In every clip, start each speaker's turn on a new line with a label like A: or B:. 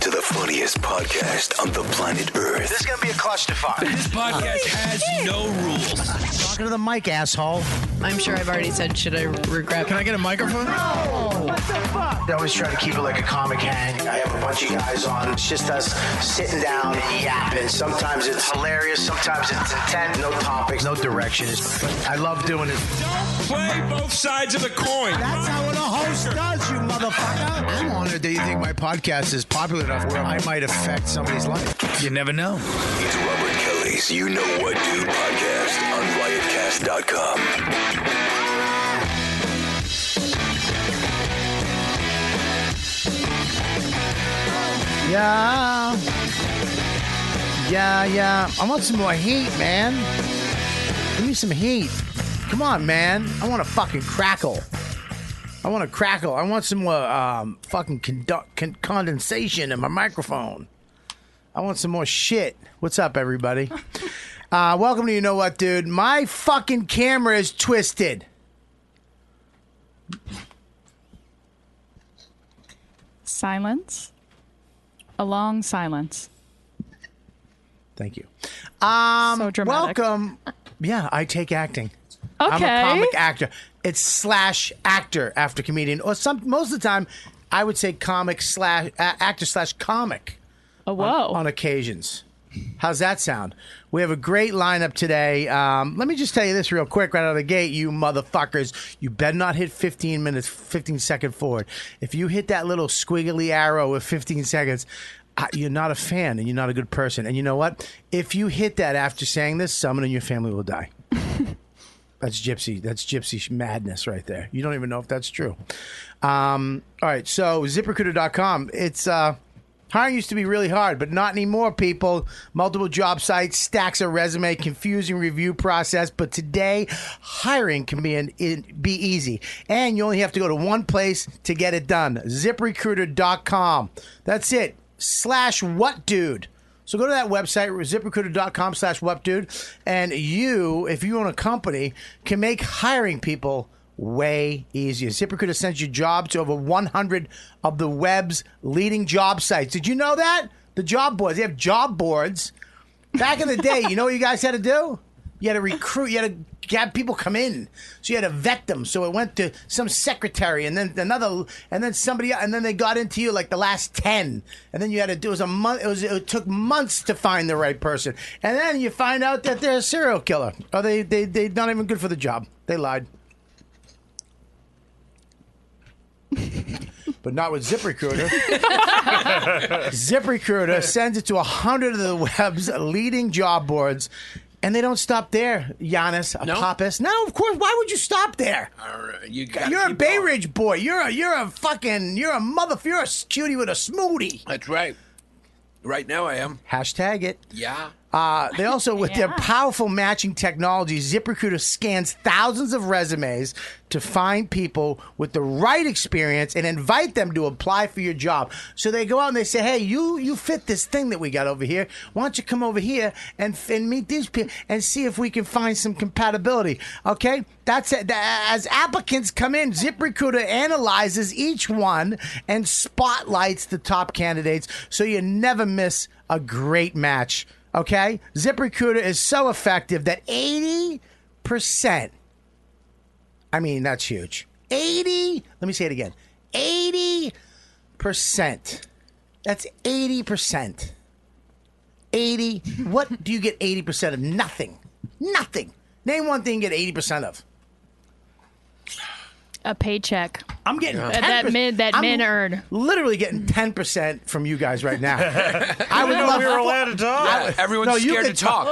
A: to the funniest podcast on the planet Earth.
B: This is gonna be a clutch to find.
C: This podcast has no rules.
D: Talking to the mic, asshole.
E: I'm sure I've already said, should I regret?
C: Can I get a microphone?
B: I always try to keep it like a comic hang. I have a bunch of guys on. It's just us sitting down and yapping. Sometimes it's hilarious. Sometimes it's intent. No topics. No direction. It's- I love doing it.
C: Play both sides of the coin.
D: That's how a host does, you motherfucker.
B: I'm honored that you think my podcast is popular enough where I might affect somebody's life.
C: You never know.
A: It's Robert Kelly's You Know What Dude podcast on riotcast.com.
D: Yeah. Yeah, yeah. I want some more heat, man. Give me some heat. Come on, man. I want a fucking crackle. I want a crackle. I want some more um, fucking condu- con- condensation in my microphone. I want some more shit. What's up, everybody? uh, welcome to You Know What, Dude. My fucking camera is twisted.
F: Silence. A long silence.
D: Thank you.
F: so dramatic.
D: Um, Welcome. Yeah, I take acting.
F: Okay.
D: I'm a comic actor. It's slash actor after comedian, or some. Most of the time, I would say comic slash a actor slash comic
F: Oh, whoa.
D: on occasions. How's that sound? We have a great lineup today. Um, let me just tell you this real quick, right out of the gate, you motherfuckers. You better not hit 15 minutes, 15 second forward. If you hit that little squiggly arrow with 15 seconds, uh, you're not a fan and you're not a good person. And you know what? If you hit that after saying this, someone in your family will die. That's gypsy. That's gypsy sh- madness right there. You don't even know if that's true. Um, all right. So ziprecruiter.com. It's uh, hiring used to be really hard, but not anymore, people. Multiple job sites, stacks of resume, confusing review process. But today, hiring can be, an, in, be easy. And you only have to go to one place to get it done ziprecruiter.com. That's it. Slash what, dude? So go to that website, ziprecruiter.com slash webdude, and you, if you own a company, can make hiring people way easier. ZipRecruiter sends you jobs to over 100 of the web's leading job sites. Did you know that? The job boards. They have job boards. Back in the day, you know what you guys had to do? You had to recruit. You had to have people come in. So you had to vet them. So it went to some secretary, and then another, and then somebody, and then they got into you like the last ten. And then you had to do it was a month. It was it took months to find the right person. And then you find out that they're a serial killer, or they they they not even good for the job. They lied. but not with ZipRecruiter. ZipRecruiter sends it to 100 of the web's leading job boards, and they don't stop there, Giannis Papas. No, of course. Why would you stop there?
C: You
D: You're a Bay Ridge boy. You're a you're a fucking you're a mother. You're a cutie with a smoothie.
C: That's right. Right now I am.
D: Hashtag it.
C: Yeah.
D: Uh, they also, with their powerful matching technology, ZipRecruiter scans thousands of resumes to find people with the right experience and invite them to apply for your job. So they go out and they say, "Hey, you you fit this thing that we got over here. Why don't you come over here and and meet these people and see if we can find some compatibility?" Okay, that's it. Tha- As applicants come in, ZipRecruiter analyzes each one and spotlights the top candidates, so you never miss a great match. Okay? ZipRecruiter is so effective that 80%, I mean, that's huge. 80, let me say it again 80%. That's 80%. 80, what do you get 80% of? Nothing. Nothing. Name one thing you get 80% of.
F: a paycheck.
D: I'm getting
F: That- that
D: 10%.
F: mid- that
D: I'm
F: min earned.
D: Literally getting ten percent from you guys right now. I would love.
G: we were allowed to talk.
C: Everyone's
D: Oh, No, you
C: scared to
D: can talk.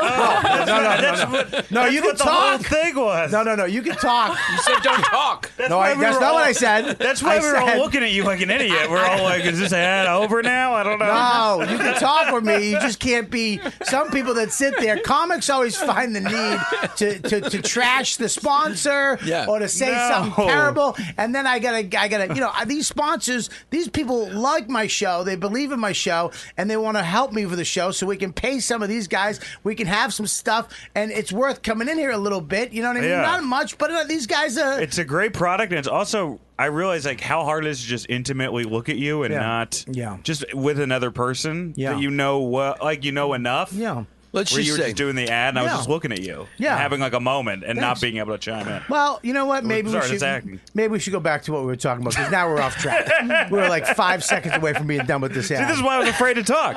D: no,
C: talk.
D: no, no, no, no. No, you can
G: That's what the whole
D: talk.
G: thing was.
D: No, no, no. You can talk.
C: So don't talk.
D: no,
G: why
D: I,
G: we
D: that's
G: were
D: not what
G: all-
D: I said.
G: That's why
D: I
G: we were
D: said,
G: all looking at you like an idiot. We're all like, is this ad over now? I don't know.
D: No, "Oh, you can talk with me. You just can't be some people that sit there. Comics always find the need to to, to trash the sponsor
C: Yeah.
D: or to say
G: No.
D: something terrible people, and then I gotta, I gotta, you know, these sponsors, these people like my show, they believe in my show, and they want to help me for the show, so we can pay some of these guys, we can have some stuff, and it's worth coming in here a little bit. You know what I mean?
G: Yeah.
D: Not much, but uh, these guys are.
G: It's a great product, and it's also I realize like how hard it is to just intimately look at you and
D: Yeah.
G: not
D: Yeah.
G: just with another person
D: Yeah.
G: that you know what like you know enough.
D: yeah.
C: Let's
G: Where
C: just
G: you were
C: say
G: just doing the ad, and I was
D: Yeah.
G: just looking at you,
D: Yeah.
G: and having like a moment, and
D: Thanks.
G: not being able to chime in.
D: Well, you know what? Maybe
G: sorry,
D: we
G: that's acting.
D: should maybe we should go back to what we were talking about because now we're off track. we were like five seconds away from being done with this.
G: See,
D: ad.
G: this is why I was afraid to talk.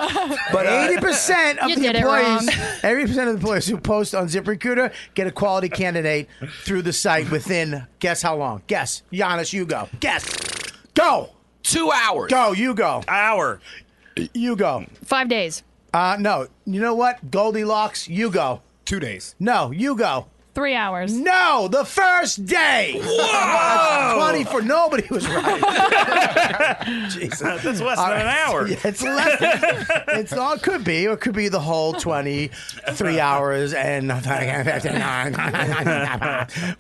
D: But uh, eighty percent of
F: You
D: the
F: did it
D: employees,
F: wrong.
D: eighty percent of the employees who post on ZipRecruiter get a quality candidate through the site within guess how long? Guess, Giannis, you go. Guess, go,
C: two hours.
D: go, you go,
G: Hour.
D: you go.
F: Five days.
D: Uh, no, you know what? Goldilocks, you go.
H: Two days.
D: No, you go.
F: Three hours.
D: No, the first day. Whoa! Twenty for nobody was right. Jesus,
G: That's less than an hour.
D: Yeah, it's less. Than, it's all it could be. It could be the whole twenty-three hours and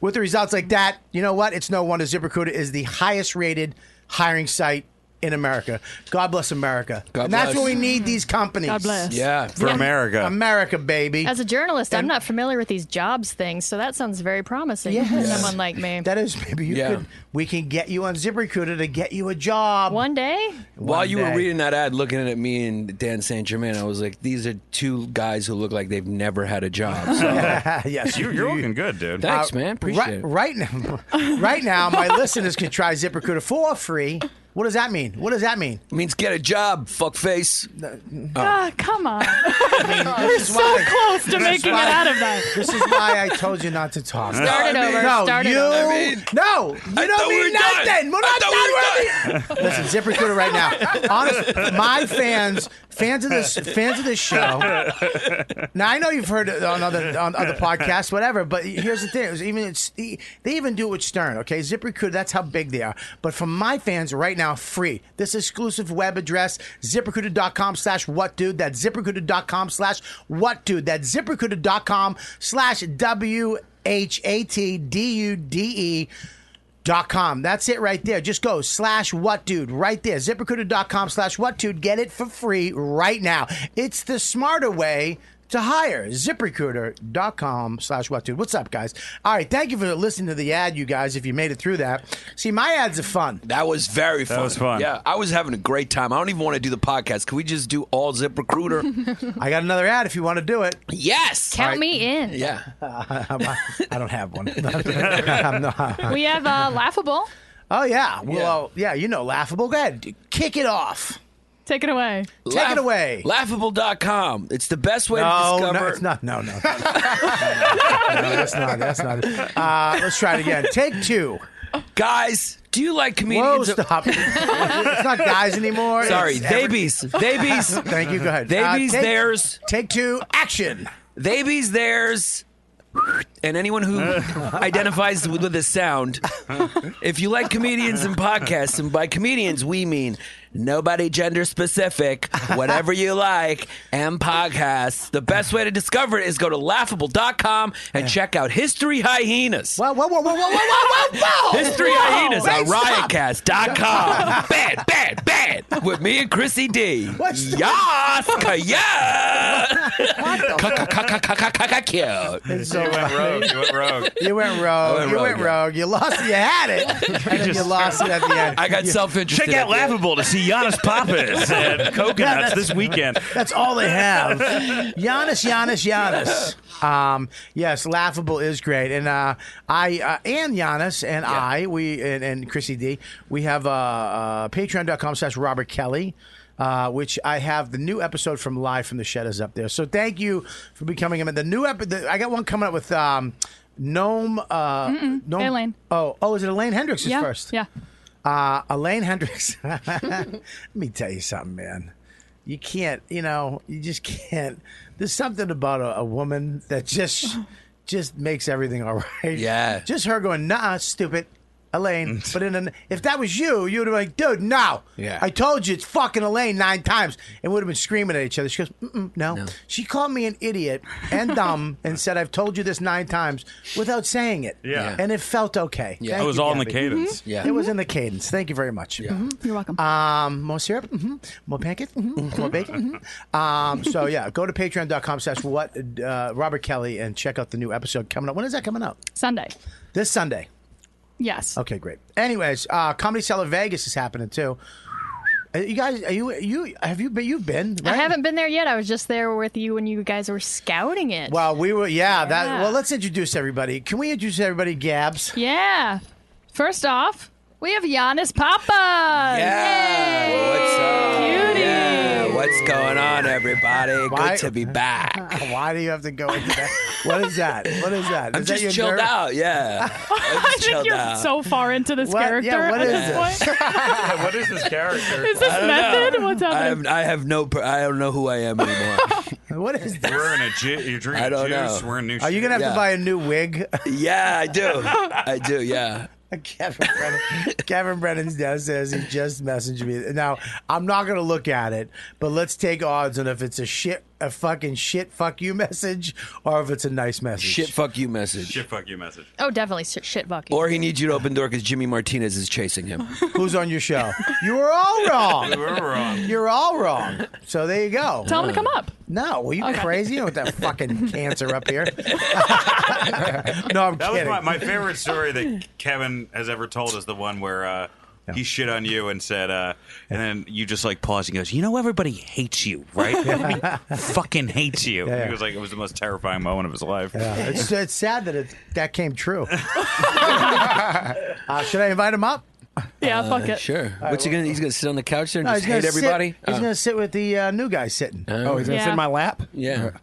D: with the results like that, you know what? It's no wonder ZipRecruiter is the highest-rated hiring site in America. God bless America.
C: God
D: and that's
C: bless.
D: what we need these companies.
F: God bless.
C: Yeah.
G: For America.
D: America, baby.
F: As a journalist, I'm not familiar with these jobs things, so that sounds very promising for
D: Yes.
F: someone like me.
D: that is maybe you
C: Yeah.
D: could we can get you on ZipRecruiter to get you a job.
F: One day?
D: Oh.
C: While you were
D: day.
C: reading that ad, looking at me and Dan Saint Germain, I was like, these are two guys who look like they've never had a job. So,
D: yes,
G: You, you're looking good, dude.
C: thanks, man. Appreciate
D: Uh, right,
C: it.
D: right now, right now, my listeners can try ZipRecruiter for free. What does that mean? What does that mean?
C: means get a job, fuckface.
F: Ah, come on.
D: We're
F: so close to making it out of that.
D: This is why I told you not to talk.
F: Start it
C: I mean-
F: over.
D: No,
F: Start
D: you.
F: it over.
C: I mean-
D: no, you
C: I
D: don't
C: thought we
D: mean
C: were done.
D: nothing. We're
C: I
D: not
C: thought we were
D: done. We're not Listen, zip recruiter right now. Honest, my fans, fans of this, fans of this show. Now I know you've heard it on other on other podcasts, whatever. But here's the thing: it was even it's, they even do it with Stern. Okay, ZipRecruiter. That's how big they are. But for my fans right now, free this exclusive web address: ZipRecruiter.com/slash what dude. That's ZipRecruiter.com/slash what dude. That's ZipRecruiter.com/slash w h a t d u d e dot com. That's it right there. Just go slash what dude right there. ZipRecruiter.com slash what dude. Get it for free right now. It's the smarter way to hire. ZipRecruiter.com slash what dude. What's up, guys? All right. Thank you for listening to the ad, you guys, if you made it through that. See, my ads are fun.
C: That was very fun.
G: was fun.
C: Yeah, I was having a great time. I don't even want to do the podcast. Can we just do all Zip Recruiter?
D: I got another ad if you want to do it.
C: yes.
F: Count me in.
C: Yeah.
D: I don't have one. I'm not-
F: We have uh, Laughable.
D: Oh, yeah. Well, yeah, you know, laughable. Go ahead. Kick it off.
F: Take it away.
D: Take it away.
C: Laughable.com. It's the best way to
D: No,
C: discover.
D: no, it's not. No, no. no, that's not. That's not. Uh, let's try it again. Take two.
C: Guys, do you like
D: Whoa,
C: comedians? Oh,
D: stop. it's not guys anymore.
C: Sorry,
D: It's
C: they
D: every-
C: babies. They bees.
D: Thank you. Go ahead.
C: They
D: Uh,
C: bees
D: take-
C: theirs.
D: Take two. Action.
C: They bees theirs. And anyone who identifies with, with a sound, if you like comedians and podcasts, and by comedians we mean nobody gender specific, whatever you like, and podcasts, the best way to discover it is go to laughable.com and check out History Hyenas.
D: Whoa, whoa, whoa, whoa, whoa, whoa, whoa, whoa, whoa.
C: History
D: Whoa.
C: Hyenas on
D: Wait, stop.
C: riotcast.com. bad, bad, bad. With me and Chrissy D.
D: What's the-
C: Yas, yeah. Cute.
D: It's so
G: You went rogue. You
D: You went
G: went rogue.
D: rogue.
C: went
D: you
C: rogue,
D: went
C: yeah.
D: rogue. You lost. You had it, and then you
G: just-
D: lost it at the end.
C: I got self interested.
G: Check out Laughable to see Giannis Papas and Coconuts this weekend.
D: That's all they have. Giannis, Giannis, Giannis. Um, yes, laughable is great, and uh, I uh, and Giannis and I we and, and Chrissy D we have uh, uh, Patreon.com/slash Robert Kelly. Uh, which I have the new episode from Live from the Shed is up there. So thank you for becoming a member. The new episode, I got one coming up with um, Gnome. Uh, Gnome-
F: Elaine.
D: Oh, oh, is it Elaine Hendricks is
F: yeah.
D: first?
F: Yeah.
D: Uh, Elaine Hendricks. Let me tell you something, man. You can't, you know, you just can't. There's something about a, a woman that just, just makes everything all right.
C: Yeah.
D: Just her going, nah, stupid. Elaine. but in an, if that was you, you would have been like, dude, no.
C: Yeah.
D: I told you it's fucking Elaine nine times. And would have been screaming at each other. She goes, Mm-mm, no. She called me an idiot and dumb and said, I've told you this nine times without saying it.
G: Yeah. Yeah.
D: And it felt okay.
C: Yeah.
D: Thank
G: It was
D: you,
G: all in the
D: Gabby.
G: cadence.
C: Yeah. Mm-hmm.
D: It was in the cadence. Thank you very much. Mhm.
F: You're welcome.
D: Um, more syrup, hmm more pancakes, hmm
C: Mm-hmm.
D: more bacon. hmm Um, so yeah, go to patreon.com slash what uh, Robert Kelly and check out the new episode coming up. When is that coming up?
F: Sunday.
D: This Sunday.
F: Yes.
D: Okay, great. Anyways, uh, Comedy Cellar Vegas is happening too. Uh, You guys, are you you have you been you've been?
F: I
D: right?
F: haven't been there yet. I was just there with you when you guys were scouting it.
D: Well, we were yeah, That
F: Yeah.
D: well, let's introduce everybody. Can we introduce everybody? Gabs.
F: yeah. First off, we have Giannis Papa.
C: Yeah.
F: Yay.
C: What's up?
F: Cutie.
C: Yeah. What's going on, everybody?
D: Why-
C: Good to be back.
D: Why do you have to go into that? what is that? What is that?
C: I'm
D: Is that your
C: just chilled
D: nerve?
C: out. Yeah. I'm
F: I
C: just
F: think
C: chilled
F: you're
C: out.
F: so far into this
D: What? Yeah,
F: character at
D: what is
F: this point.
G: Yeah,
D: Mm-hmm.
G: what is this character?
F: Is this
C: I don't
F: method?
C: know.
F: What's
C: I
F: happening?
C: have, I have no. per- I don't know who I am anymore.
D: What is that?
G: We're in a ju- you're drinking
C: I don't
G: juice.
C: know.
G: We're in new.
D: Are you gonna have to
C: Yeah.
D: buy a new wig?
C: yeah, I do. I do. Yeah.
D: Kevin Brennan. Kevin Brennan's downstairs. He just messaged me. Now I'm not gonna look at it, but let's take odds on if it's a shit, a fucking shit, fuck you message, or if it's a nice message.
C: Shit, fuck you message.
G: shit? Fuck you, message.
F: oh, definitely shit, shit bucket.
C: Or he needs you to open door because Jimmy Martinez is chasing him.
D: Who's on your show? You were all
G: We
D: wrong.
G: We're wrong.
D: You're all wrong. So there you go.
F: Tell him to come up.
C: Uh,
D: No, were you crazy with that fucking cancer up here? no, I'm
G: That was
D: kidding.
G: my, my favorite story that Kevin has ever told is the one where uh, he shit on you and said, uh, and then you just like paused and goes, "You know, everybody hates you, right? Everybody fucking hates you."
D: yeah.
G: He was like, it was the most terrifying moment of his life.
D: Yeah, it's, it's sad that it, that came true. uh, should I invite him up?
F: Yeah, fuck it.
C: Sure. What's he gonna? He's gonna sit on the couch there and
D: No,
C: just
D: gonna
C: hate everybody.
D: Sit, he's
C: Oh,
D: going to sit with the uh, new guy sitting.
H: Oh, he's gonna sit
F: Yeah.
H: in my lap.
C: yeah.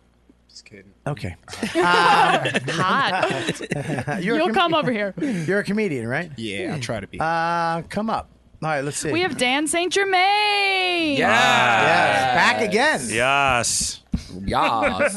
D: Okay.
F: Hot.
D: You're, a
F: You'll
D: com-
F: come over here.
D: you're a comedian, right? Hmm.
H: Yeah, I try to be.
D: Uh, come up. All right, let's see.
F: We have Dan St. Germain.
C: Yeah.
D: Yes, back again.
G: Yes.
C: Yas.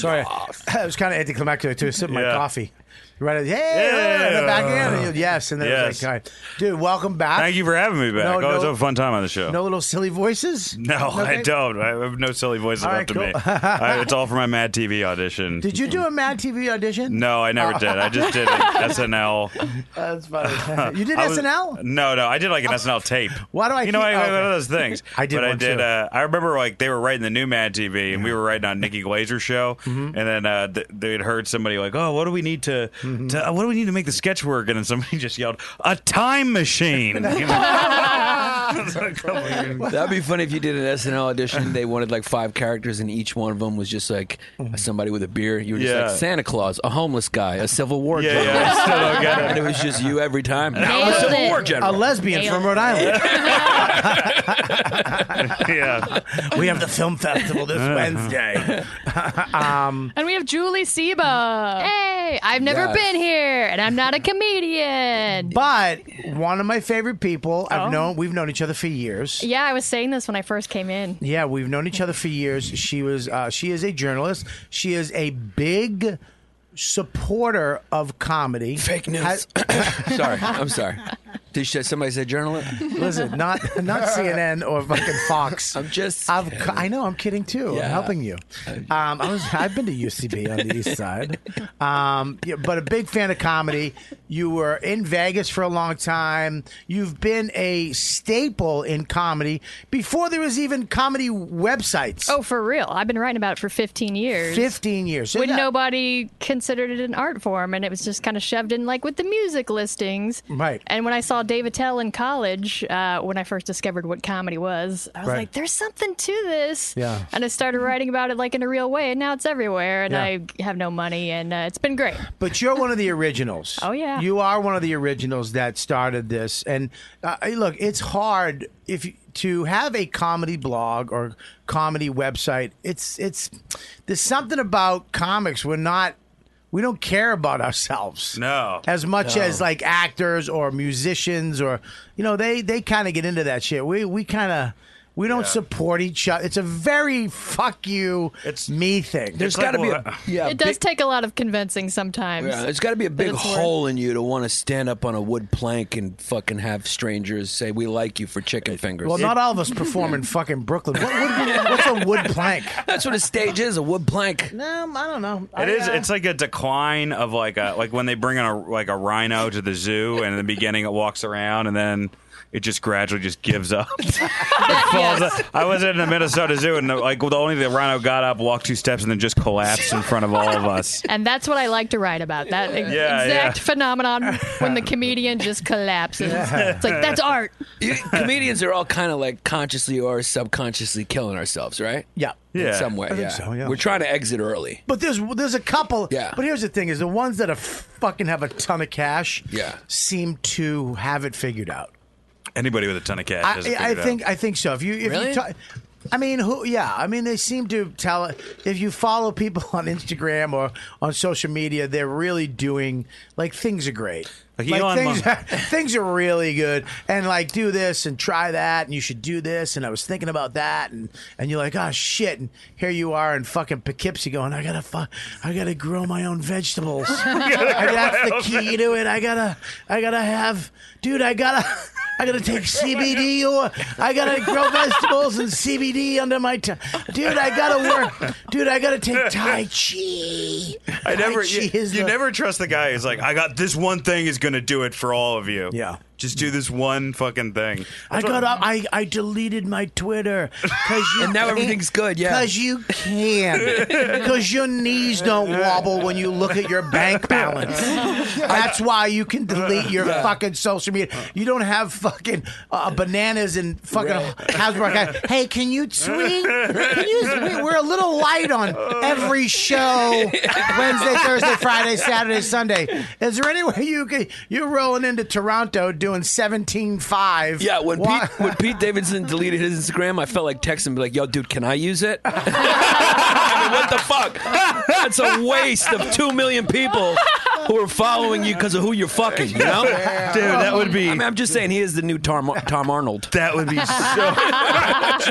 D: Sorry, it was kind of anticlimactic too. Sipping my
G: Yeah.
D: coffee. Right? Hey, and then back again. And you- Yes, and then it was
G: Yes.
D: like, all right, dude, welcome back.
G: Thank you for having me back.
D: No,
G: Always
D: no-
G: have a fun time on the show.
D: No little silly voices.
G: No, I
D: Nothing?
G: don't. I have no silly voices
D: All right,
G: left of
D: cool.
G: me. I, it's all for my Mad TV audition.
D: Did you do a Mad TV audition?
G: No, I never did. I just did an SNL.
D: That's funny. you did
G: I was-
D: SNL.
G: No, no, I did like an SNL tape.
D: Why do I
G: You know,
D: keep-
G: I,
D: oh,
G: I-
D: okay.
G: one of those things.
D: I did
G: But I
D: one,
G: did.
D: too.
G: Uh, I remember like they were writing the new Mad TV, and we were writing on Nikki Glazer show,
D: Mm-hmm.
G: and then uh, th- they'd heard somebody like, "Oh, what do we need to,
D: Mm-hmm.
G: to- uh, what do we need to make the sketch work?" And then somebody just yelled, "A time machine." You know? It's like, oh my God.
C: That'd be funny if you did an SNL audition. They wanted like five characters, and each one of them was just like
D: Mm-hmm.
C: somebody with a beer. You were just
G: Yeah.
C: like Santa Claus, a homeless guy, a Civil War
G: yeah,
C: general.
G: yeah, I still don't get it.
C: And it was just you every time.
F: Nailed
C: a Civil
F: it.
C: War
D: A
C: general.
D: lesbian from Rhode Island.
G: Yeah,
D: we have the film festival this Wednesday.
F: And we have Julie Seba. Hey, I've never
C: Yes.
F: been here, and I'm not a comedian.
D: But one of my favorite people I've
F: Oh.
D: known. We've known each other for years.
F: yeah, I was saying this when I first came in.
D: Yeah, we've known each other for years. She was uh, she is a journalist. She is a big supporter of comedy.
C: Fake news.
D: Has-
C: sorry, I'm sorry. Did you, somebody say journalist?
D: listen, not not CNN or fucking Fox.
C: I'm just.
D: I've, co- I know. I'm kidding too.
C: Yeah. Uh,
D: I'm helping you. Um, I was. I've been to UCB on the East Side, um, yeah, but a big fan of comedy. You were in Vegas for a long time. You've been a staple in comedy before there was even comedy websites.
F: Oh, for real. I've been writing about it for 15 years.
D: 15 years. So
F: when
D: that-
F: nobody considered it an art form and it was just kind of shoved in like with the music listings
D: Right.
F: and when i saw dave attell in college uh, when i first discovered what comedy was i was
D: Right.
F: like there's something to this
D: Yeah.
F: and i started writing about it like in a real way and now it's everywhere and
D: Yeah.
F: i have no money and uh, it's been great
D: But you're one of the originals.
F: Oh, yeah.
D: you are one of the originals that started this. And uh, hey, look, it's hard if you, to have a comedy blog or comedy website. It's it's there's something about comics. We're not we don't care about ourselves.
G: No.
D: as much as like actors or musicians or you know they they kind of get into that shit. We we kind of. We don't support each other. It's a very fuck you,
G: It's-
D: me thing.
C: There's
G: like,
C: got to be
G: well,
C: a yeah.
F: It does
C: big-
F: take a lot of convincing sometimes.
C: yeah, there's got to be a big
F: it's worth-
C: hole in you to want to stand up on a wood plank and fucking have strangers say we like you for chicken fingers.
D: well, not all of us perform in fucking Brooklyn. What, wood what's a wood plank?
C: that's what a stage is, a wood plank.
D: Um, I don't know.
G: It is. It's like a decline of like a like when they bring in a like a rhino to the zoo, and in the beginning it walks around, and then it just gradually just gives up. It falls up. I was in the Minnesota Zoo, and like the only the rhino got up, walked two steps, and then just collapsed in front of all of us.
F: And that's what I like to write about that e-
G: yeah.
F: exact phenomenon when the comedian just collapses. It's like that's art.
C: You- comedians are all kind of like consciously or subconsciously killing ourselves, right?
D: yeah.
G: Yeah.
C: In some way,
D: I think
C: yeah.
D: so, yeah.
C: We're trying to exit early.
D: But there's there's a couple.
C: Yeah.
D: But here's the thing: is the ones that are fucking have a ton of cash.
C: Yeah.
D: Seem to have it figured out.
G: Anybody with a ton of cash. has
D: I,
G: it
D: I
G: figured out.
D: think I think so. If you if
C: Really?
D: you ta- I mean, who? Yeah, I mean, they seem to tell. If you follow people on Instagram or on social media, they're really doing like things are great.
G: Like Elon
D: things,
G: Musk.
D: are, things are really good, and like do this and try that, and you should do this. And I was thinking about that, and and you're like, oh shit, and here you are in fucking Poughkeepsie, going, I gotta fuck, I gotta grow my own vegetables. I- that's the key to it. I gotta, I gotta have, dude. I gotta, I gotta take CBD or I gotta grow vegetables and CBD under my tongue. Dude, I gotta work. Dude, I gotta take Tai Chi.
G: I never.
D: Tai Chi
G: You,
D: is
G: you
D: the-
G: never trust the guy who's like, I got this one thing is going to do it for all of you.
D: Yeah.
G: Just do this one fucking thing.
D: I got up. I, I deleted my Twitter because you
C: And now everything's good, yeah.
D: because you can because your knees don't wobble when you look at your bank balance. That's why you can delete your fucking social media. You don't have fucking uh, bananas and fucking Hasbro. guy, Hey, can you swing? Can you swing? We're a little light on every show. Wednesday, Thursday, Friday, Saturday, Sunday. Is there any way you can? You're rolling into Toronto doing 17-5.
C: Yeah, when
D: Why-
C: Pete, when Pete Davidson deleted his Instagram, I felt like texting and be like, "Yo, dude, can I use it? I mean, what the fuck? That's a waste of two million people who are following you because of who you're fucking. You know,
G: Dude, that would be.
C: I mean, I'm just saying he is the new Tom, Tom Arnold.
G: that would be so.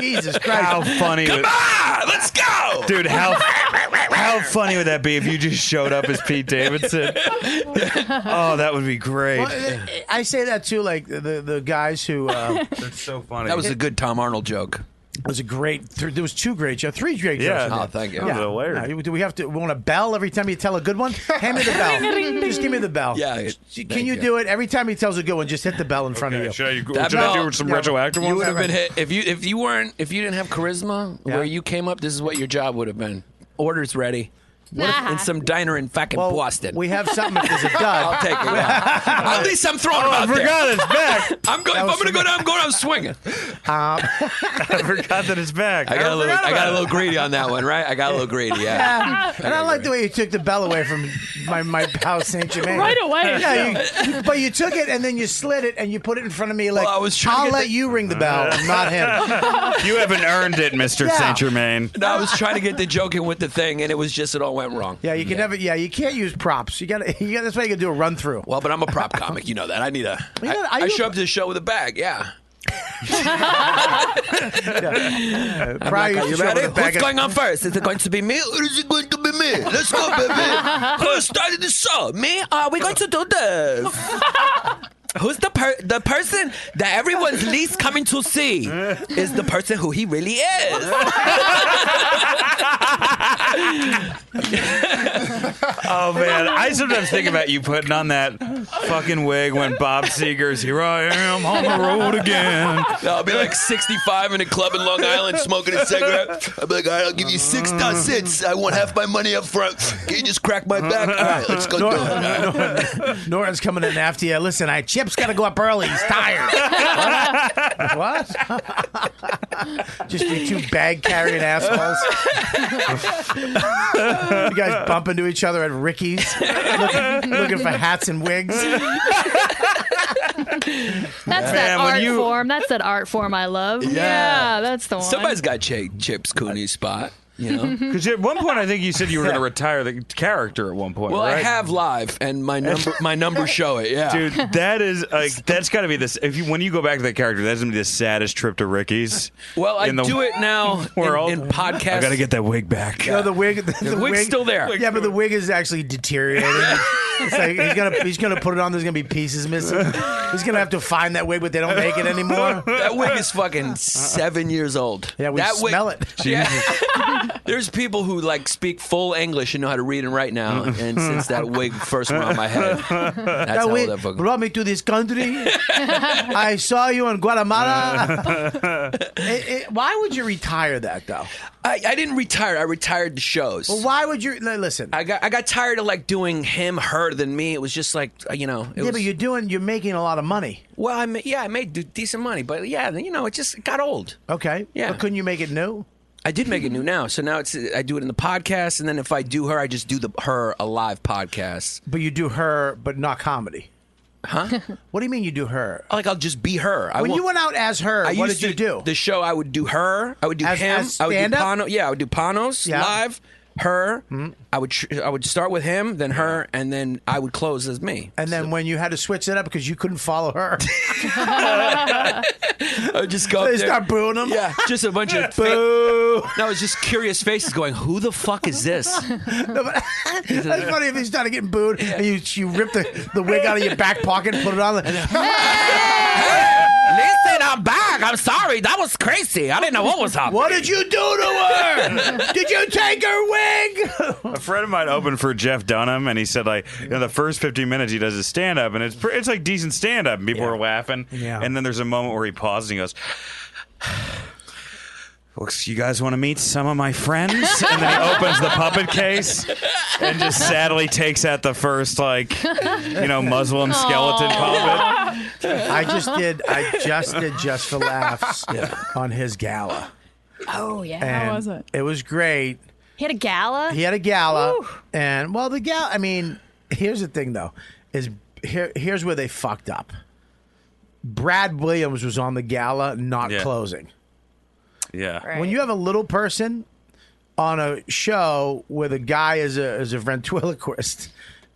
D: Jesus Christ.
G: How funny. would-
C: Ah, let's go.
G: Dude, how how funny would that be if you just showed up as Pete Davidson? oh, that would be great.
D: Well, eh, I say that too. Like the the guys who uh,
G: That's so funny.
C: That was a good Tom Arnold joke.
D: it was a great. Th- there was two great jokes, three great jokes.
G: Yeah.
D: in
C: Oh,
D: there.
C: thank you.
G: That was hilarious.
D: No, you- do we have to we want a bell every time you tell a good one? Hand me the bell. just give me the bell.
C: Yeah, it-
D: Can
C: thank
D: you,
C: you.
D: do it every time he tells a good one? Just hit the bell in front of you.
G: Should I, should
C: That
G: I
C: bell-
G: do some
D: Yeah.
G: retroactive
C: You
G: ones?
C: would have been hit if you if you weren't if you didn't have charisma
D: Yeah.
C: where you came up. This is what your job would have been. Orders ready. What if- in some diner in fucking
D: Well,
C: Boston.
D: We have something if there's a
C: I'll
D: dud.
C: take it. yeah. At least I'm
D: Oh,
C: throwing it
G: I
C: out there.
G: forgot it's back.
C: I'm going. If I'm
D: was
C: going to go down, I'm going. I'm swinging.
G: I forgot that it's back.
C: I got a little.
G: forgot
C: I got
G: about
C: a
G: it.
C: little greedy on that one, right? I got a little greedy. Yeah.
D: and I like the way you took the bell away from my my house Saint Germain
F: Right away,
D: Yeah, you, but you took it and then you slid it and you put it in front of me like
C: Well, I was trying to
D: I'll
C: get
D: let
C: the-
D: you ring the bell, not him.
G: You haven't earned it, Mr.
D: Yeah.
G: Saint Germain.
C: No, I was trying to get the joke in with the thing, and it was just it all went wrong.
D: Yeah, you can never. Yeah, you can't use props. You got. to You got. That's why you got to do a run through.
C: Well, but I'm a prop comic. You know that. I need a. I
D: know, are
C: I
D: you-
C: show up to the show with a bag. Yeah.
D: Prior
C: Are you
D: show
C: ready?
D: with a bag
C: What's
D: of-
C: going on first? Is it going to be me or is it going to be me? Let's go, baby. Who started the show? Me? Are we going to do this? Who's the per- the person that everyone's least coming to see is the person who he really is.
G: Oh man, I sometimes think about you putting on that fucking wig when Bob Seger's "Here I Am" on the road again.
C: I'll be like 65 in a club in Long Island smoking a cigarette. I'll be like, all right, I'll give you six dot cents. I want half my money up front. Can you just crack my back? All right, let's go do it. All right.
D: Norton's coming in after you. Listen, I Chip's got to go up early. He's tired. what? What? Just you two bag carrying assholes. you guys bump into each other at Ricky's, looking, looking for hats and wigs.
F: that's
G: Man,
F: that
G: when
F: art
G: you-
F: form. That's that art form I love. Yeah, that's the one.
C: Somebody's got ch- Chip's Cooney spot. You know?
G: Because at one point, I think you said you were going to retire the character at one point.
C: Well, I
G: right?
C: have live, and my number my numbers show it. Yeah,
G: Dude, that is like that's got to be this. If you when you go back to that character, that's gonna be the saddest trip to Ricky's.
C: Well, I
G: in the
C: do it now
G: world.
C: in, in podcasts.
G: I gotta get that wig back.
D: No, the wig. The,
C: The wig's
D: wig-
C: still there.
D: Yeah, but the wig is actually deteriorating. it's like he's gonna he's gonna put it on. There's gonna be pieces missing. He's gonna have to find that wig, but they don't make it anymore.
C: That wig is fucking seven years old.
D: Yeah, we
C: that
D: smell it.
C: Yeah. There's people who like speak full English and know how to read and write now. And since that wig first went on my head, that's how
D: That
C: old
D: wig
C: that fucking.
D: brought me to this country. I saw you in Guatemala. It- it- why would you retire that though?
C: I, I didn't retire. I retired the shows.
D: Why would you no, listen?
C: I got I got tired of like doing him, her, than me. It was just like uh, you know. It
D: yeah,
C: was,
D: but you're doing. You're making a lot of money.
C: well, I made, yeah, I made d- decent money, but yeah, you know, it just got old.
D: Okay.
C: Yeah.
D: But couldn't you make it new?
C: I did make it new now, so now it's I do it in the podcast, and then if I do her, I just do the her a live podcast.
D: But you do her, but not comedy. Huh? what do you mean you do her?
C: Like I'll just be her. I
D: When
C: won't-
D: you went out as her,
C: I
D: what
C: used
D: did you
C: to-
D: do?
C: The show I would do her, I would do
D: As-
C: him,
D: as
C: I would do
D: stand-up?
C: Pano. Yeah, I would do Panos
D: Yeah. Hmm.
C: live. Her, I would tr- I would start with him, then her, and then I would close as me.
D: and then when you had to switch it up because you couldn't follow her,
C: I would just go. up
D: they
C: there.
D: start booing them.
C: Yeah, just a bunch of. Fa-
D: Boo!
C: no, it's just curious faces going. Who the fuck is this?
D: No, but- That's funny if you started getting booed and you you rip the, the wig out of your back pocket and put it on.
C: Listen, I'm back. I'm sorry. That was crazy. I didn't know what was happening.
D: what did you do to her? did you take her wig?
G: A friend of mine opened for Jeff Dunham, and he said like, you know, the first 15 minutes he does his stand up, and it's pre- it's like decent stand up, and people are laughing,
D: Yeah.
G: and then there's a moment where he pauses and he goes. Looks, you guys want to meet some of my friends? And then he opens the puppet case and just sadly takes out the first, like, you know, Muslim skeleton puppet.
D: I just did. I just did just for laughs on his gala.
F: Oh yeah.
D: And
H: was it?
D: It was great.
F: He had a gala.
D: He had a gala, and well, the gala. I mean, here's the thing though, is here. Here's where they fucked up. Brad Williams was on the gala, not
G: Yeah.
D: closing.
G: Yeah.
D: When you have a little person on a show where the guy is a is a ventriloquist,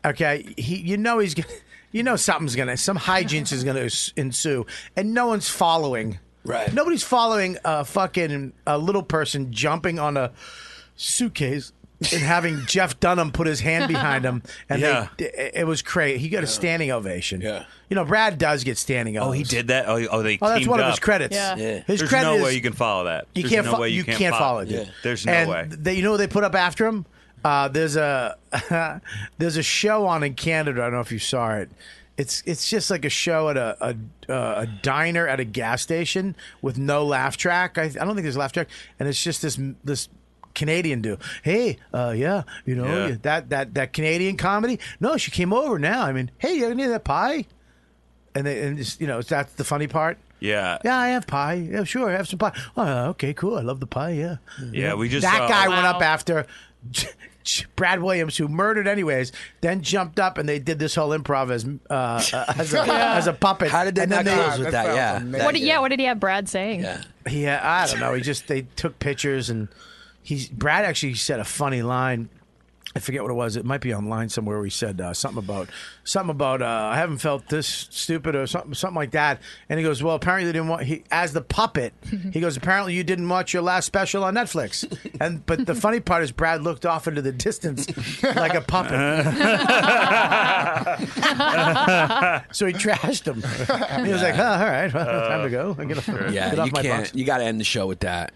D: okay, he you know he's gonna, you know something's gonna some hijinks is gonna s- ensue, and no one's following.
C: Right.
D: Nobody's following a fucking a little person jumping on a suitcase and having Jeff Dunham put his hand behind him, and
G: Yeah.
D: they, it was crazy. He got a standing ovation.
C: Yeah.
D: You know, Brad does get standing.
G: Oh, he
D: ovens.
G: did that? Oh, oh they
D: Oh, that's
G: teamed
D: one
G: up.
D: of his credits.
H: Yeah.
C: Yeah.
D: His
G: There's
D: credit
G: no
D: is-
G: way you can follow that.
D: you
G: There's
D: can't.
G: no
D: fo-
G: way
D: you, can't, follow it.
G: There's no
D: and
G: way.
D: They, you know what they put up after him? Uh, there's a there's a show on in Canada. I don't know if you saw it. It's it's just like a show at a a, uh, a diner at a gas station with no laugh track. I, I don't think there's a laugh track, and it's just this this Canadian dude. Hey, uh, yeah, you know
G: Yeah.
D: that that that Canadian comedy. No, she came over now. I mean, hey, you need that pie? And they, and just, you know that's the funny part.
G: Yeah.
D: Yeah, I have pie. Yeah, sure, I have some pie. Oh, okay, cool. I love the pie. Yeah,
G: Yeah, we just uh,
D: that
G: saw-
D: guy went
H: Wow.
D: up after Brad Williams, who murdered anyways, then jumped up and they did this whole improv as uh, as, a, as a puppet.
C: How did they
D: and
C: not
D: then
C: close with that? Yeah. That-
F: What did, yeah. What did he have Brad saying?
C: Yeah.
D: Yeah, I don't know. He just they took pictures and he's Brad actually said a funny line. I forget what it was. It might be online somewhere. Where he said uh, something about something about uh, I haven't felt this stupid or something something like that. And he goes, well, apparently they didn't want he as the puppet. he goes, apparently you didn't watch your last special on Netflix. And but the funny part is Brad looked off into the distance like a puppet. so he trashed him. He was like, huh, all right, well, time to go. Get off,
C: Yeah,
D: get off
C: you
D: my
C: can't.
D: box.
C: You got to end the show with that.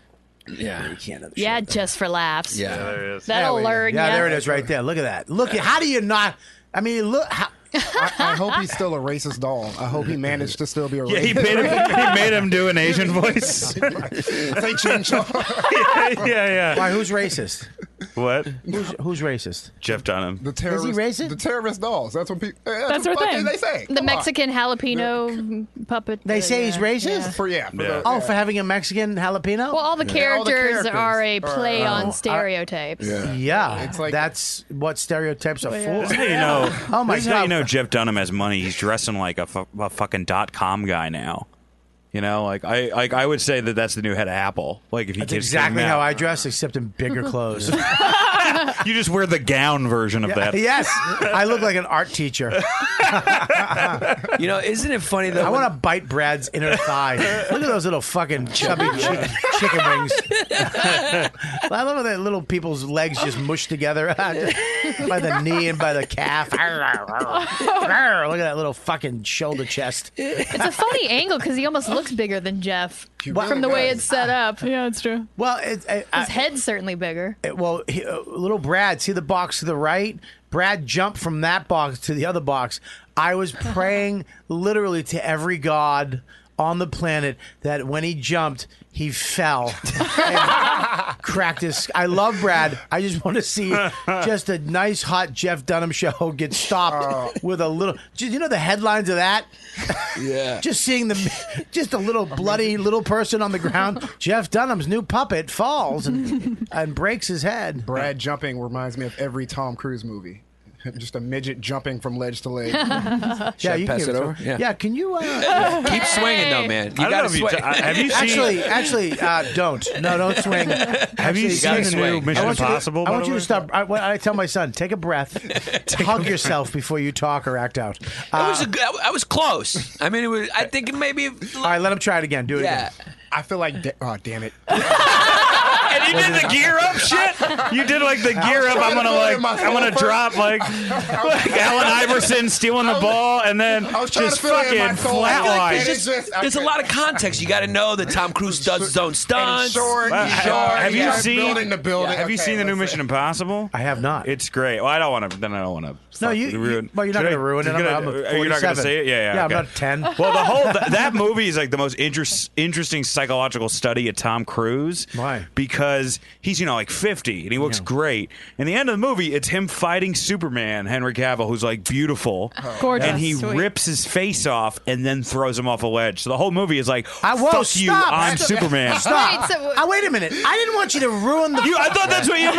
C: Yeah,
F: Yeah, just for laughs.
C: yeah.
F: That'll
D: There we go.
F: learn.
D: Yeah,
F: ya.
D: there it is, right there. Look at that. Look at how do you not? I mean, look. How,
I: I, I hope he's still a racist doll. I hope he managed to still be a
G: Yeah, he
I: racist.
G: made him. He made him do an Asian voice.
I: Say Chincho.
G: yeah, yeah.
D: why? Who's racist?
G: What?
D: Who's, who's racist?
G: Jeff
I: The
G: Dunham.
I: terrorist,
D: racist?
I: The terrorist dolls. That's what people. That's,
H: That's
I: what
H: their
I: fucking
H: thing.
I: they say.
F: The
I: Come on.
F: Mexican jalapeno puppet.
D: They
F: uh,
D: say he's
F: yeah,
D: racist?
F: yeah.
I: For yeah. For
G: Yeah.
I: The,
D: Oh, for having a Mexican jalapeno.
F: Well, all the
I: all the
F: characters,
I: characters
F: are a
I: are-
F: play
I: Oh,
D: I-
F: on stereotypes.
D: yeah,
I: It's like-
D: that's what stereotypes are for.
G: This is how you know.
D: Oh my
G: this is how you
D: God.
G: know Jeff Dunham has money. He's dressing like a, fu- a fucking dot com guy now. You know, like I like I would say that that's the new head of Apple. Like if you
D: That's exactly how I dress, except in bigger clothes.
G: you just wear the gown version of that.
D: yes, I look like an art teacher.
C: You know, isn't it funny though?
D: I
C: when-
D: want to bite Brad's inner thigh. Look at those little fucking chubby chick- chicken wings. I love how that little people's legs just mush together by the knee and by the calf. Look at that little fucking shoulder chest.
F: It's a funny angle because he almost looks bigger than Jeff from the way it's set up. Yeah, it's true.
D: Well, it, it, I-
F: His head's certainly bigger.
D: it- well, he, uh, little Brad, see the box to the right. Brad jumped from that box to the other box. I was praying literally to every god on the planet that when he jumped, he fell. cracked his. I love Brad. I just want to see just a nice hot Jeff Dunham show get stopped with a little. Do you know the headlines of that?
C: Yeah.
D: Just seeing the, just a little bloody little person on the ground. Jeff Dunham's new puppet falls and, and breaks his head.
I: Brad jumping reminds me of every Tom Cruise movie. Just a midget jumping from ledge to ledge.
D: Yeah,
C: I
D: you can
C: pass
D: give
C: it
D: to
C: over?
D: him.
C: Yeah.
D: yeah, can you? Uh,
C: Keep swinging though, man. You
G: I don't know
C: gotta
G: if you
C: swing.
G: t- have you seen
D: actually, actually, uh, don't. No, don't swing.
G: have you
D: actually,
G: seen
C: gotta
G: the new
C: swing.
G: Mission
D: I want you to-
G: Impossible?
D: I
G: by
D: want
G: the
D: you
G: way?
D: to stop. I, what I tell my son, take a breath, hug yourself before you talk or act out. Uh,
C: I was a g- I was close. I mean, it was. I think it maybe.
D: All right, let him try it again. Do it
C: Yeah.
D: again.
I: I feel like, da- oh damn it!
G: And you did the gear up shit. You did like the gear up. I'm gonna like I'm gonna drop like like Allen Iverson stealing the ball and then
I: I was trying
G: just
I: to fill it in my
G: fucking
I: soul. I feel like
G: flatline.
I: It's
C: There's,
I: just- I
C: there's a
I: can't-
C: lot of context. You got to know that Tom Cruise does his own stunts.
I: Short,
G: Well,
I: short,
G: have you
I: yeah,
G: seen
I: building the building?
G: Have you
I: Okay,
G: seen the new
I: let's
G: Mission Impossible?
D: I have not.
G: It's great. Well, I don't want to. Then I don't want to.
D: No, you- you- well, you're not gonna ruin it. I'm- I'm a
G: You're not gonna
D: 47.
G: say it. Yeah, yeah.
D: Yeah, I'm
G: okay.
D: not 10.
G: Well, the whole th- that movie is like the most interest, interesting psychological study of Tom Cruise.
D: Why?
G: Because he's you know like 50 and he looks great. And the end of the movie, it's him fighting Superman, Henry Cavill, who's like beautiful,
F: Oh. Gorgeous.
G: and he
F: Sweet.
G: rips his face off and then throws him off a ledge. So the whole movie is like,
D: I won't
G: fuck you,
D: stop.
G: I'm Superman.
D: Stop.
F: Wait, so-
D: Ah, wait a minute. I didn't want you to ruin the.
G: You, I thought that's what you meant.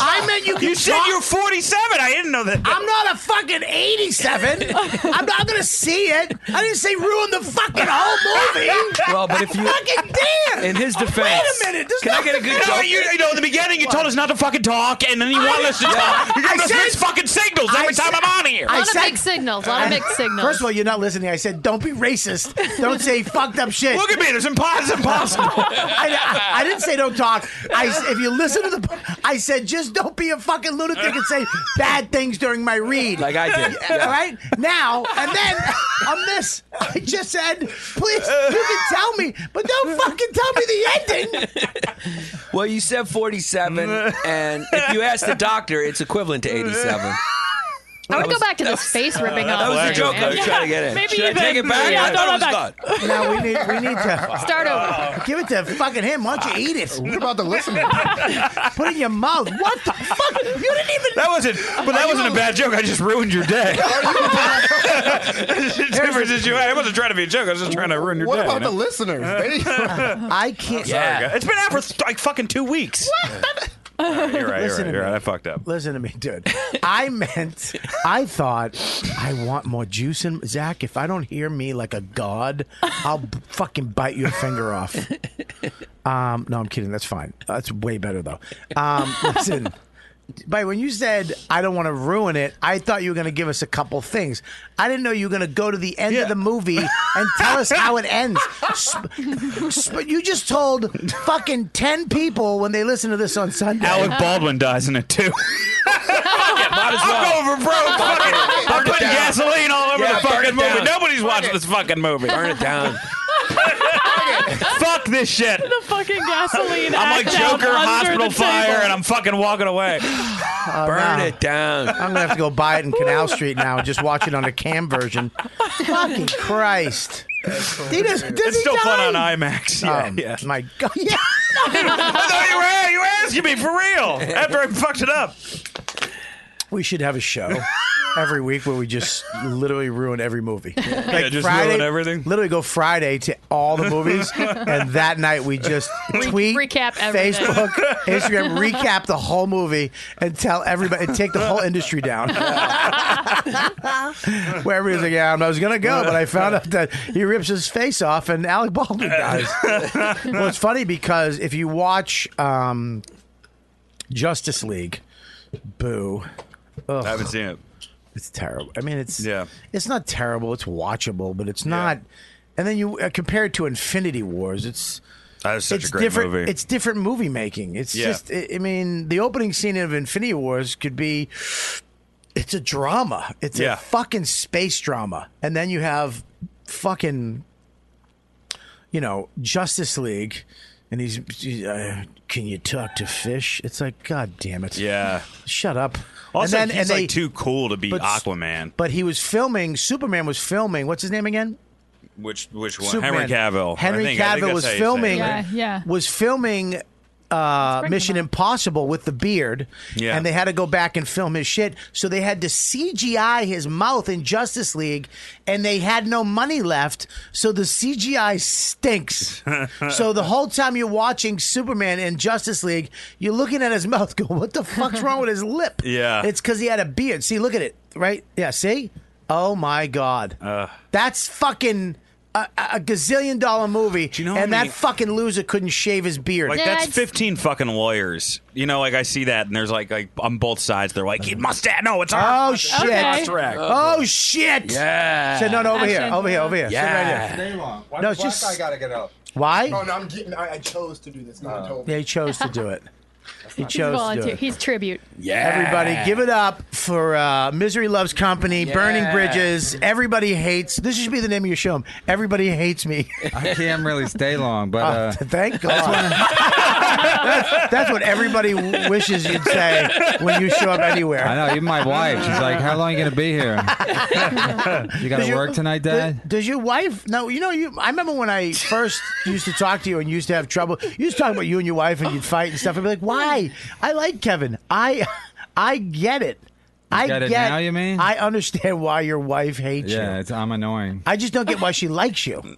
D: I meant you. Could
G: You said
D: talk-
G: you're 47. I didn't know that.
D: I'm not a fucking 87. I'm not gonna see it. I didn't say ruin the fucking whole movie.
C: Well, but if you-
D: fucking damn.
C: In his defense,
D: Wait a minute. This
C: can I get a good
G: No,
C: joke?
G: you, you know, in the beginning, you told us not to fucking talk, and then you want us to talk. You're giving
D: I
G: us
D: said-
G: mixed fucking signals
D: I
G: every time
D: said-
G: I'm on here.
F: A
D: I
F: lot of
D: said-
F: big signals. A lot of big signals.
D: First of all, you're not listening. I said, don't be racist. Don't say fucked up shit.
G: Look at me. There's impos- it's impossible.
D: I, I, I didn't say don't talk. I, s- if you listen to the, I said just don't be a fucking lunatic and say bad things during my read.
C: Like I did.
D: All right? Now, and then on this, I just said, please, you can tell me, but don't fucking tell me the ending.
C: Well, you said 47, and if you ask the doctor, it's equivalent to
D: Oh,
C: 87.
F: I want to go back to this face ripping off.
C: That was the
F: thing,
C: joke I was
F: man.
C: trying to get in.
F: Maybe
C: Should I
F: you
C: take
F: did.
C: it back?
F: Yeah,
C: I
F: throw
C: thought
F: it
C: it was
F: back.
C: gone.
D: Now, we need, we need to
F: Start over.
D: give it to fucking him. Why don't you eat it?
I: What about the listener?
D: Put it in your mouth. What the fuck? You didn't even.
G: That wasn't, but that wasn't a bad joke. I just ruined your day. The difference is you- I wasn't trying to be a joke. I was just trying to ruin your
I: what
G: day.
I: about
G: you
I: the
G: know?
I: listeners? They-
D: I can't.
G: Sorry, guys. It's been out for th- like fucking two weeks. All right, you're right. You're
D: Listen
G: right.
D: to
G: You're
D: me.
G: right. I fucked up.
D: Listen to me, dude. I meant, I thought, I want more juice in Zach. If I don't hear me like a god, I'll b- fucking bite your finger off. Um, no, I'm kidding. That's fine. That's way better though. Um, listen, but when you said I don't want to ruin it, I thought you were going to give us a couple things. I didn't know you were going to go to the end
G: Yeah.
D: of the movie and tell us how it ends. Sp- sp- you just told fucking ten people when they listen to this on Sunday.
G: Alec Baldwin dies in it too.
C: Might as well.
G: I'm going for broke. Fucking, I'm putting gasoline all over
C: Yeah,
G: the
C: burn it
G: fucking movie.
C: down.
G: Nobody's watching this fucking movie.
C: Burn it down.
G: Fuck this shit.
H: fucking gasoline.
G: I'm like
H: act down
G: Joker,
H: under
G: hospital
H: the
G: fire,
H: table.
G: and I'm fucking walking away.
D: Oh,
C: Burn it down.
D: I'm gonna have to go buy it in Canal Street now and just watch it on a cam version. Fucking Christ! He just- does
G: It's
D: he
G: still fun
D: die?
G: on IMAX. Yeah,
D: Um,
G: yeah.
D: My God, yeah.
G: I thought you were, you were asking me for real after I fucked it up.
D: We should have a show. every week where we just literally ruin every movie. Like
G: just ruin everything?
D: Literally go Friday to all the movies, and that night we just tweet,
F: recap everything.
D: Facebook, Instagram, recap the whole movie and tell everybody, and take the whole industry down. Where everybody's like, yeah, I was going to go, but I found out that he rips his face off and Alec Baldwin dies. well, it's funny because if you watch um, Justice League, boo.
G: I haven't seen it.
D: It's terrible. I mean, it's
G: Yeah.
D: It's not terrible. It's watchable, but it's not. And then you uh, compare it to Infinity Wars. It's
G: That was such
D: it's
G: a great
D: different.
G: movie.
D: It's different movie making. It's
G: Yeah.
D: just. I I mean, the opening scene of Infinity Wars could be. It's a drama. It's
G: Yeah.
D: a fucking space drama, and then you have fucking. You know, Justice League, and he's. he's, uh, Can you talk to fish? It's like, god damn it!
G: yeah.
D: shut up.
G: Also,
D: and then,
G: he's
D: and
G: like
D: they-
G: too cool to be
D: but-
G: Aquaman.
D: but he was filming. Superman was filming. What's his name again?
G: Which which one?
D: Superman.
G: Henry Cavill. I
D: Henry
G: think- I think
D: Cavill
G: that's
D: was
G: how you say it,
D: filming.
F: Yeah, yeah.
D: Was filming uh,
F: bring
D: Mission
F: him up.
D: Impossible with the beard.
G: Yeah.
D: And they had to go back and film his shit, so they had to CGI his mouth in Justice League, and they had no money left, so the CGI stinks. so the whole time you're watching Superman in Justice League, you're looking at his mouth, going, "What the fuck's wrong with his lip?"
G: Yeah.
D: It's because he had a beard. See, look at it, right? Yeah, see? Oh my God. That's fucking a, a gazillion dollar movie.
G: you know how
D: and
G: many-
D: that fucking loser couldn't shave his beard.
G: Like
F: Yeah,
G: that's
F: it's-
G: fifteen fucking lawyers. You know, like I see that, and there's like like on both sides, they're like, "It must add no, it's our
D: oh, shit.
F: Okay.
D: Oh, shit.
C: Yeah.
D: Said, no, no, over here.
F: Action.
D: Over here, over here. Sit right here.
C: Yeah.
I: Day long. Why
D: No,
I: no,
D: it's just-
I: just I gotta get up. Oh
D: Why?
I: no, I'm getting. I, I chose to do this. No
C: Uh,
I: one told me.
D: They chose to do it. He
F: He's
D: chose to do
F: volunteer.
D: it.
F: He's tribute.
D: Everybody, give it up for uh, Misery Loves Company, Burning
C: Yeah.
D: Bridges. Everybody hates. This should be the name of your show. Everybody hates me.
H: I can't really stay long, but
D: Oh.
H: uh,
D: Thank God. That's, that's what everybody w- wishes you'd say when you show up anywhere.
H: I know even my wife. She's like, "How long you gonna be here? You gotta
D: Does your-
H: work tonight, Dad."
D: Does, does your wife? No, you know, you. I remember when I first used to talk to you and you used to have trouble. You used to talk about you and your wife and you'd fight and stuff. I'd be like, "Why? I like Kevin. I, I get it. I
H: get it now, you mean?
D: I understand why your wife hates
H: Yeah,
D: you.
H: it's, I'm annoying.
D: I just don't get why she likes you.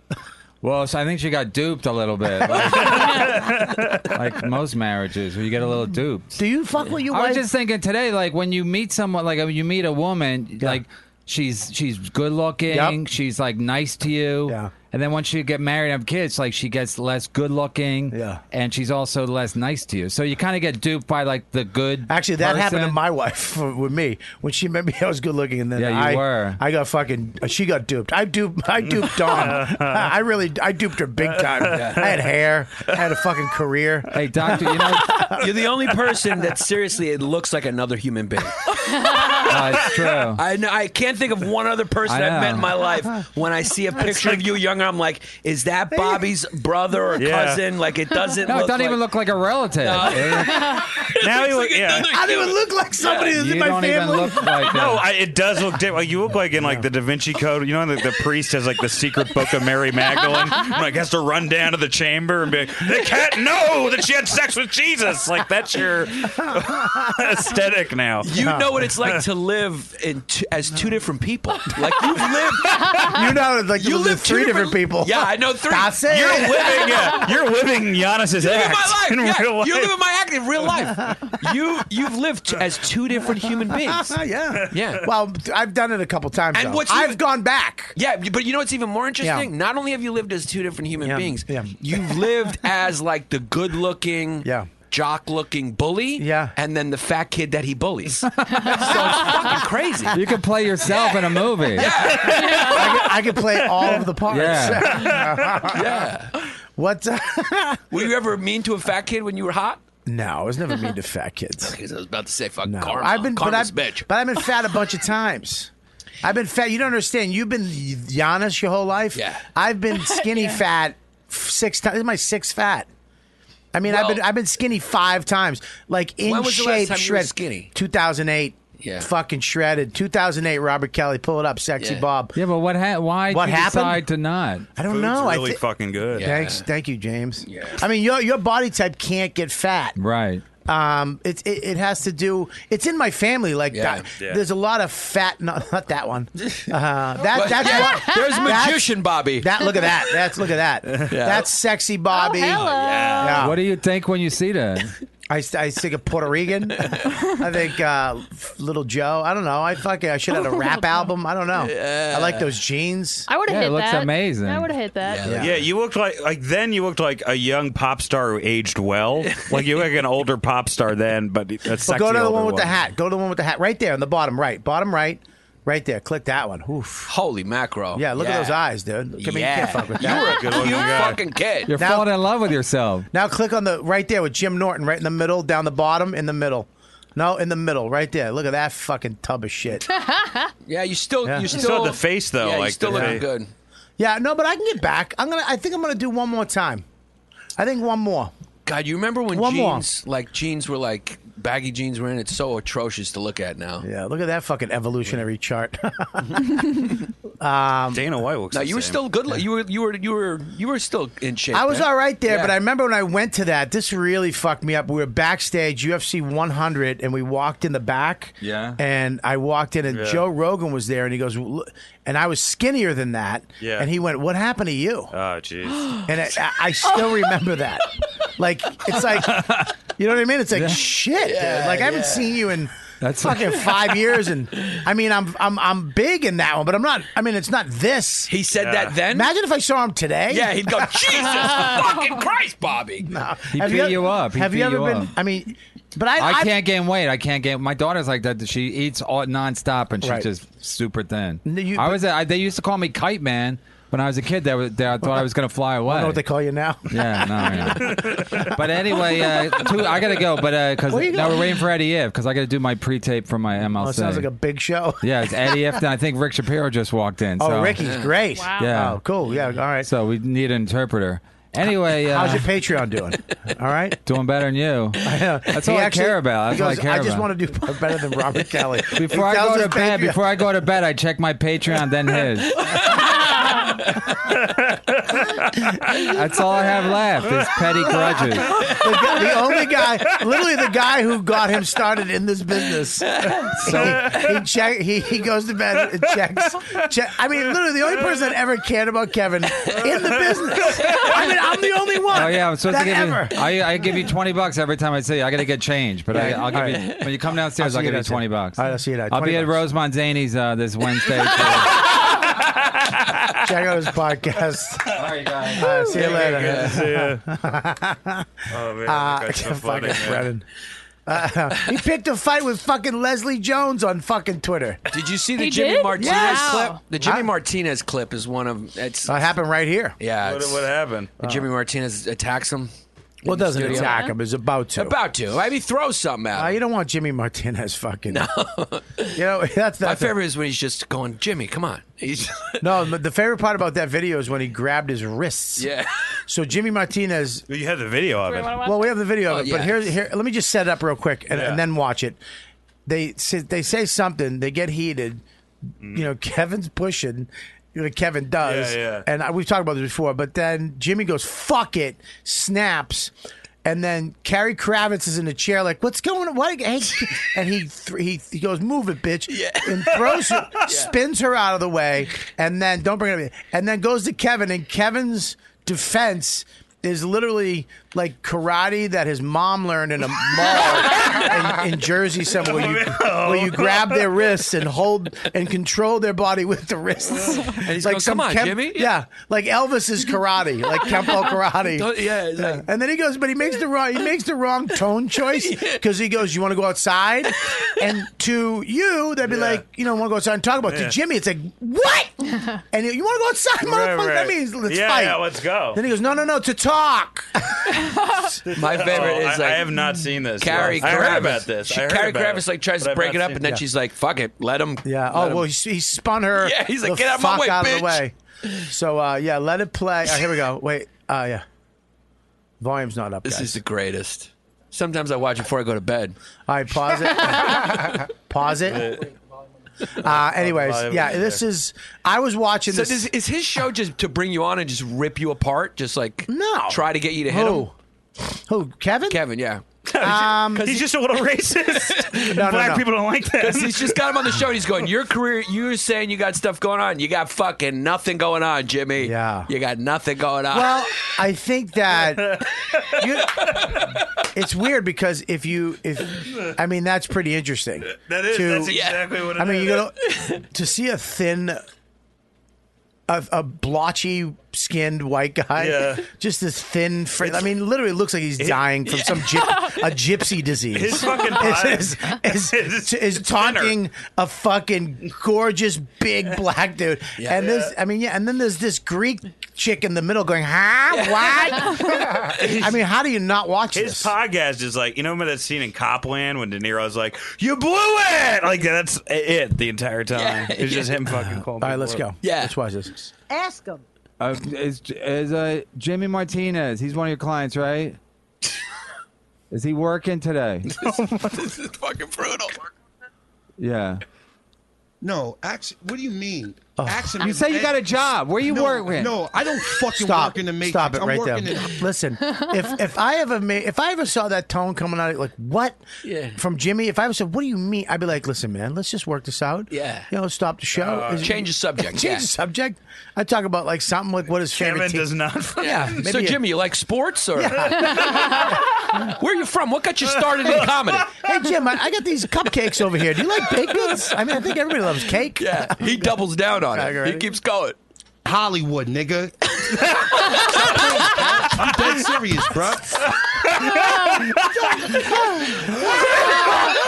H: Well, so I think she got duped a little bit, like, like most marriages, where you get a little duped.
D: Do you fuck with your
H: I
D: wife?
H: was just thinking today, like when you meet someone, like when you meet a woman, like she's she's good looking,
D: Yep.
H: she's like nice to you,
D: Yeah.
H: and then once you get married and have kids, like she gets less good looking,
D: Yeah.
H: and she's also less nice to you. So you kind of get duped by like the good.
D: Actually, that happened to
H: person.
D: my wife with me when she met me. I was good looking, and then
H: Yeah, you
D: I,
H: were.
D: I got fucking. uh, She got duped. I duped. I duped Dawn. I really. I duped her big time. I had hair. I had a fucking career.
H: Hey, doctor, you know
C: You're the only person that seriously it looks like another human being.
H: uh, it's true.
C: I know, I can't think of one other person
H: I
C: I've met
H: know.
C: in my life. When I see a picture of you younger, I'm like, is that Bobby's brother or
G: Yeah.
C: cousin? Like it doesn't.
H: No, it
C: look
H: doesn't
C: like,
H: even look like a relative. It-
G: Now he
C: It's
G: look,
C: like
G: yeah.
C: another
D: I don't even
C: human.
D: look like somebody that's
H: you
D: in my
H: don't even
D: family.
H: look like.
G: No,
H: a-
G: Oh, I, it does look different. Like you look like in like the Da Vinci Code. You know, the, the priest has like the secret book of Mary Magdalene. and, like has to run down to the chamber and be like, "They can't know that she had sex with Jesus." Like that's your aesthetic now.
C: You know what it's like to live in two, as two different people. Like you've lived,
D: you know, like
C: you
D: you
C: live
D: live three
C: two
D: different, people.
C: Yeah, I know three.
D: That's it.
G: You're living, yeah, you're living Giannis's
C: You live
G: act
C: my life.
G: in
C: yeah,
G: real life.
C: You live in my act in real life. You you've lived t- as two different human beings.
D: Ah, yeah,
C: Yeah.
D: Well, I've done it a couple times.
C: And
D: though.
C: what's
D: I've
C: even-
D: gone back.
C: Yeah, but you know what's even more interesting?
D: Yeah.
C: Not only have you lived as two different human
D: Yeah,
C: beings,
D: yeah.
C: you've lived as like the good-looking,
D: Yeah.
C: jock-looking bully,
D: Yeah.
C: and then the fat kid that he bullies. so it's fucking crazy.
H: you could play yourself in a movie.
D: I, could, I could play all of the parts.
H: Yeah.
C: Yeah.
D: What? uh,
C: Were you ever mean to a fat kid when you were hot?
D: no, I was never mean to fat kids.
C: Because I was about to say, fuck
D: No,
C: karma.
D: I've been, but
C: Karma's
D: I've,
C: bitch.
D: but I've been fat a bunch of times. I've been fat. You don't understand. You've been Giannis your whole life.
C: Yeah.
D: I've been skinny fat f- six times. This is my sixth fat. I mean, I've
C: Well-
D: been I've been skinny five times. Like in
C: When was the
D: shape,
C: last time you were
D: shred.
C: skinny?
D: 2008.
C: Yeah.
D: Fucking shredded. 2008. Robert Kelly, pull it up, sexy
C: Yeah.
D: Bob.
H: Yeah, but what? Ha- why
D: What
H: you
D: happened?
H: decide to not?
D: I don't
G: Food's
D: know. I
G: really
D: thi-
G: fucking good.
C: Yeah.
D: Thanks. Thank you, James. I mean, your your body type can't get fat.
H: Right.
D: Um, it's it, it has to do. It's in my family. Like
C: Yeah,
D: that.
C: yeah.
D: there's a lot of fat. Not, not that one. Uh, that
C: But-
D: that's what,
C: There's
D: that's-
C: magician Bobby.
D: That look at that. That's look at that. That's sexy Bobby.
F: hello. Oh, yeah.
D: Yeah.
H: What do you think when you see that?
D: I, s- I think of Puerto Rican. I think uh, f- Little Joe. I don't know. I fucking I should have had a rap album. I don't know. I like those jeans.
F: I would have
H: Yeah, it
F: hit
H: looks
F: that.
H: amazing.
F: I would have hit that.
C: Yeah.
G: Yeah, you looked like like then you looked like a young pop star who aged well. Like you look like an older pop star then, but a sexy
D: But go to the
G: older
D: one with the hat. Go to the one with the hat. Right there on the bottom right. Bottom right. Right there. Click that one. Oof.
C: Holy mackerel.
D: Yeah. Look at those eyes, dude. I mean,
C: Oh, yeah.
D: you can't fuck with
C: You
D: that.
C: were a
G: Good-looking
C: you
G: guy.
C: fucking kid.
H: You're
D: Now-
H: falling in love with yourself.
D: Now click on the right there with Jim Norton right in the middle, down the bottom, in the middle. No, in the middle, right there. Look at that fucking tub of shit.
C: yeah, you still,
D: Yeah.
C: you
G: still
C: still,
G: had the face, though,
C: Yeah, you
G: like
C: still
G: the
C: looking
G: face.
C: good.
D: yeah, no, but I can get back. I'm gonna. I think I'm gonna do one more time. I think one more.
C: God, you remember when
D: One more.
C: jeans, like jeans, were like baggy jeans were in? It's so atrocious to look at now.
D: Yeah, look at that fucking evolutionary chart.
G: Dana White looks.
C: No,
G: the
C: you were
G: same.
C: still good. You were, you were, you were, you were still in shape.
D: I was
C: man.
D: all right there,
C: Yeah.
D: but I remember when I went to that, this really fucked me up. We were backstage, UFC 100, and we walked in the back.
H: Yeah.
D: And I walked in, and
G: Yeah.
D: Joe Rogan was there, and he goes, "Look," and I was skinnier than that.
G: Yeah.
D: And he went, What happened to you?
G: Oh jeez.
D: And I, I- I still remember that. Like, it's like, you know what I mean? It's like, shit, dude. Like, I haven't seen you in.
H: That's-
D: fucking five years, and I mean, I'm I'm I'm big in that one, but I'm not. I mean, it's not this.
C: He said
G: Yeah.
C: that then.
D: Imagine if I saw him today.
C: Yeah, he'd go, Jesus fucking Christ, Bobby.
H: He
D: Have
H: beat
D: ever-
H: you, up. He
D: have
H: beat
D: you ever
H: you
D: been?
H: up.
D: I mean, but I,
H: I
D: I've-
H: can't gain weight. I can't gain. My daughter's like that. She eats all nonstop, and she's
D: Right.
H: just super thin.
D: No, you-
H: I was. I, they used to call me Kite Man when I was a kid. They, were, they I thought I was going to fly away.
D: I don't know what they call you now.
H: yeah, no, yeah. but anyway, uh, two, I gotta go. But because
D: Where you
H: now
D: going?
H: we're waiting for Eddie F. Because I gotta do my pre-tape for my MLC.
D: Oh, it sounds like a big show.
H: yeah, it's Eddie F. And I think Rick Shapiro just walked in.
D: Oh,
H: so,
D: Ricky's great.
F: Wow.
H: Yeah.
D: Oh, cool. Yeah. All right.
H: So we need an interpreter. Anyway, uh,
D: How's your Patreon doing? All right.
H: doing better than you. That's all
D: He
H: I
D: actually-
H: care about. That's
D: he
H: all I
D: goes,
H: care
D: I just
H: about."
D: want to do better than Robert Kelly.
H: Before I go to bed, before I go to bed, I check my Patreon, then his. That's all I have left is petty grudges.
D: the, guy- the only guy, literally the guy who got him started in this business. So he check, he, he goes to bed and checks. Check, I mean, literally the only person that ever cared about Kevin in the business. I mean, I'm the only one.
H: Oh yeah, I'm supposed
D: that
H: to give
D: ever.
H: you. I, I give you twenty bucks every time I see you. I gotta get change, but I, I'll give you when you come downstairs.
D: I'll
H: I'll,
D: see you
H: give you
D: downstairs.
H: twenty bucks.
D: All right, I'll see you there.
H: I'll
D: 20
H: be at Rose
D: bucks.
H: Monzani's uh, this Wednesday. all
D: Check out his podcast.
H: right, guys.
D: Uh, see you later.
G: Yeah. oh man,
C: Ah,
D: Uh,
G: that's so
D: fucking
G: funny, man.
D: Brennan. Uh, he picked a fight with fucking Leslie Jones on fucking Twitter.
C: Did you see the
F: He
C: Jimmy
F: did?
C: Martinez
F: Yes.
C: clip?
F: Wow.
C: The Jimmy
D: Huh?
C: Martinez clip is one of it's
D: So it happened right here.
C: yeah.
G: What,
C: it's-
G: what happened?
D: Uh,
C: Jimmy Martinez attacks him.
D: Well,
C: in the
D: doesn't
C: studio.
D: attack him. Is about to.
C: About to. I mean, throw something at
D: Uh,
C: him.
D: you don't want Jimmy Martinez fucking. No. You know that's
C: My
D: that's a-
C: favorite is when he's just going, Jimmy, come on. He's
D: No, but the favorite part about that video is when he grabbed his wrists.
C: yeah.
D: So Jimmy Martinez.
G: You had the video of it.
D: Well, we have the video of
C: Oh,
D: it, but
C: yeah.
D: here, here, let me just set it up real quick and,
G: Yeah.
D: and then watch it. They say, they say something, they get heated. You know, Kevin's pushing. You know, Kevin does,
G: Mm. Yeah, yeah.
D: and I, we've talked about this before. But then Jimmy goes, "Fuck it," snaps, and then Carrie Kravitz is in a chair, like, "What's going on?" What? Hey, and he th- he he goes, "Move it, bitch!" and throws, her, spins her out of the way, and then don't bring it up. And then goes to Kevin, and Kevin's defense is literally like karate that his mom learned in a mall in, in Jersey somewhere. Where you,
C: Oh.
D: where you grab their wrists and hold and control their body with the wrists. And
C: he's going, "Come on, Jimmy."
D: Yeah, like Elvis's karate, like Kempo karate.
C: Don't- yeah, it's like-
D: And then he goes, but he makes the wrong he makes the wrong tone choice because he goes, "You want to go outside?" And to you, they'd be
G: Yeah.
D: like, "You know, want to go outside and talk about." it."
G: Yeah.
D: To Jimmy, it's like, "What?" And you want to go outside, motherfucker? That means let's
G: yeah,
D: fight.
G: yeah, let's go.
D: Then he goes, "No, no, no, to talk."
C: My favorite
G: Oh,
C: is
G: I,
C: like
G: I have not seen this.
C: Carrie
G: I
C: Kravitz.
G: heard about this.
C: She,
G: I heard
C: Carrie
G: about
C: Kravitz
G: it,
C: like tries
G: but
C: to
G: I've
C: break
G: not
C: it up,
G: seen
C: and then
G: it.
C: she's like, "Fuck it, let him."
D: Yeah.
C: let
D: Oh
C: him-
D: well, he, s- he spun her.
C: Yeah, he's like,
D: the
C: "Get out of my
D: fuck
C: way,
D: out of
C: bitch."
D: the way. So uh, yeah, let it play. Oh, here we go. Wait. Uh, yeah. Volume's not up.
C: this
D: guys.
C: is the greatest. Sometimes I watch it before I go to bed.
D: All right, pause it. pause it. Uh, anyways,
G: volume
D: yeah,
G: is
D: this
G: there.
D: is. I was watching
C: So
D: this.
C: is, is his show just to bring you on and just rip you apart, just like
D: No.
C: try to get you to hit
D: who?
C: him?
D: Who? Kevin?
C: Kevin, yeah,
D: Um,
G: he's just a little racist.
D: no,
G: Black
D: no.
G: people don't like that.
C: Because he's just got him on the show and he's going, Your career, you're saying you got stuff going on. You got fucking nothing going on, Jimmy.
D: Yeah.
C: You got nothing going on.
D: Well, I think that you, it's weird because if you if I mean that's pretty interesting.
G: That is.
D: To-
G: that's exactly what it
D: I mean,
G: is.
D: you know, to see a thin, a, a blotchy skinned white guy,
G: Yeah.
D: just this thin. Fr- I mean, literally looks like he's dying from some gyp- a gypsy disease.
G: His fucking body-
D: is, is, is, is
G: It's
D: taunting a fucking gorgeous big black dude,
C: Yeah.
D: and this. I mean, yeah, and then there's this Greek chick in the middle going, "Huh? What?" I mean, how do you not watch
G: His
D: this?
G: podcast is like you know remember that scene in Copland when De Niro's like you blew it like that's it the entire time
C: Yeah,
G: it's just
C: yeah.
G: him fucking calling
D: All right, let's go.
G: people up.
C: Yeah.
D: let's watch this.
J: Ask him.
K: Uh, is is uh, Jimmy Martinez? He's one of your clients, right? is he working today?
C: this is fucking brutal.
K: Yeah.
I: No, ax What do you mean?
K: Oh.
I: Axum.
K: You say you got a job. Where you
I: no,
K: working?
I: No, I don't fucking
D: Stop!
I: work in the Matrix.
D: Stop it
I: I'm
D: right there.
I: working in-
D: Listen, if if I ever made, if I ever saw that tone coming out, like what
C: Yeah.
D: from Jimmy, if I ever said, "What do you mean?" I'd be like, "Listen, man, let's just work this out."
C: Yeah.
D: you know, stop the show.
I: Uh,
D: Is-
C: Change the subject.
D: change
C: yeah.
D: the subject. I talk about like something like what his favorite
G: Kevin
D: team-
G: does not
C: Yeah.
D: maybe
C: so,
D: a-
C: Jimmy, you like sports or? Where are you from? What got you started in comedy?
D: Hey Jim, I, I got these cupcakes over here. Do you like baked goods? I mean, I think everybody loves cake.
C: Yeah. He doubles down on
D: Okay,
C: it.
D: ready?
C: He keeps going.
I: Hollywood, nigga. I'm dead serious, bro.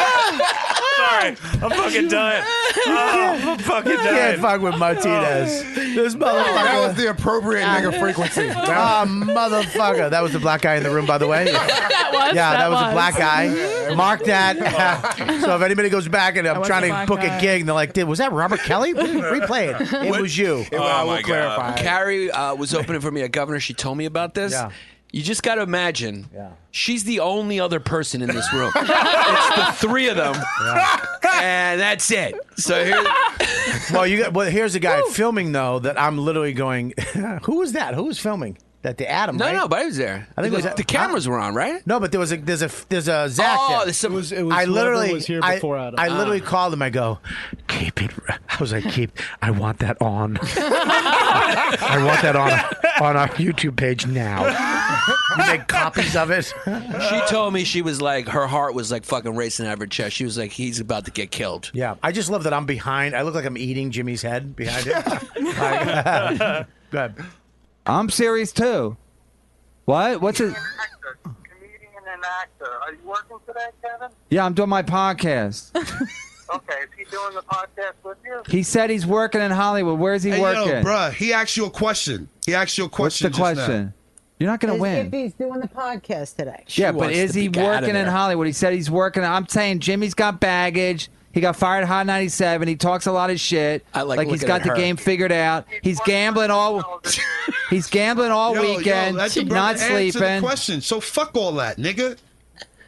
G: sorry I'm fucking dying oh, I'm fucking
D: Can't
G: dying
D: fuck with Martinez. This motherfucker.
L: That was the appropriate nigga frequency.
D: Ah, motherfucker. That was the black guy in the room, by the way.
F: That was.
D: Yeah, that was
F: was.
D: a black guy. Mark that. so if anybody goes back and I'm
F: was
D: trying
F: a
D: to
F: black
D: book
F: guy.
D: a gig, and they're like, "Dude, was that Robert Kelly? Replay it. It was you."
L: Well, I will
G: my God.
L: clarify.
C: Carrie uh, was opening for me at Governor. She told me about this.
D: Yeah.
C: You just got to imagine. She's the only other person in this room. it's the three of them, and that's it. So here,
D: Well, you got. Well, here's a guy filming though that I'm literally going. Who was that? Who was filming? That the Adam?
C: no,
D: right?
C: no, but I was there.
D: I think it
C: the,
D: was at-
C: the cameras were on, right?
D: No, but there was a there's a there's a Zach.
C: Oh,
D: there.
C: there's some- Ah. It was- it
M: was
D: I
M: whoever
D: literally
M: was here
D: I-
M: before Adam.
D: I, literally called him. I go, keep it. r-" I was like, keep. I want that on. I want that on on our YouTube page now. You make copies of it.
C: She told me she was like her heart was like fucking racing out of her chest. She was like, he's about to get killed.
D: Yeah, I just love that I'm behind. I look like I'm eating Jimmy's head behind it. Like, go ahead.
K: I'm serious too. What? What's it?
H: actor, comedian and actor. Are you working today, Kevin?
K: Yeah, I'm doing my podcast.
H: Okay, is he doing the podcast with you?
K: He said he's working in Hollywood. Where's he
I: Hey,
K: working?
I: yo, bruh, he asked you a question. He asked you a
K: What's
I: question.
K: the question? You're not gonna
J: Is-
K: win.
J: If he's doing the podcast today.
K: yeah, but
C: wants
K: is
C: to
K: he
C: be outta
K: working in
C: there.
K: Hollywood? He said he's working. I'm saying Jimmy's got baggage. He got fired at Hot 97. He talks a lot of shit.
C: I like
K: he's
C: looking
K: got
C: at
K: the
C: her.
K: game figured out. He's gambling all. He's gambling all
I: Yo, yo,
K: weekend.
I: let your brother
K: not
I: answer The
K: sleeping.
I: question. So fuck all that, nigga.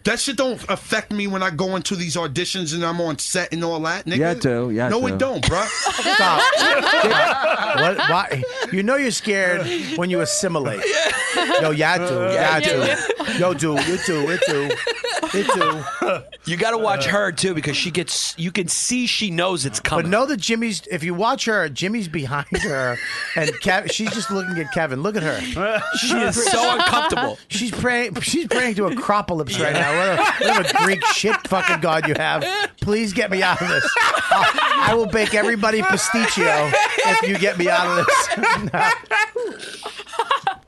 I: That shit don't affect me when I go into these auditions and I'm on set and all that, nigga.
K: Yeah, it do. Yeah, it
I: no,
K: do.
I: it don't, bruh.
D: Stop. what, why? You know you're scared when you assimilate. Yo, yeah, I do. Yeah, I do. Yo, do. You do. It do. It do.
C: You got to watch her too because she gets. You can see she knows it's
D: Uh, But
C: coming.
D: know that Jimmy's, if you watch her, Jimmy's behind her, and Kev, she's just looking at Kevin. Look at her.
C: she is so uncomfortable.
D: She's praying. She's praying to Acropolis right now. Whatever, whatever Greek shit fucking god you have, please get me out of this. I'll, I will bake everybody pasticcio if you get me out of this.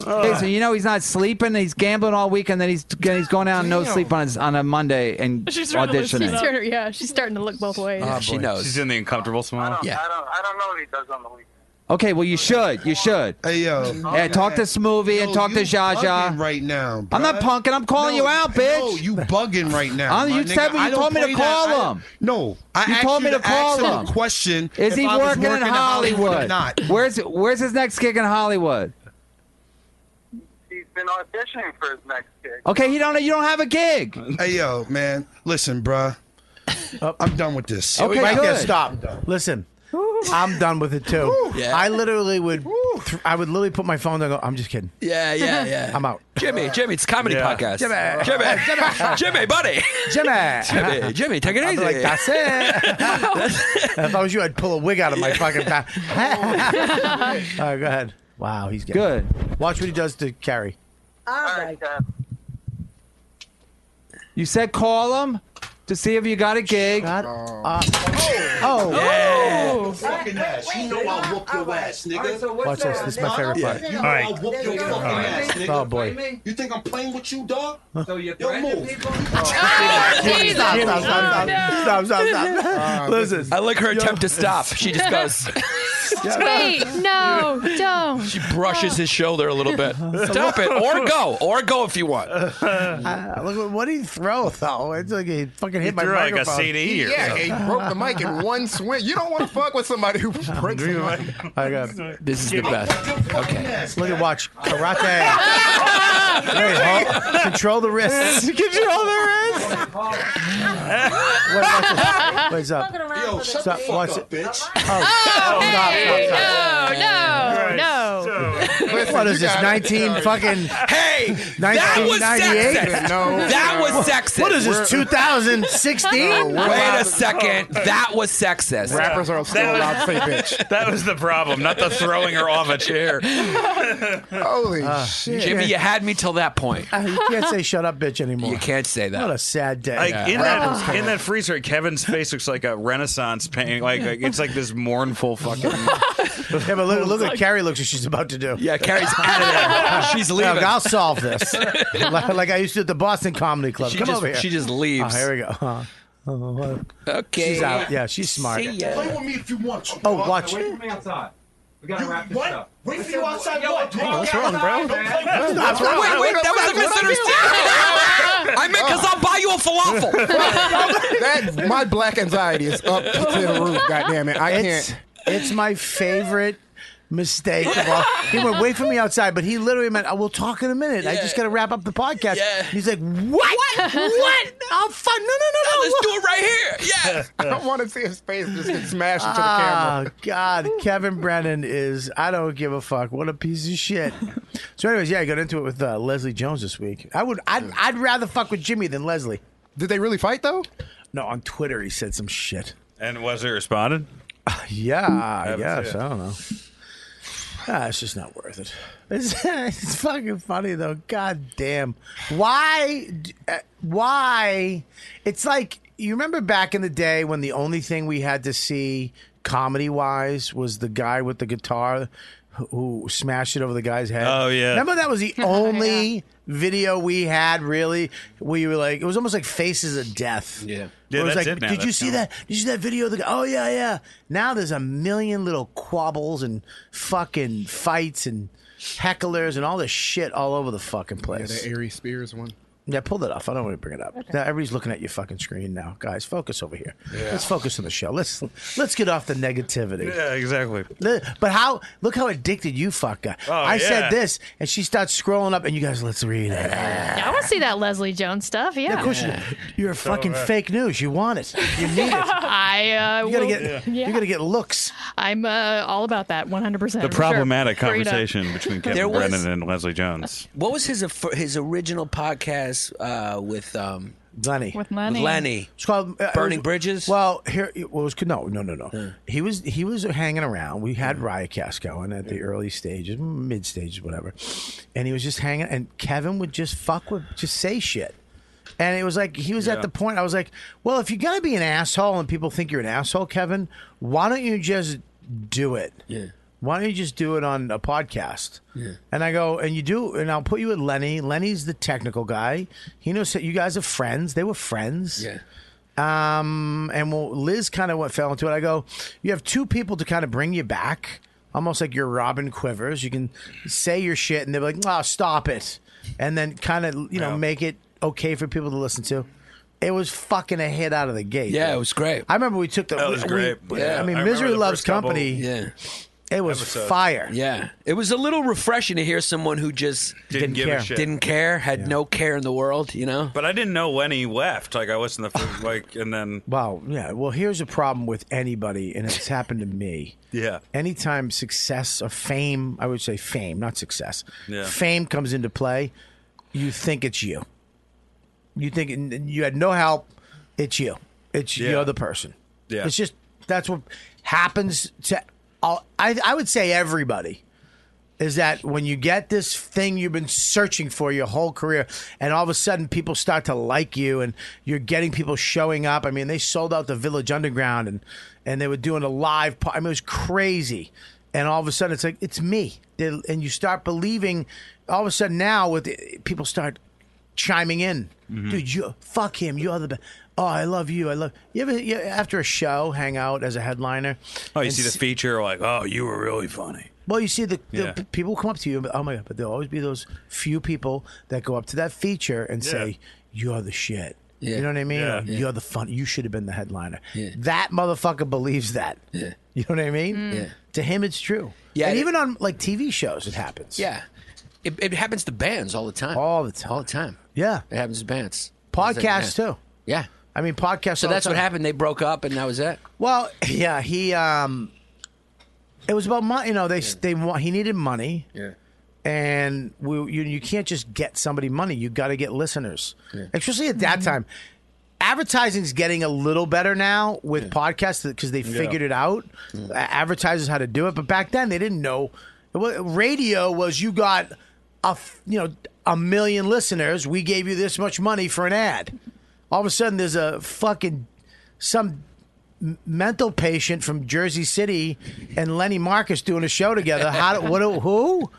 K: Hey, so you know he's not sleeping. He's gambling all week, and then he's he's going out and no sleep on his, on a Monday and
F: She's starting to look, she's
K: auditioning.
F: starting, yeah, she's starting to look both ways.
D: Oh.
C: she knows.
G: she's in the uncomfortable smile
C: yeah.
H: I don't, I don't know what he does on the weekend.
K: Okay, well you should, you should.
I: Hey yo,
K: Yeah, talk to Smoothie and
I: Yo,
K: talk to
I: you
K: Zsa Zsa.
I: bugging right now.
K: I'm not
I: bruh.
K: punking. I'm calling
I: No,
K: you out, bitch.
I: No, you bugging right now.
K: I'm-
I: my
K: you
I: nigga.
K: said when you
I: I don't
K: told me to
I: play
K: call
I: that. I-
K: him.
I: no, I
K: You
I: asked
K: told me
I: you
K: to call
I: ask
K: him.
I: a question.
K: Is
I: if
K: he
I: I was
K: working, in Hollywood?
I: or not?
K: Where's Where's his next gig in Hollywood?
H: He's been auditioning for his next gig.
K: Okay, he don't. You don't have a gig.
I: Hey yo, man, listen, bruh. I'm done with this.
K: Okay,
D: right there,
K: good.
D: stop. Listen, I'm done with it too.
C: Yeah.
D: I literally would th- I would literally put my phone down. and go, I'm just kidding.
C: Yeah, yeah, yeah.
D: I'm out.
C: Jimmy, Jimmy, it's a comedy
D: Yeah.
C: podcast.
D: Jimmy.
C: Jimmy, Jimmy, buddy.
D: Jimmy,
C: Jimmy, Jimmy, take it
D: I'd be
C: easy.
D: Like that's it. if I was you, I'd pull a wig out of my fucking. Pa- All right, go ahead. Wow, he's getting good. Watch what he does to Carrie.
N: All right.
H: You said call him to see if you got a gig.
D: Oh.
K: Oh. Fucking ass. You know I'll whoop your ass, nigga.
D: Watch this. This is my favorite part.
K: You know
D: All right.
K: I'll whoop your fucking
D: All right.
K: ass, nigga.
D: Oh, boy.
K: You think I'm playing with you, dog? So you move.
O: Oh,
D: Jesus. Stop, stop, Oh, stop,
K: Oh,
D: stop, stop,
K: no.
D: stop. Listen.
C: I like her attempt to stop. She just goes.
F: Wait, no, don't.
C: She brushes his shoulder a little bit. Stop it, or go, or go if you want.
D: Uh, look, what- what did he throw, though? It's like he fucking hit my microphone.
I: Yeah, he broke the mic in one swing. You don't want to fuck with somebody who breaks the mic.
D: I got
C: This is the best. Okay.
D: Look at watch karate. Wait, hold- control the wrists.
H: Control the wrists.
D: Wait, watch this. Wait, stop.
K: Yo, shut
D: Stop,
K: the
D: watch
K: fuck up, bitch. Oh,
F: hey, no, no, no.
D: what is this? Nineteen fucking.
C: Hey,
D: nineteen ninety-eight.
C: sexist. That was sexist.
D: What is this? Two thousand sixteen.
C: Wait a second. That was sexist.
I: Rappers are still allowed to say bitch.
G: That was the problem, not the throwing her off a chair.
I: Holy shit.
C: Jimmy, you had me till that point.
D: Uh, you can't say "shut up, bitch" anymore.
C: You can't say that.
D: What a sad day.
G: Like in
D: Rappers
G: that
D: can't.
G: in that freezer, Kevin's face looks like a Renaissance painting. Like, like, it's like this mournful fucking.
D: yeah, but look, look what Carrie looks like she's about to do.
C: Yeah, Carrie's out of there. She's leaving.
D: Look, I'll solve this. like, like I used to at the Boston Comedy Club.
C: She
D: Come
C: just-
D: over here.
C: she just leaves.
D: Oh, here we go. Huh. Oh, what-
C: Okay.
D: She's out. Yeah, she's smart.
C: See ya.
K: Play with me if you want to.
D: Oh,
K: dog.
D: watch.
O: for me outside. We gotta wrap this
K: What?
O: up.
K: Wait for you outside. What?
D: What's wrong, bro?
K: What's wrong?
C: Wait, wait, that was a misunderstanding. I meant because I'll buy you a falafel.
I: That my black anxiety is up to the roof. God damn it! I
D: It's,
I: can't.
D: it's my favorite mistake. of all. He went, wait for me outside, but he literally meant, oh, we'll talk in a minute. I just got to wrap up the podcast. He's like, what? What? I'll fuck. No, no, no, no.
C: Let's do it right here. Yeah.
I: I want to see his face just get smashed into the camera.
D: Oh God, Kevin Brennan is I don't give a fuck. What a piece of shit. So, anyways, yeah, I got into it with uh, Leslie Jones this week. I would I'd, I'd rather fuck with Jimmy than Leslie.
I: Did they really fight though?
D: No, on Twitter he said some shit.
G: And was it responded?
D: Yeah, I
G: haven't
D: guess
G: seen it.
D: I don't know. Ah, it's just not worth it. It's, it's fucking funny though. God damn. Why? d- uh, Why? It's like you remember back in the day when the only thing we had to see comedy wise was the guy with the guitar who who smashed it over the guy's head.
G: Oh, yeah.
D: Remember that was the only video we had really. We were like, it was almost like Faces of Death. Yeah.
G: Yeah,
D: it was
G: that's
D: like,
G: it now.
D: did you
G: That's
D: see
G: gone.
D: that? Did you see that video? Of the guy? Oh yeah, yeah. Now there's a million little quabbles and fucking fights and hecklers and all this shit all over the fucking
I: Yeah, that
D: place. Yeah,
I: Aries Spears one.
D: pull that off. I don't want to bring it up. Now everybody's looking at your fucking screen now, guys. Focus over here. Let's focus on the show. Let's let's get off the negativity.
G: Yeah, exactly.
D: Le- But how? Look how addicted you fuck got.
G: Oh,
D: I
G: yeah.
D: said this, and she starts scrolling up, and you guys, let's read it.
F: Yeah, I want to see that Leslie Jones stuff. Yeah,
D: Of course, you do. you're a fucking
G: uh,
D: fake news. You want it. You need it.
F: I uh,
D: You gotta
F: will-
D: get.
F: Yeah.
D: You gotta get looks.
F: I'm uh, all about that 100. percent
G: The problematic
F: sure. Straight up.
G: conversation between Kevin
C: There was-
G: Brennan and Leslie Jones.
C: What was his his original podcast uh, with um,
D: Lenny.
F: With Lenny.
C: With Lenny.
D: It's called uh, it
C: Burning
D: was-
C: Bridges?
D: Well, here it was no, no, no, no. He was he was hanging around. We had Riotcast going at the early stages, mid stages, whatever, and he was just hanging. And Kevin would just fuck with, just say shit. And it was like he was at
G: Yeah.
D: the point. I was like, well, if you're gonna be an asshole and people think you're an asshole, Kevin, why don't you just do it? Yeah. Why don't you just do it on a podcast? Yeah. And I go, and you do, and I'll put you with Lenny. Lenny's the technical guy. He knows that you guys are friends. They were friends. Yeah. Um, and well, Liz kind of went fell into it. I go, you have two people to kind of bring you back, almost like you're Robin Quivers. You can say your shit, and they're like, "Oh, stop it," and then kind of you know
C: Yeah.
D: make it okay for people to listen to. It was fucking a hit out of the gate.
C: Yeah, it was great.
D: I remember we took the.
G: That was
D: we-
G: great.
D: we-
C: Yeah.
D: I mean,
G: I remember
D: Misery
G: the
D: Loves
G: first couple.
D: Company.
C: Yeah.
D: It was
C: episode.
D: fire.
C: Yeah, it was a little refreshing to hear someone who just
G: Didn't give a care. shit.
C: didn't care, had no care in the world. You know,
G: But I didn't know when he left. Like I listened to the first, like, and then
D: Wow. Yeah. Well, here's a problem with anybody, and it's happened to me.
G: Yeah.
D: Anytime success or fame, I would say fame, not success.
G: Yeah.
D: Fame comes into play, you think it's you. You think it- you had no help. It's you. It's
G: Yeah.
D: you're the person.
G: Yeah.
D: It's just that's what happens to. All, I I would say everybody is that when you get this thing you've been searching for your whole career, and all of a sudden people start to like you, and you're getting people showing up. I mean, they sold out the Village Underground, and and they were doing a live. par- I mean, it was crazy. And all of a sudden, it's like it's me, They- and you start believing. All of a sudden, now with people start chiming in,
G: Mm-hmm.
D: dude, you fuck him, you're the best. Oh, I love you. I love you. Ever you, after a show, hang out as a headliner.
G: oh, you
D: and
G: see the feature, like, oh, you were really funny.
D: well, you see, the, the
G: Yeah.
D: p- people come up to you. and Oh my god! But there'll always be those few people that go up to that feature and say, "You're the shit." You know what I mean?
C: Yeah.
D: Or,
C: Yeah.
D: You're the fun. You should have been the headliner. That motherfucker believes that.
C: Yeah.
D: You know what I mean?
C: Mm. Yeah.
D: To him, it's true.
C: Yeah,
D: And
C: it-
D: even on like TV shows, it happens.
C: yeah, it, it happens to bands all the time.
D: All the time.
C: All the time.
D: Yeah.
C: It happens to bands.
D: Podcasts too.
C: Yeah.
D: I mean, podcasts.
C: So
D: all the
C: that's what
D: time.
C: happened. They broke up, and that was it.
D: Well, yeah, he. um It was about money. You know, they they want he needed money.
C: Yeah.
D: and we, you, you can't just get somebody money. You got to get listeners,
C: Yeah.
D: especially at that time. Advertising's getting a little better now with podcasts because they
C: Yeah. Mm.
D: figured it out. A- Advertisers how to do it, but back then they didn't know. It wa- Radio was you got a f- you know a million listeners. We gave you this much money for an ad. All of a sudden, there's a fucking some m- mental patient from Jersey City and Lenny Marcus doing a show together. How? do- What? do- Who?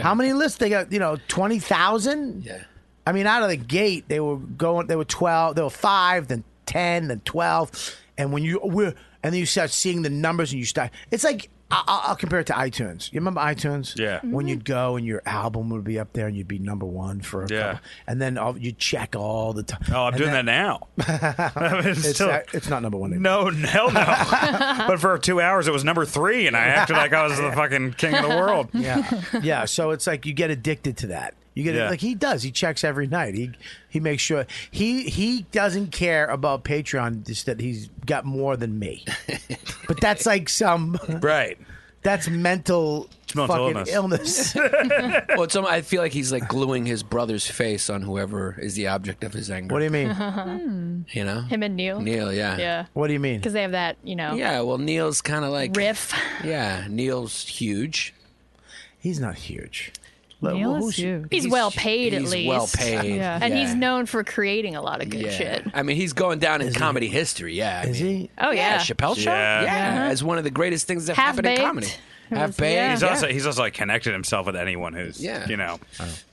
D: How many lists they got? You know, twenty thousand. Yeah. I mean, out of the gate, they were going. They were twelve. They were five, then ten, then twelve. And when you we're, and then you start seeing the numbers, and you start. It's like I- I'll, I'll compare it to iTunes. You remember iTunes?
G: Yeah. Mm-hmm.
D: When you'd go and your album would be up there, and you'd be number one for a
G: Yeah.
D: couple, and then all, you check all the time.
G: Oh, I'm
D: And
G: doing
D: then-
G: that now.
D: it's,
G: It's still-
D: not- it's not number one. Anymore.
G: No, hell no. but for two hours, it was number three, and I acted like I was the fucking king of the world.
D: Yeah, yeah. So it's like you get addicted to that. You get
G: Yeah.
D: like he does. He checks every night. He he makes sure he he doesn't care about Patreon. Just that he's got more than me. but that's like some
G: right.
D: That's mental
C: mental
D: fucking illness.
C: well, it's, almo- I feel like he's like gluing his brother's face on whoever is the object of his anger.
D: What do you mean?
F: Him
C: You know,
F: and Neil.
C: Neil, yeah,
F: Yeah.
D: What do you mean?
F: Because they have that, you know.
C: Yeah, well, Neil's kind of like
F: Riff.
C: Yeah, Neil's huge.
D: He's not huge.
F: Neil is huge. He's, well paid at
C: he's
F: least.
C: well paid,
F: Yeah. And
C: yeah.
F: he's known for creating a lot of good shit.
C: I mean, he's going down in comedy history. Yeah, I
D: is he?
F: Oh, yeah.
C: Chappelle show.
G: Yeah.
C: Yeah,
F: Yeah.
C: as one of the greatest things that happened
F: Half-Baked.
C: in comedy.
F: It
C: Half
F: was-
C: baked.
F: yeah.
G: He's
C: yeah.
G: also he's also like connected himself with anyone who's
C: Yeah.
G: you know.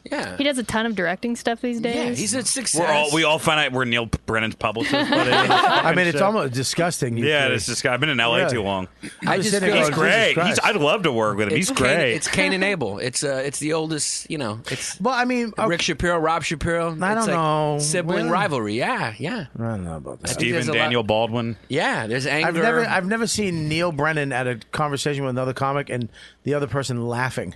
C: yeah.
F: He does a ton of directing stuff these days.
C: Yeah, he's a success.
G: We're all we all find out we're Neil Brennan's publicist. but it-
D: I mean, it's
G: shit.
D: almost disgusting. you
G: Yeah,
D: three.
G: it's just I've been in LA
D: Really?
G: too long.
C: I
D: was
C: just
D: sitting
C: feel
D: there
G: He's
C: Jesus
D: going,
G: great.
D: Jesus
G: He's,
D: Christ.
G: I'd love to work with him.
C: It's
G: he's
C: Cain,
G: great.
C: It's Cain and Abel. It's uh, it's the oldest. You know, it's
D: well, I mean, okay,
C: Rick Shapiro, Rob Shapiro.
D: Oh. I
C: it's
D: don't
C: like
D: know.
C: Sibling
D: Really?
C: rivalry. Yeah, yeah,
D: I don't know about that.
C: there's a
G: Steven
C: lot-
G: Daniel Baldwin.
C: yeah. There's anger.
D: I've never, I've never seen Neil Brennan at a conversation with another comic and the other person laughing.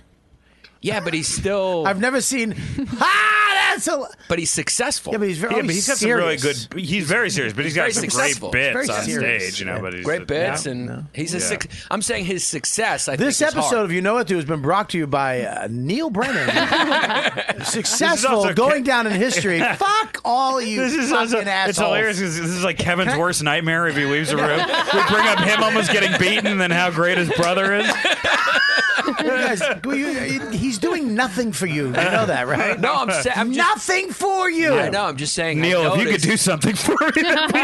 C: yeah, but he's still.
D: I've never seen. ah, that's a.
C: but he's successful.
D: Yeah, but he's very. oh,
G: Yeah, but he's got some really good.
D: serious.
G: He's very serious, but he's got
C: very
G: some
C: successful.
G: great
C: Very
G: bits on
D: serious.
G: stage. You know, but he's
C: great bits,
D: Yeah.
C: and
D: No.
C: he's a
G: Yeah.
C: six. I'm saying his success. I
D: This
C: think is
D: episode
C: hard.
D: of You Know What To has been brought to you by uh, Neil Brennan.
G: also
D: Successful,
G: Ke-
D: going down in history. Fuck all you
G: This is
D: fucking
G: also,
D: assholes.
G: it's hilarious 'cause this is like Kevin's worst nightmare if he leaves the room. we bring up him almost getting beaten and then how great his brother is.
D: You guys, well, you- he's doing nothing for you. You know that, right?
C: No, I'm sa- I'm just-
D: nothing for you.
C: I know. I'm just saying. I
G: Neil, if you could
C: noticed-
G: do something for me, that'd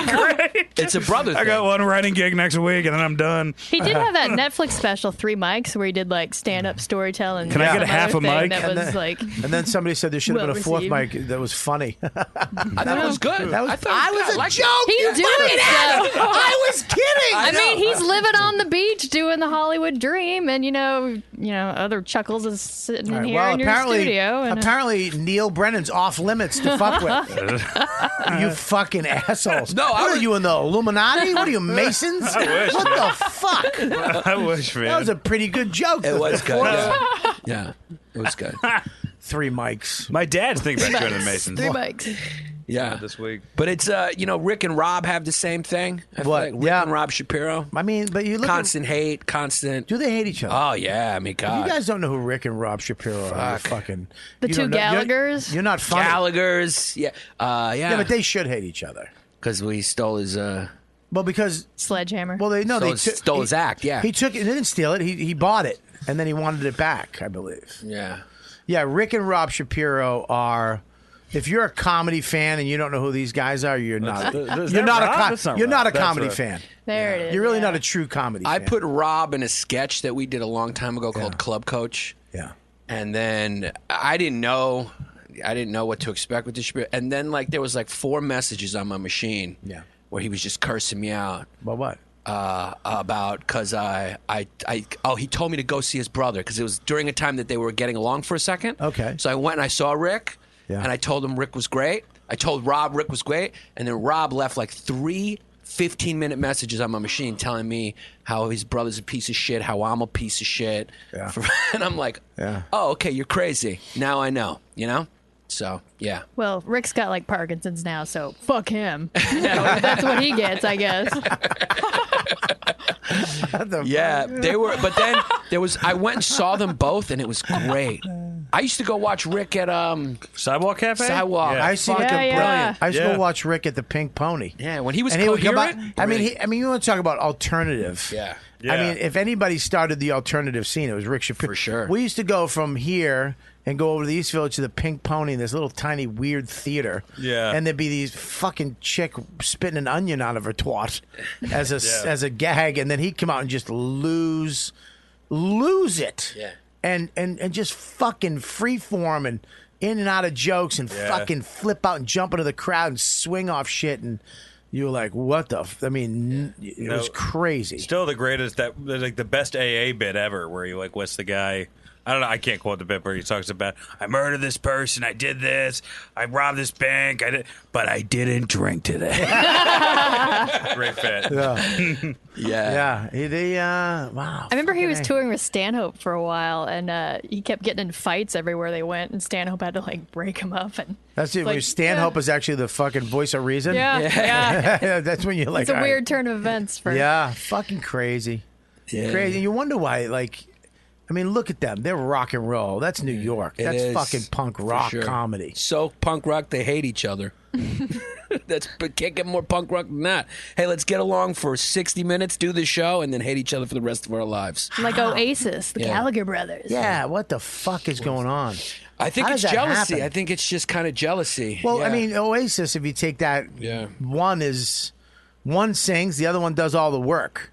G: be great.
C: it's a brother.
G: I
C: thing.
G: got one writing gig next week and then I'm done.
F: He did have that Netflix special, Three Mics, where he did like stand up storytelling.
G: Can I
F: some
G: get a half
F: other
G: a
F: thing
G: mic?
F: That
D: And
F: was
D: then,
F: like,
D: and then somebody said there should have
F: Well
D: been a fourth
F: received.
D: mic that was funny.
C: I thought it was good.
D: That was-
C: I, thought
D: I
C: it
D: was a
C: good. I liked it.
D: joke.
F: He's
D: You
F: doing
D: fucking
F: stuff.
D: asshole. I was kidding.
F: I mean, he's living on the beach doing the Hollywood dream, and you know, you know, other chuckles is sitting
D: All
F: in
D: right,
F: here
D: well,
F: in your
D: apparently,
F: studio. And
D: apparently Neil Brennan's off limits to fuck with. you fucking assholes.
C: No, I
D: what are
C: would-
D: you in the Illuminati? What are you Masons?
C: I wish,
D: what
C: man.
D: the fuck?
G: I wish, man.
D: That was a pretty good joke.
C: It was good.
D: Yeah.
C: Yeah. yeah, it was good.
D: Three mics.
G: My dad's thinking about going to the Masons.
C: Yeah,
G: this week.
C: But it's uh, you know, Rick and Rob have the same thing. I feel
D: What?
C: Like Rick and Rob Shapiro.
D: I mean, but you look at-
C: constant hate, constant.
D: Do they hate each other?
C: Oh yeah, I mean, God.
D: You guys don't know who Rick and Rob Shapiro are. You're fucking
F: The
D: you
F: two
D: don't know- you're-
F: Gallaghers?
D: You're, not funny.
C: Gallagher's, yeah, uh, yeah.
D: Yeah, but they should hate each other.
C: because we stole his. Uh,
D: Well, because
F: sledgehammer.
D: Well, they no,
C: Stole
D: they
C: his-
D: took-
C: stole his act, yeah.
D: he took it. They didn't steal it. He he bought it, and then he wanted it back. I believe.
C: yeah.
D: Yeah, Rick and Rob Shapiro are. If you're a comedy fan and you don't know who these guys are, you're not.
C: That's- is
D: you're
C: that
D: not
C: Rob?
D: a.
C: That's
D: Com-
C: not
D: you're
C: Rob.
D: not a
C: That's
D: comedy
C: Rob.
D: fan.
F: There it is.
D: You're really not a true comedy.
C: I
D: fan.
C: put Rob in a sketch that we did a long time ago called Club Coach.
D: Yeah.
C: And then I didn't know I didn't know what to expect with this Shapiro. And then like there was like four messages on my machine.
D: Yeah.
C: Where he was just cursing me out.
D: About what?
C: Uh, about because I, I I oh he told me to go see his brother because it was during a time that they were getting along for a second.
D: Okay.
C: So I went and I saw Rick.
D: Yeah.
C: And I told him Rick was great. I told Rob Rick was great. And then Rob left like three 15 minute messages on my machine telling me how his brother's a piece of shit, how I'm a piece of shit. and I'm like,
D: Yeah.
C: oh, okay, you're crazy. Now I know, you know? So, yeah.
F: Well, Rick's got like Parkinson's now, so fuck him. You know, that's what he gets, I guess.
C: Yeah, they were, but then there was, I went and saw them both and it was great. I used to go watch Rick at, um,
G: Sidewalk Cafe?
C: Sidewalk.
D: I used to
C: Fucking
D: get the-
C: brilliant.
D: I used to go watch Rick at the Pink Pony.
C: Yeah, when he was
D: and he would come out.
C: coherent,
D: I mean,
C: great.
D: he, I mean, you want to talk about alternative?
C: Yeah.
D: I
C: Yeah.
D: mean, if anybody started the alternative scene, it was Rick Shapiro. For
C: sure.
D: We used to go from here and go over to the East Village to the Pink Pony in this little tiny weird theater.
G: Yeah.
D: And there'd be these fucking chick spitting an onion out of her twat as a
G: Yeah.
D: as a gag, and then he'd come out and just lose lose it.
C: Yeah.
D: And and and just fucking freeform and in and out of jokes and
G: Yeah.
D: fucking flip out and jump into the crowd and swing off shit and you were like, what the? F-? I mean, n it
G: No.
D: was crazy.
G: Still the greatest that like the best AA bit ever, where you like what's the guy. I don't know. I can't quote the bit where he talks about I murdered this person, I did this, I robbed this bank, I did, but I didn't drink today. Great bit.
D: Yeah.
C: yeah.
D: Yeah, he- they uh,
F: I
D: wow.
F: remember he
D: fucking
F: was
D: A.
F: touring with Stanhope for a while, and uh, he kept getting in fights everywhere they went, and Stanhope had to like break him up. And
D: That's it.
F: like,
D: when Stanhope is actually the fucking voice of reason.
F: Yeah, yeah.
D: That's when you're like,
F: it's a
D: all right.
F: weird turn of events for
D: yeah, fucking crazy,
C: Yeah.
D: crazy. You wonder why, like. I mean, look at them. They're rock and roll. That's New York.
C: It
D: That's
C: is,
D: fucking punk
C: for
D: rock
C: sure.
D: comedy.
C: So punk rock, they hate each other. That's but can't get more punk rock than that. Hey, let's get along for sixty minutes, do the show, and then hate each other for the rest of our lives.
F: like Oasis, the
C: Yeah.
F: Gallagher brothers.
D: Yeah, what the fuck is going on?
C: I think
D: How
C: it's
D: does that
C: jealousy.
D: happen?
C: I think it's just kind of jealousy.
D: Well, I
C: Yeah.
D: mean, Oasis. If you take that,
C: Yeah.
D: one is one sings, the other one does all the work,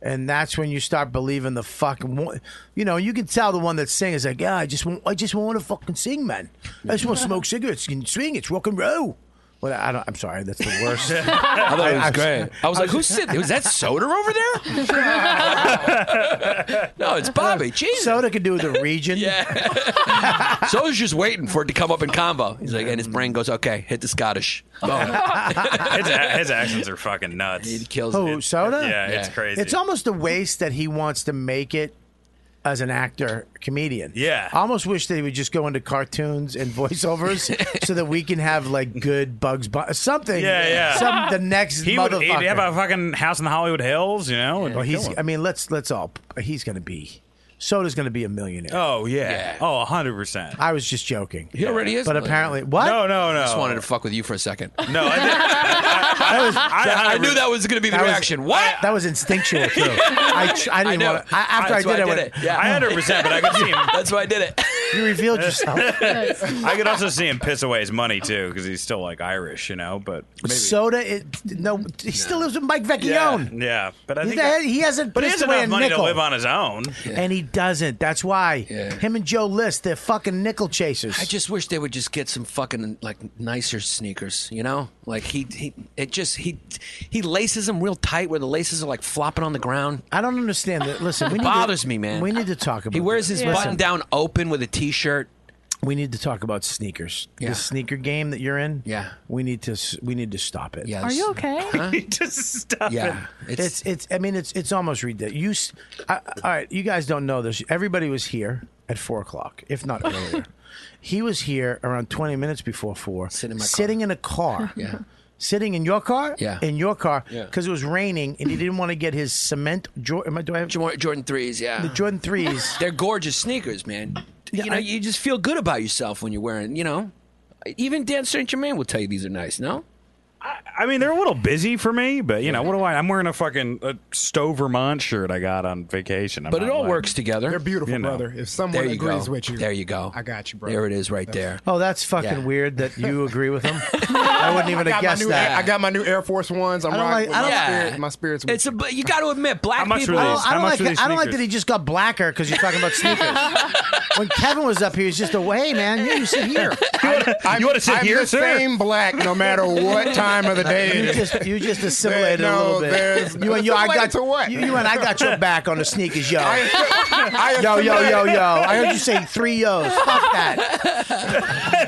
D: and that's when you start believing the fucking. one- You know, you can tell the one that's singing is like, yeah, I just want, I just want to fucking sing, man. I just want to smoke cigarettes and swing. It's rock and roll. Well, I don't. I'm sorry, that's the worst.
C: I thought it was
D: I- I-
C: great. I was like, "Who's sitting? Was that soda over there?" no, it's Bobby. Jesus,
D: Soda could do with the region.
C: yeah. Soda's just waiting for it to come up in combo. He's like, and his brain goes, "Okay, hit the Scottish." Boom.
D: Oh.
G: his, a- his actions are fucking nuts. He
C: kills
D: Who soda?
G: Yeah, it's crazy.
D: It's almost a waste that he wants to make it as an actor, comedian.
G: Yeah.
D: I almost wish that he would just go into cartoons and voiceovers so that we can have like good Bugs Bunny, something.
G: Yeah, yeah.
D: Some the next
G: he would
D: motherfucker.
G: he'd have a fucking house in the Hollywood Hills, you know. and
D: Well,
G: kill
D: he's.
G: him.
D: I mean, let's let's all. He's going to be. Soda's going to be a millionaire.
G: oh yeah. Oh, hundred percent.
D: I was just joking.
C: He already is.
D: But
C: like-
D: apparently, what?
G: No, no, no.
C: I just wanted to fuck with you for a second.
G: No, I, did-
D: That was,
C: I, knew that was going to be the
D: that was-
C: reaction. what?
D: that was instinctual. Too. I, tr- I didn't
C: know.
D: want. After I,
C: That's
D: did,
C: why
D: I, went,
C: it. Yeah.
G: I hundred percent, but I could see him.
C: That's why I did it.
D: You revealed yourself.
G: I could also see him piss away his money too, because he's still like Irish, you know. But maybe.
D: Soda, it, no, he still lives with Mike
G: yeah,
D: Vecchione.
G: yeah, but I
D: He-
G: think
D: he hasn't
G: But he
D: pissed
G: has
D: away
G: enough
D: a
G: money
D: nickel.
G: to live on his own.
D: And he doesn't. That's why
C: Yeah.
D: him and Joe List, they're fucking nickel chasers.
C: I just wish they would just get some fucking like nicer sneakers, you know? Like he, he it just he he laces them real tight where the laces are like flopping on the ground.
D: I don't understand that. Listen, we
C: It
D: need
C: bothers
D: to,
C: me, man.
D: We need to talk about.
C: He wears his
D: this. Listen,
C: button down open with a t-shirt.
D: We need to talk about sneakers.
C: Yeah.
D: The sneaker game that you're in. Yeah. We need to s- we need to stop it.
C: Yes. Are you
F: okay?
G: Just stop
D: yeah, It's, it's I mean it's it's almost ridiculous. You, s- I, all right? You guys don't know this. Everybody was here at four o'clock, if not earlier. he was here around twenty minutes before four, sitting in,
C: my
D: a car. yeah. Sitting in your car,
C: Yeah.
D: in your car,
C: Yeah.
D: because it was raining and he didn't want to get his cement. Jor- am I, do I have
C: Jordan, Jordan threes, yeah.
D: The Jordan threes.
C: They're gorgeous sneakers, man.
D: Yeah,
C: you know,
D: I-
C: you just feel good about yourself when you're wearing. You know, even Dan Saint Germain will tell you these are nice. No,
G: I mean, they're a little busy for me, but you know, what do I? I'm wearing a fucking uh, Stowe Vermont shirt I got on vacation. I'm
C: but it
G: not
C: all
G: like-
C: works together. They're
I: beautiful, brother. If someone
C: there you
I: agrees
C: go.
I: with you,
C: there you go.
I: I got you, bro.
C: There it is, right there.
D: Oh, that's fucking
C: Yeah.
D: weird that you agree with him. I wouldn't even
I: I
D: have
I: got my
D: guessed
I: new
D: that.
I: Air- I got my new Air Force Ones. I'm
D: I don't like-
I: rocking. with
D: I
I: my,
D: don't-
I: spirit, my spirit's with
C: It's a. But you got to admit, black
D: I
C: people.
D: don't, Oh, I don't like that, I don't like that he just got blacker because you're talking about sneakers. when Kevin was up here, he's just a way, man. You sit here.
I: I'm,
D: you wanna sit
I: I'm
D: here,
I: the
D: sir?
I: same black no matter what time of the day. it
D: You
I: is.
D: just, you just assimilated
I: no,
D: a little
I: there's-
D: bit. You and yo, I got
I: assimilated to what?
D: You, you and I got your back on the sneakers, yo.
I: I
D: yo, yo, yo,
I: assimilated.
D: yo. I heard you say three yos. Fuck that.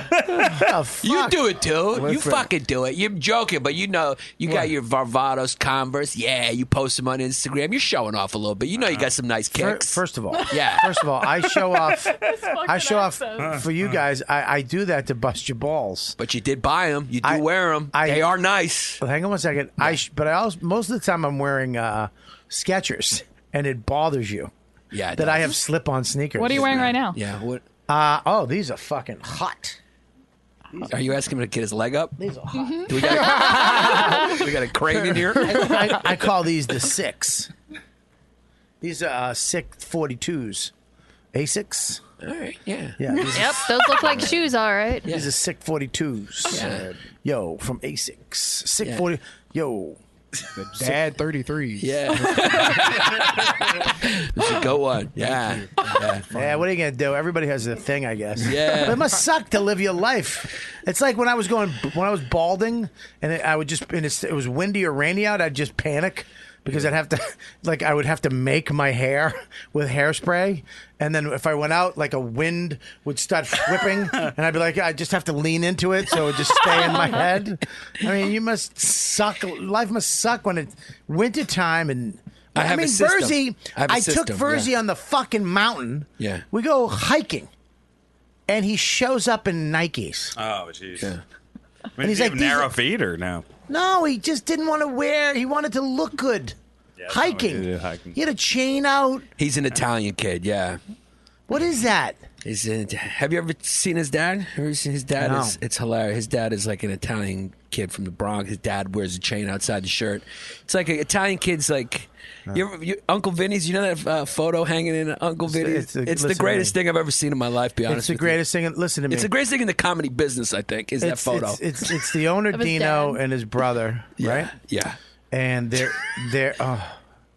C: You do it, dude. You
D: Listen.
C: fucking do it. You're joking, but you know you got your Varvados Converse. Yeah, you post them on Instagram. You're showing off a little bit. You know you got some nice
D: Fir-
C: kicks.
D: First of all,
C: Yeah.
D: First of all, I show off. I show off
C: accent.
D: for you guys. I, I do that to bust your balls.
C: But you did buy them. You do
D: I-
C: wear them.
D: I-
C: they are nice.
D: Well, hang on one second. I sh- but I also most of the time I'm wearing uh, Skechers, and it bothers you.
C: Yeah, it
D: that I
C: does.
D: have slip-on sneakers.
F: What are you wearing right now?
C: Yeah. What
D: Uh, oh, these are fucking hot.
C: are you asking him to get his leg up?
D: These are hot.
F: Mm-hmm.
C: Do we got a, we got a crane in here?
D: I, I call these the six. These are uh, six forty twos, Asics.
C: All right. Yeah.
D: Yeah. These
F: Yep, those look like shoes, all right.
D: These are sick 42s.
F: Yeah.
D: Yo, from Asics. Sick 40. Yo.
I: The dad 33s.
C: This is a go one. Yeah. yeah.
D: Yeah, what are you going to do? Everybody has their thing, I guess.
C: Yeah.
D: But it must suck to live your life. It's like when I was going, when I was balding and it, I would just, and it's, it was windy or rainy out, I'd just panic because I'd have to, like, I would have to make my hair with hairspray. And then if I went out, like, a wind would start whipping and I'd be like, I just have to lean into it so it would just stay in my head. I mean, you must suck. Life must suck when it's wintertime and.
C: I have a
D: mean,
C: system.
D: Verzi.
C: I have a
D: I took
C: system, yeah.
D: Verzi on the fucking mountain.
C: Yeah.
D: We go hiking, and he shows up in Nikes.
G: Oh, jeez. I mean,
D: And he's
G: do
D: like,
G: you have
D: these
G: narrow
D: are-
G: feet or no?
D: No, he just didn't want to wear. He wanted to look good.
G: that's not what
D: hiking.
G: you do, hiking.
D: He had a chain out.
C: He's an Italian kid. Yeah.
D: What is that?
C: Is it, have you ever seen his dad? Have you seen his dad?
D: No.
C: Is, it's hilarious. His dad is like an Italian kid from the Bronx. His dad wears a chain outside the shirt. It's like an Italian kid's like. You ever, you, Uncle Vinny's, you know that uh, photo hanging in Uncle
D: it's
C: Vinny's? It's,
D: a-
C: the
D: listen to
C: greatest
D: me.
C: thing I've ever seen in my life, be honest
D: It's the
C: with
D: greatest thing. Listen to
C: you.
D: me.
C: It's the greatest thing in the comedy business, I think, is that
D: It's-
C: photo.
D: It's, it's, it's the owner
F: Of his
D: Dino and his brother, right?
C: yeah.
D: And they're they're. Oh,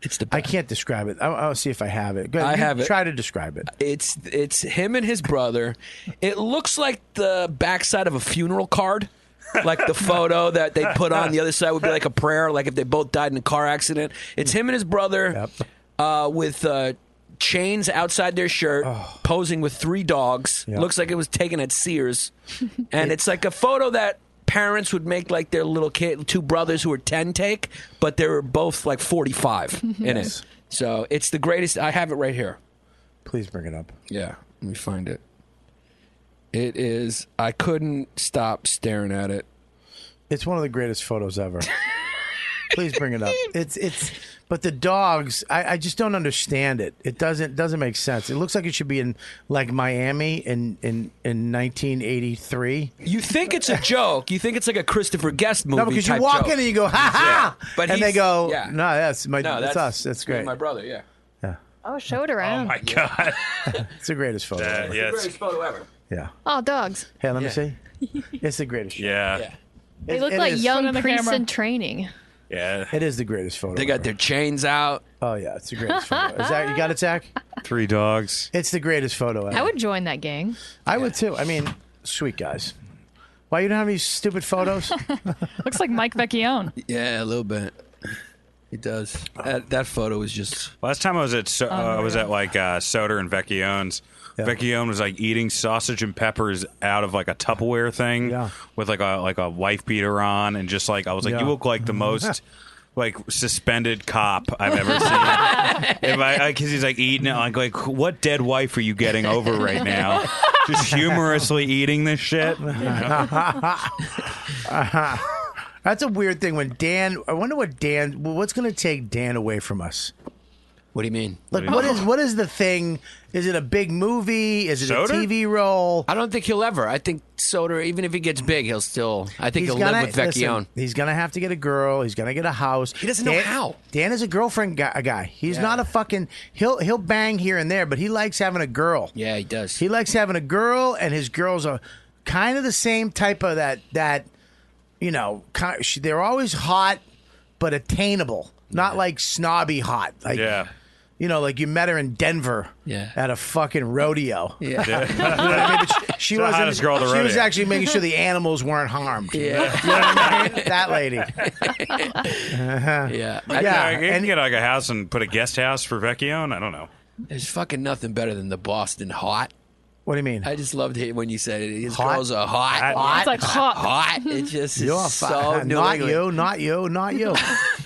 C: it's the.
D: I can't describe it. I'll, I'll see if I have it. Go ahead.
C: I
D: You
C: have it.
D: Try to describe it.
C: It's it's him and his brother. It looks like the backside of a funeral card. Like the photo that they put on the other side would be like a prayer, like if they both died in a car accident. It's him and his brother uh, with uh, chains outside their shirt, posing with three dogs. Looks like it was taken at Sears. And it's like a photo that parents would make like their little kid, two brothers who were 10 take, but they were both like 45 in
D: Yes.
C: it. So it's the greatest. I have it right here.
D: Please bring it up.
C: Yeah, let me find it. It is. I couldn't stop staring at it.
D: It's one of the greatest photos ever. Please bring it up. It's it's but the dogs, I, I just don't understand it. It doesn't doesn't make sense. It looks like it should be in like Miami in in, in nineteen eighty three.
C: You think it's a joke. You think it's like a Christopher Guest movie.
D: No, because you
C: type
D: walk
C: joke.
D: in and you go, ha ha
C: But
D: and they
C: he's-
D: go,
C: yeah.
D: No, that's my
C: No,
D: that's, us. That's
C: me
D: great.
C: and My brother. Yeah.
F: Oh, show it around.
G: My God.
D: It's the greatest photo. ever.
G: yeah.
C: Greatest photo ever.
D: Yeah.
F: Oh, dogs.
D: Hey, let me
C: Yeah.
D: see. It's the greatest.
G: Yeah.
F: They
D: It-
F: look
D: it
F: like
D: is.
F: young
D: Put it on the
F: priests
D: camera.
F: in training.
G: Yeah.
D: It is the greatest photo.
C: They got their chains out.
D: Oh yeah, it's the greatest photo. Zach, you got it, Zach?
G: Three dogs.
D: It's the greatest photo ever.
F: I would join that gang.
D: I would too. I mean, sweet guys. Why you don't have any stupid photos?
F: Looks like Mike Vecchione.
C: Yeah, a little bit. He does. That, that photo is just.
G: Last time I was at
F: Oh,
G: so- uh, I was at like uh, Soder and Vecchione's. Vecchione was like eating sausage and peppers out of like a Tupperware thing with like a like a wife beater on, and just like I was like,
P: Yeah.
G: you look like the most. Like suspended cop I've ever seen. if I because he's like eating it, like like what dead wife are you getting over right now? Just humorously eating this shit. you know?
D: That's a weird thing. When Dan, I wonder what Dan, what's going to take Dan away from us?
C: What do you mean?
D: Like, what is what is the thing? Is it a big movie? Is it
C: Soder?
D: a TV role?
C: I don't think he'll ever. I think Soder, even if he gets big, he'll still. I think he'll live with Vecchione.
D: listen, he's gonna have to get a girl. He's gonna get a house. He
C: doesn't know how.
D: Dan is a girlfriend guy. guy. He's not a fucking. He'll he'll bang here and there, but he likes having a girl.
C: Yeah, he does.
D: He likes having a girl, and his girls are kind of the same type of that that you know. Kind she they're always hot, but attainable. Not like snobby hot. Like
G: yeah.
D: You know, like you met her in Denver
C: Yeah.
D: at a fucking rodeo.
C: Yeah.
D: You know what I mean? But she, she
G: The
D: wasn't.
G: hottest girl at the
D: she was
G: rodeo.
D: actually making sure the animals weren't harmed.
C: Yeah.
D: You know what I mean? That lady.
C: Yeah.
G: Yeah,
C: Yeah,
G: you can get like a house and put a guest house for Vecchione. I don't know.
C: There's fucking nothing better than the Boston hot.
D: What do you mean?
C: I just loved it when you said it. His
D: Hot?
C: girls are hot.
D: Hot? It's like hot.
C: Hot. It just
D: You're
C: is
D: fu-
C: so New
D: not
C: England.
D: you, not you, not you.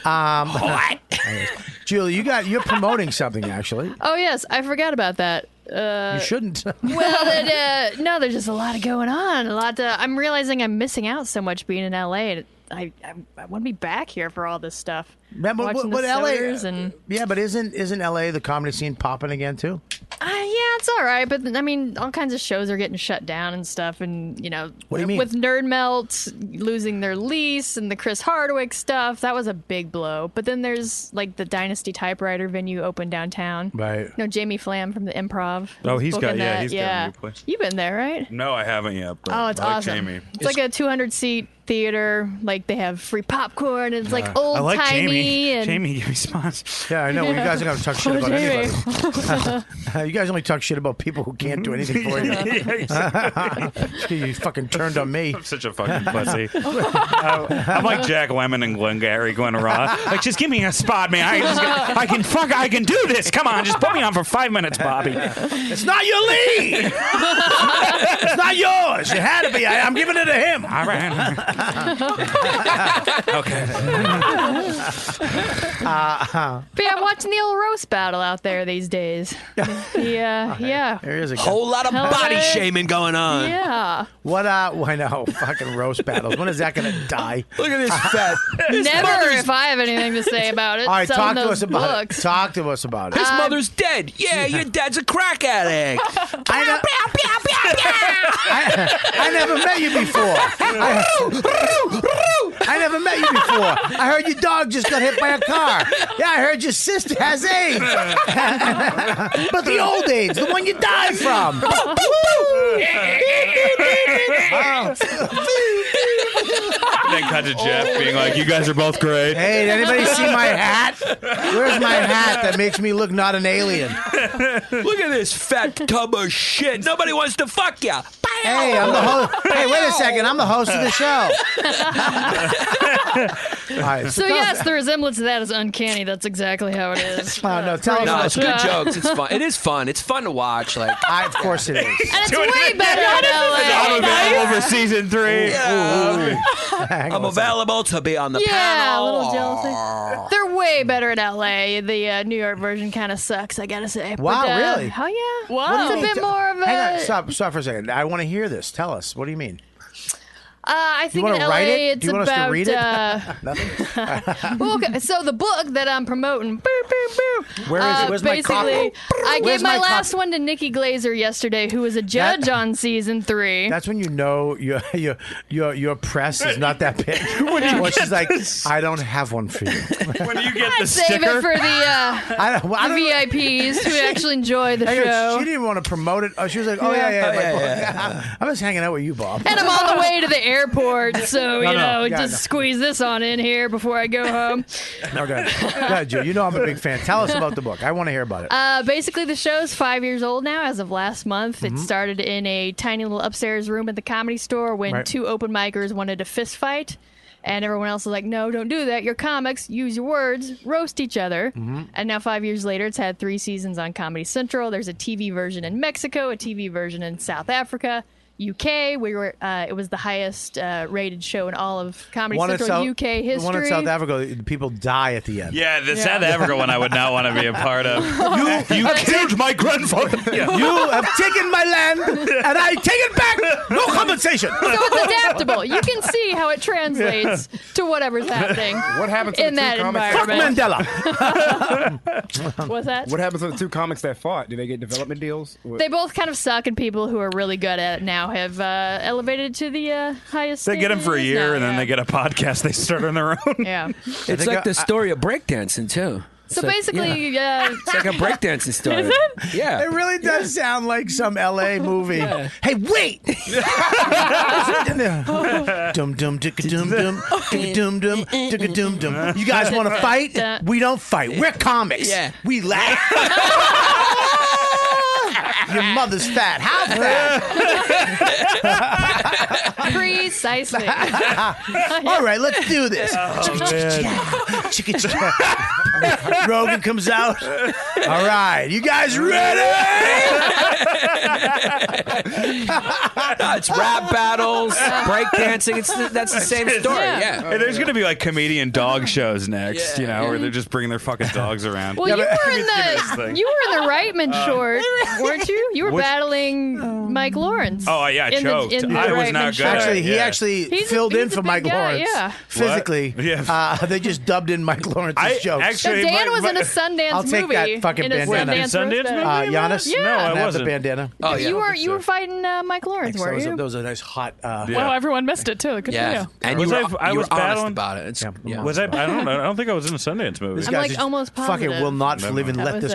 D: Um,
C: Hot.
D: Julie, you got you're promoting something actually.
F: Oh yes, I forgot about that. Uh,
D: You shouldn't.
F: well, that, uh, no, there's just a lot going on. A lot. To, I'm realizing I'm missing out so much being in LA. and I I, I want to be back here for all this stuff.
D: Yeah, but
F: Watching
D: what- uh,
F: the
D: what LA
F: Soders and
D: Yeah, but isn't isn't LA the comedy scene popping again too?
F: uh, yeah, it's all right. But I mean, all kinds of shows are getting shut down and stuff. And you know,
D: What do you mean?
F: with Nerd Melt losing their lease and the Chris Hardwick stuff, that was a big blow. But then there's like the Dynasty Typewriter venue open downtown.
G: Right.
F: You know, Jamie Flam from the Improv.
G: Oh, he's got-
F: booking
G: yeah,
F: that.
G: he's got a
F: yeah.
G: new place.
F: You've been there, right?
G: No, I haven't yet. But
F: Oh, it's
G: I like
F: awesome.
G: Jamie.
F: It's, like a 200 seat theater. Like they have free popcorn. And it's like old
G: Uh, I like
F: timey
G: Jamie.
F: and
G: Jamie, your response.
D: Yeah, I know. well, You guys are gonna talk shit
F: Oh,
D: about
F: Jamie.
D: anybody. you guys only talk shit about people who can't do anything for you.
G: Yeah,
D: you fucking turned on me. I'm
G: such a fucking pussy. Uh, I'm like Jack Lemon and Glengarry Glen Ross. Like, just give me a spot, man. I can, just get- I can fuck. I can do this. Come on, just put me on for five minutes, Bobby.
D: It's not your lead. it's not yours. It had to be. I, I'm giving it to him.
G: All right.
D: Uh,
F: But yeah, I'm watching the old roast battle out there these days.
D: Oh,
F: Yeah, yeah.
D: there is a
C: Whole lot of body
F: Hello.
C: shaming going on.
F: Yeah.
D: What? Uh, why no? Fucking roast battles. When is that gonna die?
C: Look at this fat.
F: Never if I have anything to say about it.
D: All right,
F: Selling
D: talk to
F: those
D: us about
F: books.
D: it. Talk to us about it.
C: His mother's dead. Yeah, your dad's a crack addict.
D: I, ne- I, I never met you before. I, I never met you before. I heard your dog just got hit by a car. Yeah, I heard your sister has AIDS. but the old AIDS, the one you died from.
G: then cut to Jeff being like, "You guys are both great."
D: Hey, did anybody see my hat? Where's my hat that makes me look not an alien?
C: Look at this fat tub of shit. Nobody wants to fuck ya.
D: Hey, I'm the host. Hey, wait a second. I'm the host of the show. All right,
F: So
D: tell us-
F: yes, the resemblance to that is uncanny. That's exactly how it is.
D: Oh, no, tell us
C: No,
D: about
C: it's good
D: it.
C: jokes. It's fun. It is fun. It's fun to watch. Like,
D: I, of course it is.
F: And it's way better in LA.
C: I'm
G: available for season three.
C: I'm available to be on the
F: Yeah, a
C: panel.
F: little jealousy. They're way better in LA. The uh, New York version kind of sucks, I gotta say.
D: Wow,
F: But, uh,
D: really?
F: Hell yeah.
D: What do you
F: It's a
D: mean?
F: bit more of a.
D: Hang on, stop, stop for a second. I want to hear this. Tell us. What do you mean?
F: Uh, I
D: you
F: think
D: want
F: in
D: to
F: LA,
D: write it?
F: it's
D: Do you want
F: about.
D: us to read it?
F: Uh,
D: Nothing.
F: well, okay, so the book that I'm promoting, boop, boop, boop,
D: Where is it?
F: uh,
D: Where's my
F: basically,
D: copy?
F: I gave
D: Where's
F: my,
D: my
F: last one to Nikki Glazer yesterday, who was a judge on season three.
D: That's when you know your your your your press is not that big. when she's like, I don't have one for you.
G: When do you get the
F: Save it
G: sticker?
F: for the, uh,
D: I don't. well, I
F: the
D: don't
F: VIPs who actually enjoy the
D: Hang on,
F: show.
D: She didn't want to promote it. Oh, she was like, "Oh yeah, yeah,
F: Yeah.
D: my
F: Oh,
D: book. I'm just hanging out with you, Bob."
F: And I'm on the way to the airport, so
D: No,
F: you
D: no.
F: know,
D: Yeah,
F: just
D: no.
F: squeeze this on in here before I go home.
D: No, go ahead. Go ahead, Joe. You know I'm a big fan. Tell us about the book. I want to hear about it.
F: Uh, basically, the show's five years old now. As of last month,
D: Mhm.
F: it started in a tiny little upstairs room at the comedy store when
D: Right.
F: two open micers wanted to fist fight. And everyone else is like, no, don't do that. You're comics. Use your words. Roast each other.
D: Mm-hmm.
P: Mhm.
F: And now, five years later, it's had three seasons on Comedy Central. There's a TV version in Mexico, a TV version in South Africa, UK. We were uh, it was the highest uh, rated show in all of Comedy
D: One in
F: Central
D: South-
F: UK history.
D: The one in South Africa, the people die at the end.
G: Yeah, the South Africa one I would not want to be a part of. You, you killed my grandfather. Yeah.
D: You have taken my land, and I take it back. No compensation.
F: so it's adaptable. You can see how it translates
D: Yeah.
F: to whatever's happening.
I: What happened to
F: in
I: the
F: that
I: two comics?
F: environment?
I: Mandela.
F: What's that?
I: What happens to the two comics that fought? Do they get development deals? What-
F: They both kind of suck, and people who are really good at it now have uh, elevated to the uh, highest.
G: They get
F: stage
G: them for a
F: it is
G: year,
F: now,
G: and then
F: yeah.
G: they get a podcast. They start on their own.
F: Yeah.
C: It's like the story of breakdancing too. It's
F: So
C: like-
F: basically,
C: yeah.
F: yeah.
C: it's like a breakdancing story.
F: Is it?
C: Yeah.
D: It really does sound like some LA movie. Hey, wait! dum dum dicka dum dum dicka dum dum dicka dum dum. You guys want to fight? We don't fight. We're comics.
P: Yeah.
D: We laugh. Your mother's fat. How fat?
F: uh, Precisely.
D: All right, let's do this.
P: Oh,
D: Chicka chicka. Rogan comes out. All right, you guys ready?
C: No, it's rap battles, breakdancing. It's the, that's the same story. Yeah.
G: Hey, there's gonna be like comedian dog shows next, you know, where they're just bringing their fucking dogs around.
F: Well, you were in
G: this
F: the
G: thing. Uh,
F: you were in the Reitman short, weren't you? You were
G: Which-
F: battling Mike Lawrence.
G: Oh, yeah, I
F: in the-
G: choked.
F: in the
G: I was
F: Reitman
G: not good.
F: short.
D: Actually, he
G: Yeah.
D: actually
F: He's a-
D: filled
F: he's
D: in
F: a
D: for
F: big
D: Mike
F: guy,
D: Lawrence
F: yeah.
D: physically. Yeah. Uh, they just dubbed in Mike Lawrence's
G: I-
D: jokes.
G: actually,
F: So Dan my- was in a Sundance
D: I'll take
F: movie,
D: that fucking
F: in a
D: bandana.
F: Sundance Sundance roast battle.
D: Uh,
F: movie,
D: Giannis?
F: yeah. No, I
D: have
G: wasn't.
D: the bandana.
G: Oh,
F: you were you were fighting uh, Mike Lawrence,
D: That
F: were
D: was,
F: you?
D: a, that was a nice hot. Uh,
F: Wow, everyone missed it too. Good
G: Yeah.
F: for you.
C: And
G: was
C: you were,
G: I, I
C: you
G: was
C: were honest
G: battling
C: about it. It's, yeah.
G: Was I? I don't know. I don't think I was in a Sundance movie.
D: This guy just fucking will not
G: Never
D: live and
G: mind.
D: let this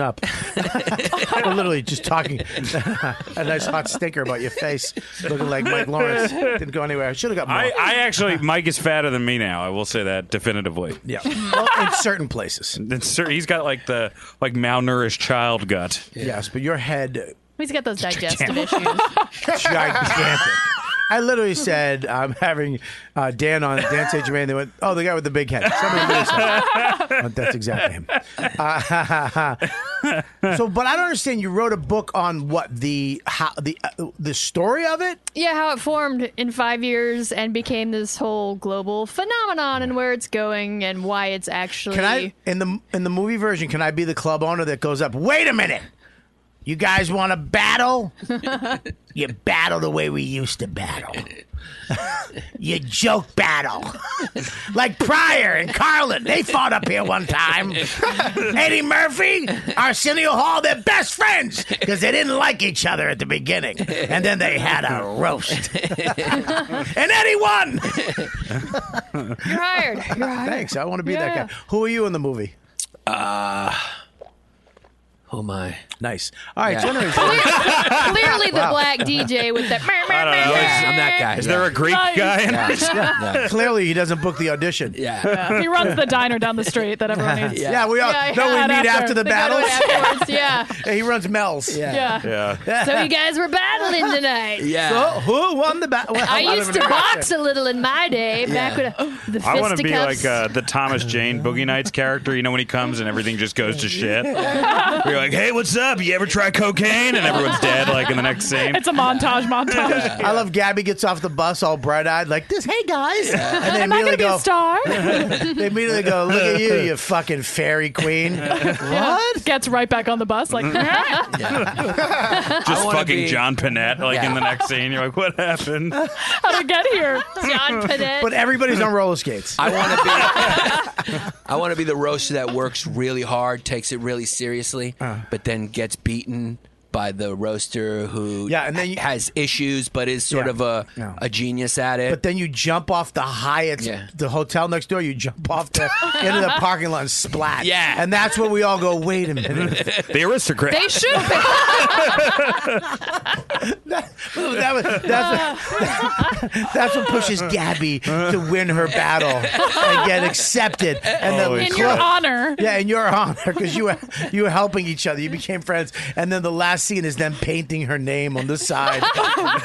D: up. We're literally just talking. a nice hot stinker about your face, looking like Mike Lawrence. Didn't go anywhere. I should have got more.
G: I, I actually, Mike is fatter than me now. I will say that definitively.
D: yeah, well, in certain places.
G: It's cer- he's got like the like malnourished child gut.
D: Yes, but your head
F: He's got those digestive
D: Damn.
F: issues.
D: gigantic. I literally said I'm having uh, Dan on Dan St. Germain. They went, "Oh, the guy with the big head." Somebody really said that. Uh, That's exactly him. Uh, so, but I don't understand. You wrote a book on what the how the uh, the story of it.
F: Yeah, how it formed in five years and became this whole global phenomenon and where it's going and why it's actually.
D: Can I in the in the movie version? Can I be the club owner that goes up? Wait a minute. You guys want to battle? you battle the way we used to battle. you joke battle. like Pryor and Carlin, they fought up here one time. Eddie Murphy, Arsenio Hall, they're best friends because they didn't like each other at the beginning. And then they had a roast. and Eddie won.
F: You're hired. You're hired.
D: Thanks. I want to be
F: Yeah.
D: that guy. Who are you in the movie?
C: Uh, who am I?
D: Nice. All right,
C: Yeah.
D: generation.
F: Clearly, the
D: Wow.
F: black DJ with that.
G: I don't know. Is-
C: I'm that guy.
G: Is
C: yeah.
G: there a Greek
F: Nice.
G: guy? In
C: Yeah.
G: this?
C: Yeah.
D: Clearly, he doesn't book the audition.
C: Yeah.
P: Yeah. He runs the diner down the street that everyone
D: Yeah,
P: needs.
D: we all
F: Yeah,
D: no. We
F: yeah,
D: meet
F: after-
D: after the
F: they go to
D: battle.
F: it afterwards, yeah.
D: he runs Mel's.
F: Yeah. So you guys were battling tonight.
D: So who won the battle?
F: I used to box a little in my day, back
G: Yeah.
F: with the
G: I want to be
F: fisticuffs.
G: like uh, the Thomas Jane Boogie Nights character. You know when he comes and everything just goes to shit. You're like, hey, what's up? You ever try cocaine? And everyone's dead. Like in the next scene.
P: It's a montage, montage.
D: I love Gabby gets off the bus all bright eyed like this. Hey guys, and
P: Am I gonna be a star?
D: they immediately go, "Look at you, you fucking fairy queen."
P: What? Gets right back on the bus like.
G: Just
P: I wanna
G: fucking
P: be-
G: John Panette. Like in the next scene. You're like, what happened?
P: How'd I get here?
F: John Panette.
D: But everybody's on roller skates.
C: I want to be. I want to be the roaster that works really hard, takes it really seriously, but then gets beaten by the roaster who yeah, and then has issues, but is sort
D: Yeah.
C: of a a genius at it.
D: But then you jump off the Hyatt,
C: Yeah.
D: the hotel next door. You jump off the into the parking lot and splat.
C: Yeah.
D: and that's when we all go. Wait a minute.
G: the aristocrat.
F: They should.
D: that was, that's, that's what pushes Gabby to win her battle and get accepted. And
P: Holy
D: the
P: In your
D: clo-
P: honor.
D: Yeah, in your honor, because you were, you were helping each other. You became friends. And then the last scene is them painting her name on the side,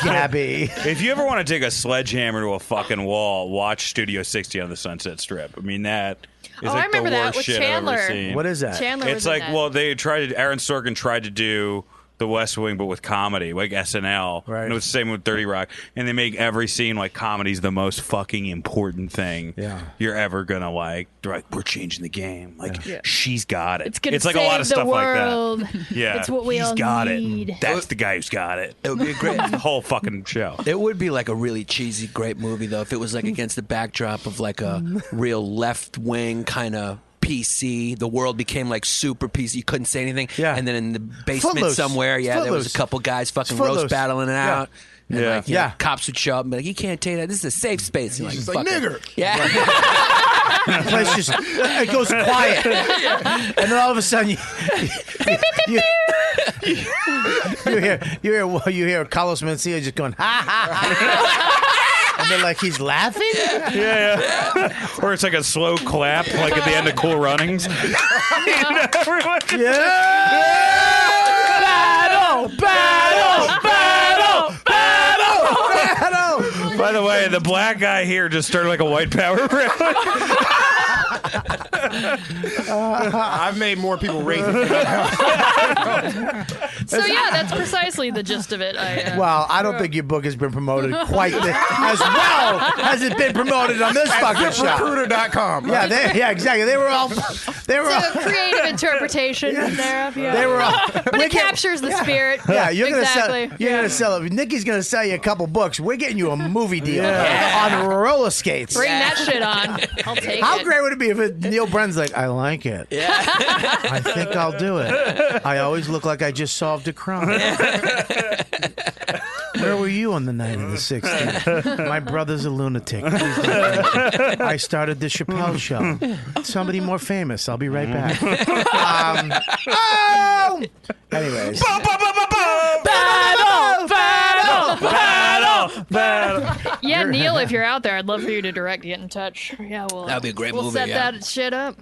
D: Gabby.
G: If you ever want to take a sledgehammer to a fucking wall, watch Studio 60 on the Sunset Strip. I mean that is
F: Oh, I
G: like
F: remember
G: the
F: that
G: worst
F: with
G: shit I've
F: Chandler.
G: ever seen.
F: What is that? Chandler was
G: it's
F: in
G: like
F: that.
G: well, they tried to, Aaron Sorkin tried to do the West Wing, but with comedy, like SNL. Right. And it was the same with Thirty Rock, and they make every scene like comedy's the most fucking important thing
Q: Yeah.
G: you're ever gonna like. They're like, we're changing the game. Like
F: Yeah.
G: she's got it.
F: It's gonna
G: like
F: save
G: a lot of
F: the
G: stuff
F: world.
G: like that. Yeah,
F: It's what we
G: He's
F: all
G: got
F: need.
G: it. That's the guy who's got it.
C: It would be a great
G: the whole fucking show.
C: It would be like a really cheesy, great movie though if it was like against the backdrop of like a real left wing kind of PC. The world became like super PC. You couldn't say anything. Yeah. And then in the basement
D: Footloose.
C: somewhere, yeah, there was
D: Footloose.
C: a couple guys fucking
D: Footloose.
C: roast battling it
D: Yeah.
C: out. And
D: Yeah.
C: like, you know,
D: Yeah.
C: cops would show up and be like, "You can't take that. This is a safe space." And
D: He's
C: like,
D: just like,
C: "Fuck it."
D: "Nigger."
C: Yeah.
D: The place just it goes quiet, and then all of a sudden you you, you, you hear you hear well, you hear Carlos Mencia just going ha ha ha, and they're like he's laughing.
G: Yeah, yeah. or it's like a slow clap, like at the end of Cool Runnings.
D: Battle, battle, battle, battle, battle.
G: By the way, the black guy here just started like a white power rally.
I: I've made more people racist.
F: So yeah, that's precisely the gist of it. I, uh,
D: Well, I don't think your book has been promoted quite the, as well as it's been promoted on this
F: At
D: fucking show.
I: ZipRecruiter.com.
D: Yeah, they, yeah, exactly. They were all they were
F: it's
D: all,
F: a creative interpretation thereof. Yeah.
D: They were all-
F: but it captures the spirit.
D: Yeah, you're
F: exactly.
D: gonna sell. You're gonna sell it. Nikki's gonna sell you a couple books. We're getting you a movie deal on roller skates.
F: Bring that shit on. I'll take
D: How
F: it.
D: great would it be if it, Neil Brennan's like, I like it. Yeah. I think I'll do it. I always look like I just solved a crime. Where were you on the night of the 16th? My brother's a lunatic. Please don't worry. I started the Chappelle show. Somebody more famous. I'll be right back. Um, oh! Anyways.
P: Battle, battle, battle,
G: battle.
F: Yeah, Neil, if you're out there, I'd love for you to direct. Get in touch. Yeah, we'll.
C: That'd be a great
F: we'll
C: movie,
F: set
C: yeah.
F: that shit up.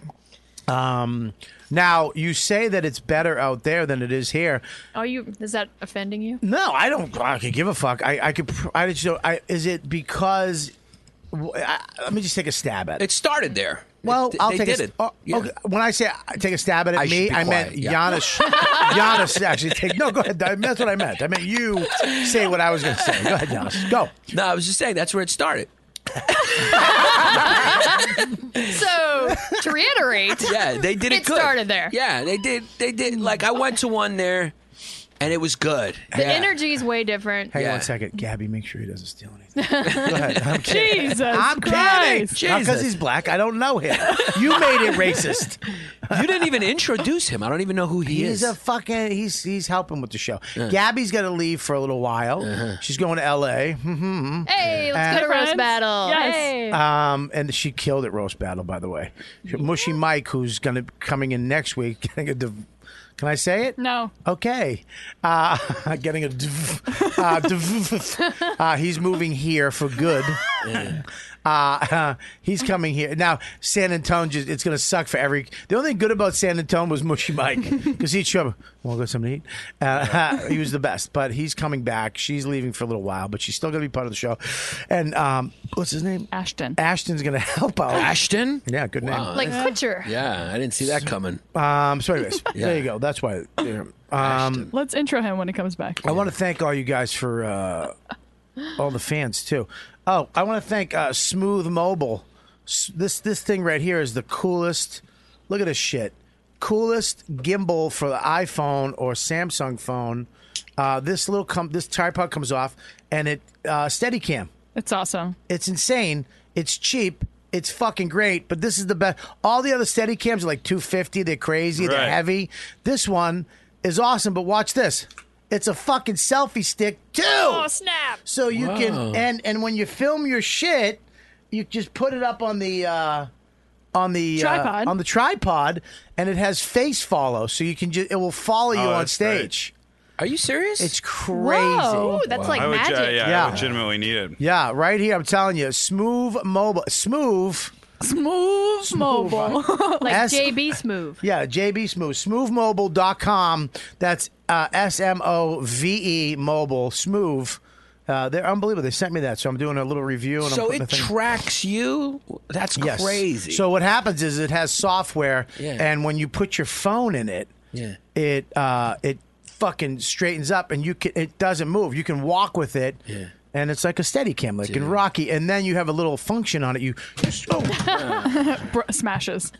D: Um, now you say that it's better out there than it is here.
F: Are you? Is that offending you?
D: No, I don't. I could give a fuck. I, I could. pr- I just. don't- I, is it because? w I let me just take a stab at it.
C: It started there.
D: Well,
C: It-
D: I'll
C: they
D: take
C: did
D: a,
C: it.
D: oh, okay. When I say I take a stab at it,
C: I should
D: me,
C: be
D: I meant
C: quiet, yeah.
D: Giannis. Giannis actually take. No, go ahead. That's what I meant. I meant you say what I was going to say. Go ahead, Giannis. Go.
C: No, I was just saying that's where it started.
F: So to reiterate,
C: Yeah, they did it,
F: It
C: good.
F: started there.
C: Yeah, they did. They did. Like I went to one there, and it was good.
F: the energy is way different.
D: Hang on one second, Gabby. Make sure he doesn't steal anything. I'm kidding.
P: Jesus
D: I'm
P: Christ.
D: kidding. Not because he's black. I don't know him. You made it racist.
C: You didn't even introduce him. I don't even know who he
D: he's
C: is.
D: a fucking he's he's helping with the show. Gabby's gonna leave for a little while.
C: Uh-huh.
D: She's going to L.A. hmm
F: Hey, let's
D: And-
F: go to roast battle.
P: Yes.
F: Hey.
D: Um, and she killed at roast battle, by the way. Mushy Mike, who's gonna be coming in next week, getting a. Div- can I say it?
P: No.
D: Okay. Uh, getting a. div- uh, div- uh, he's moving here for good. Uh, he's coming here now. San Antonio, just, it's gonna suck for every. The only thing good about San Antonio was Mushy Mike because he'd show up. Want to go something to eat? Uh, he was the best, but he's coming back. She's leaving for a little while, but she's still gonna be part of the show. And um, what's his name?
P: Ashton.
D: Ashton's gonna help out.
C: Ah. Ashton.
D: Yeah, good name.
F: Like Kutcher.
C: Yeah, I didn't see that coming.
D: Um, so, anyways,
C: Yeah.
D: there you go. That's why. yeah. Um,
P: Let's intro him when he comes back.
D: I want to thank all you guys for uh, all the fans too. Oh, I want to thank uh, Smooth Mobile. S- This this thing right here is the coolest. Look at this shit. Coolest gimbal for the iPhone or Samsung phone. Uh, this little com- this tripod comes off and it uh, Steadicam.
P: It's awesome.
D: It's insane. It's cheap. It's fucking great, but this is the best. All the other steady cams are like 250. They're crazy. They're
Q: Right.
D: heavy. This one is awesome, but watch this. It's a fucking selfie stick, too.
P: Oh, snap.
D: So you
Q: Wow.
D: can, and and when you film your shit, you just put it up on the, uh, on the uh,
P: Tripod.
D: on the tripod, and it has face follow, so you can just it will follow you
G: Oh,
D: on
G: that's great.
D: stage.
C: Are you serious?
D: It's crazy.
F: Whoa, that's like
G: I would,
F: magic.
G: uh, yeah,
D: Yeah.
G: I legitimately need it.
D: Yeah, right here. I'm telling you, smooth mobile, smooth,
F: smooth, mobile, like
D: S-
F: JB Smooth.
D: Yeah, JB Smooth, smoothmobile.com. That's uh, S M O V E mobile, smooth. Uh, they're unbelievable. They sent me that, so I'm doing a little review. And I'm
C: So
D: putting
C: it
D: the thing-
C: tracks you. That's
D: Yes.
C: crazy.
D: So what happens is it has software,
C: Yeah.
D: and when you put your phone in it,
C: Yeah.
D: it uh, it fucking straightens up, and you can it doesn't move. You can walk with it.
C: Yeah.
D: And it's like a steady cam, like in Rocky. And then you have a little function on it. You, oh,
P: Br- smashes.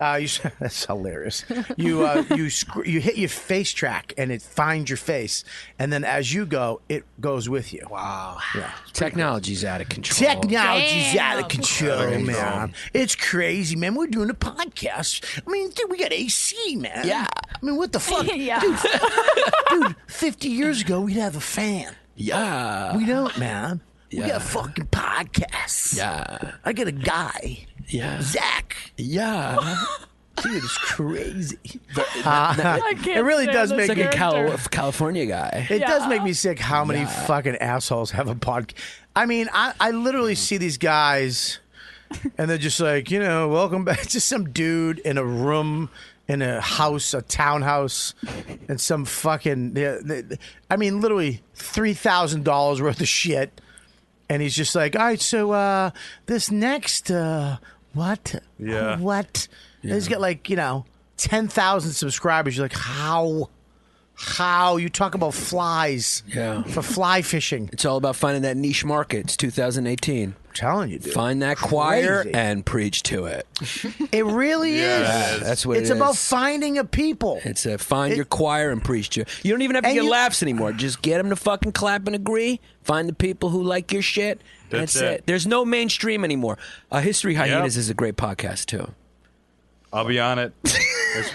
D: uh, you that's hilarious. You uh, you sc- you hit your face track, and it finds your face. And then as you go, it goes with you. Wow. Yeah.
C: Technology's out of control.
D: Technology's out of
C: Damn.
D: control,
C: Out of control.
D: man. It's crazy, man. We're doing a podcast. I mean, dude, we got AC, man.
C: Yeah.
D: I mean, what the fuck?
P: Yeah.
D: Dude, dude, 50 years ago, we'd have a fan.
C: Yeah.
D: We don't, man. We
C: Uh-huh. Yeah.
D: got fucking podcasts.
C: Yeah.
D: I got a guy.
C: Yeah.
D: Zach.
C: Yeah.
D: Dude, it's crazy.
C: I
D: it really does make
C: like
D: me
C: a Cali- California guy.
D: It does make me sick how many fucking assholes have a podcast. I mean, I, I literally see these guys and they're just like, you know, welcome back. Just some dude in a room in a house, a townhouse, and some fucking, yeah, they- they- I mean, literally $3,000 worth of shit. And he's just like, all right, so uh, this next, uh, what?
G: Yeah.
D: What? And He's got like, you know, 10,000 subscribers. You're like, how? How? You talk about flies.
C: Yeah.
D: For fly fishing.
C: It's all about finding that niche market. It's 2018.
D: I'm telling you, dude.
C: Find that choir
D: Crazy.
C: and preach to it.
D: It really
C: Yeah,
D: is.
C: that's what it
D: It's about
C: is.
D: finding a people.
C: It's a find
D: It-
C: your choir and preach to. You don't even have to
D: And
C: get
D: you-
C: laughs anymore. Just get them to fucking clap and agree. Find the people who like your shit. and
G: That's
C: That's, it.
G: it.
C: There's no mainstream anymore. Uh, History Hyenas is a great podcast too.
G: I'll be on it this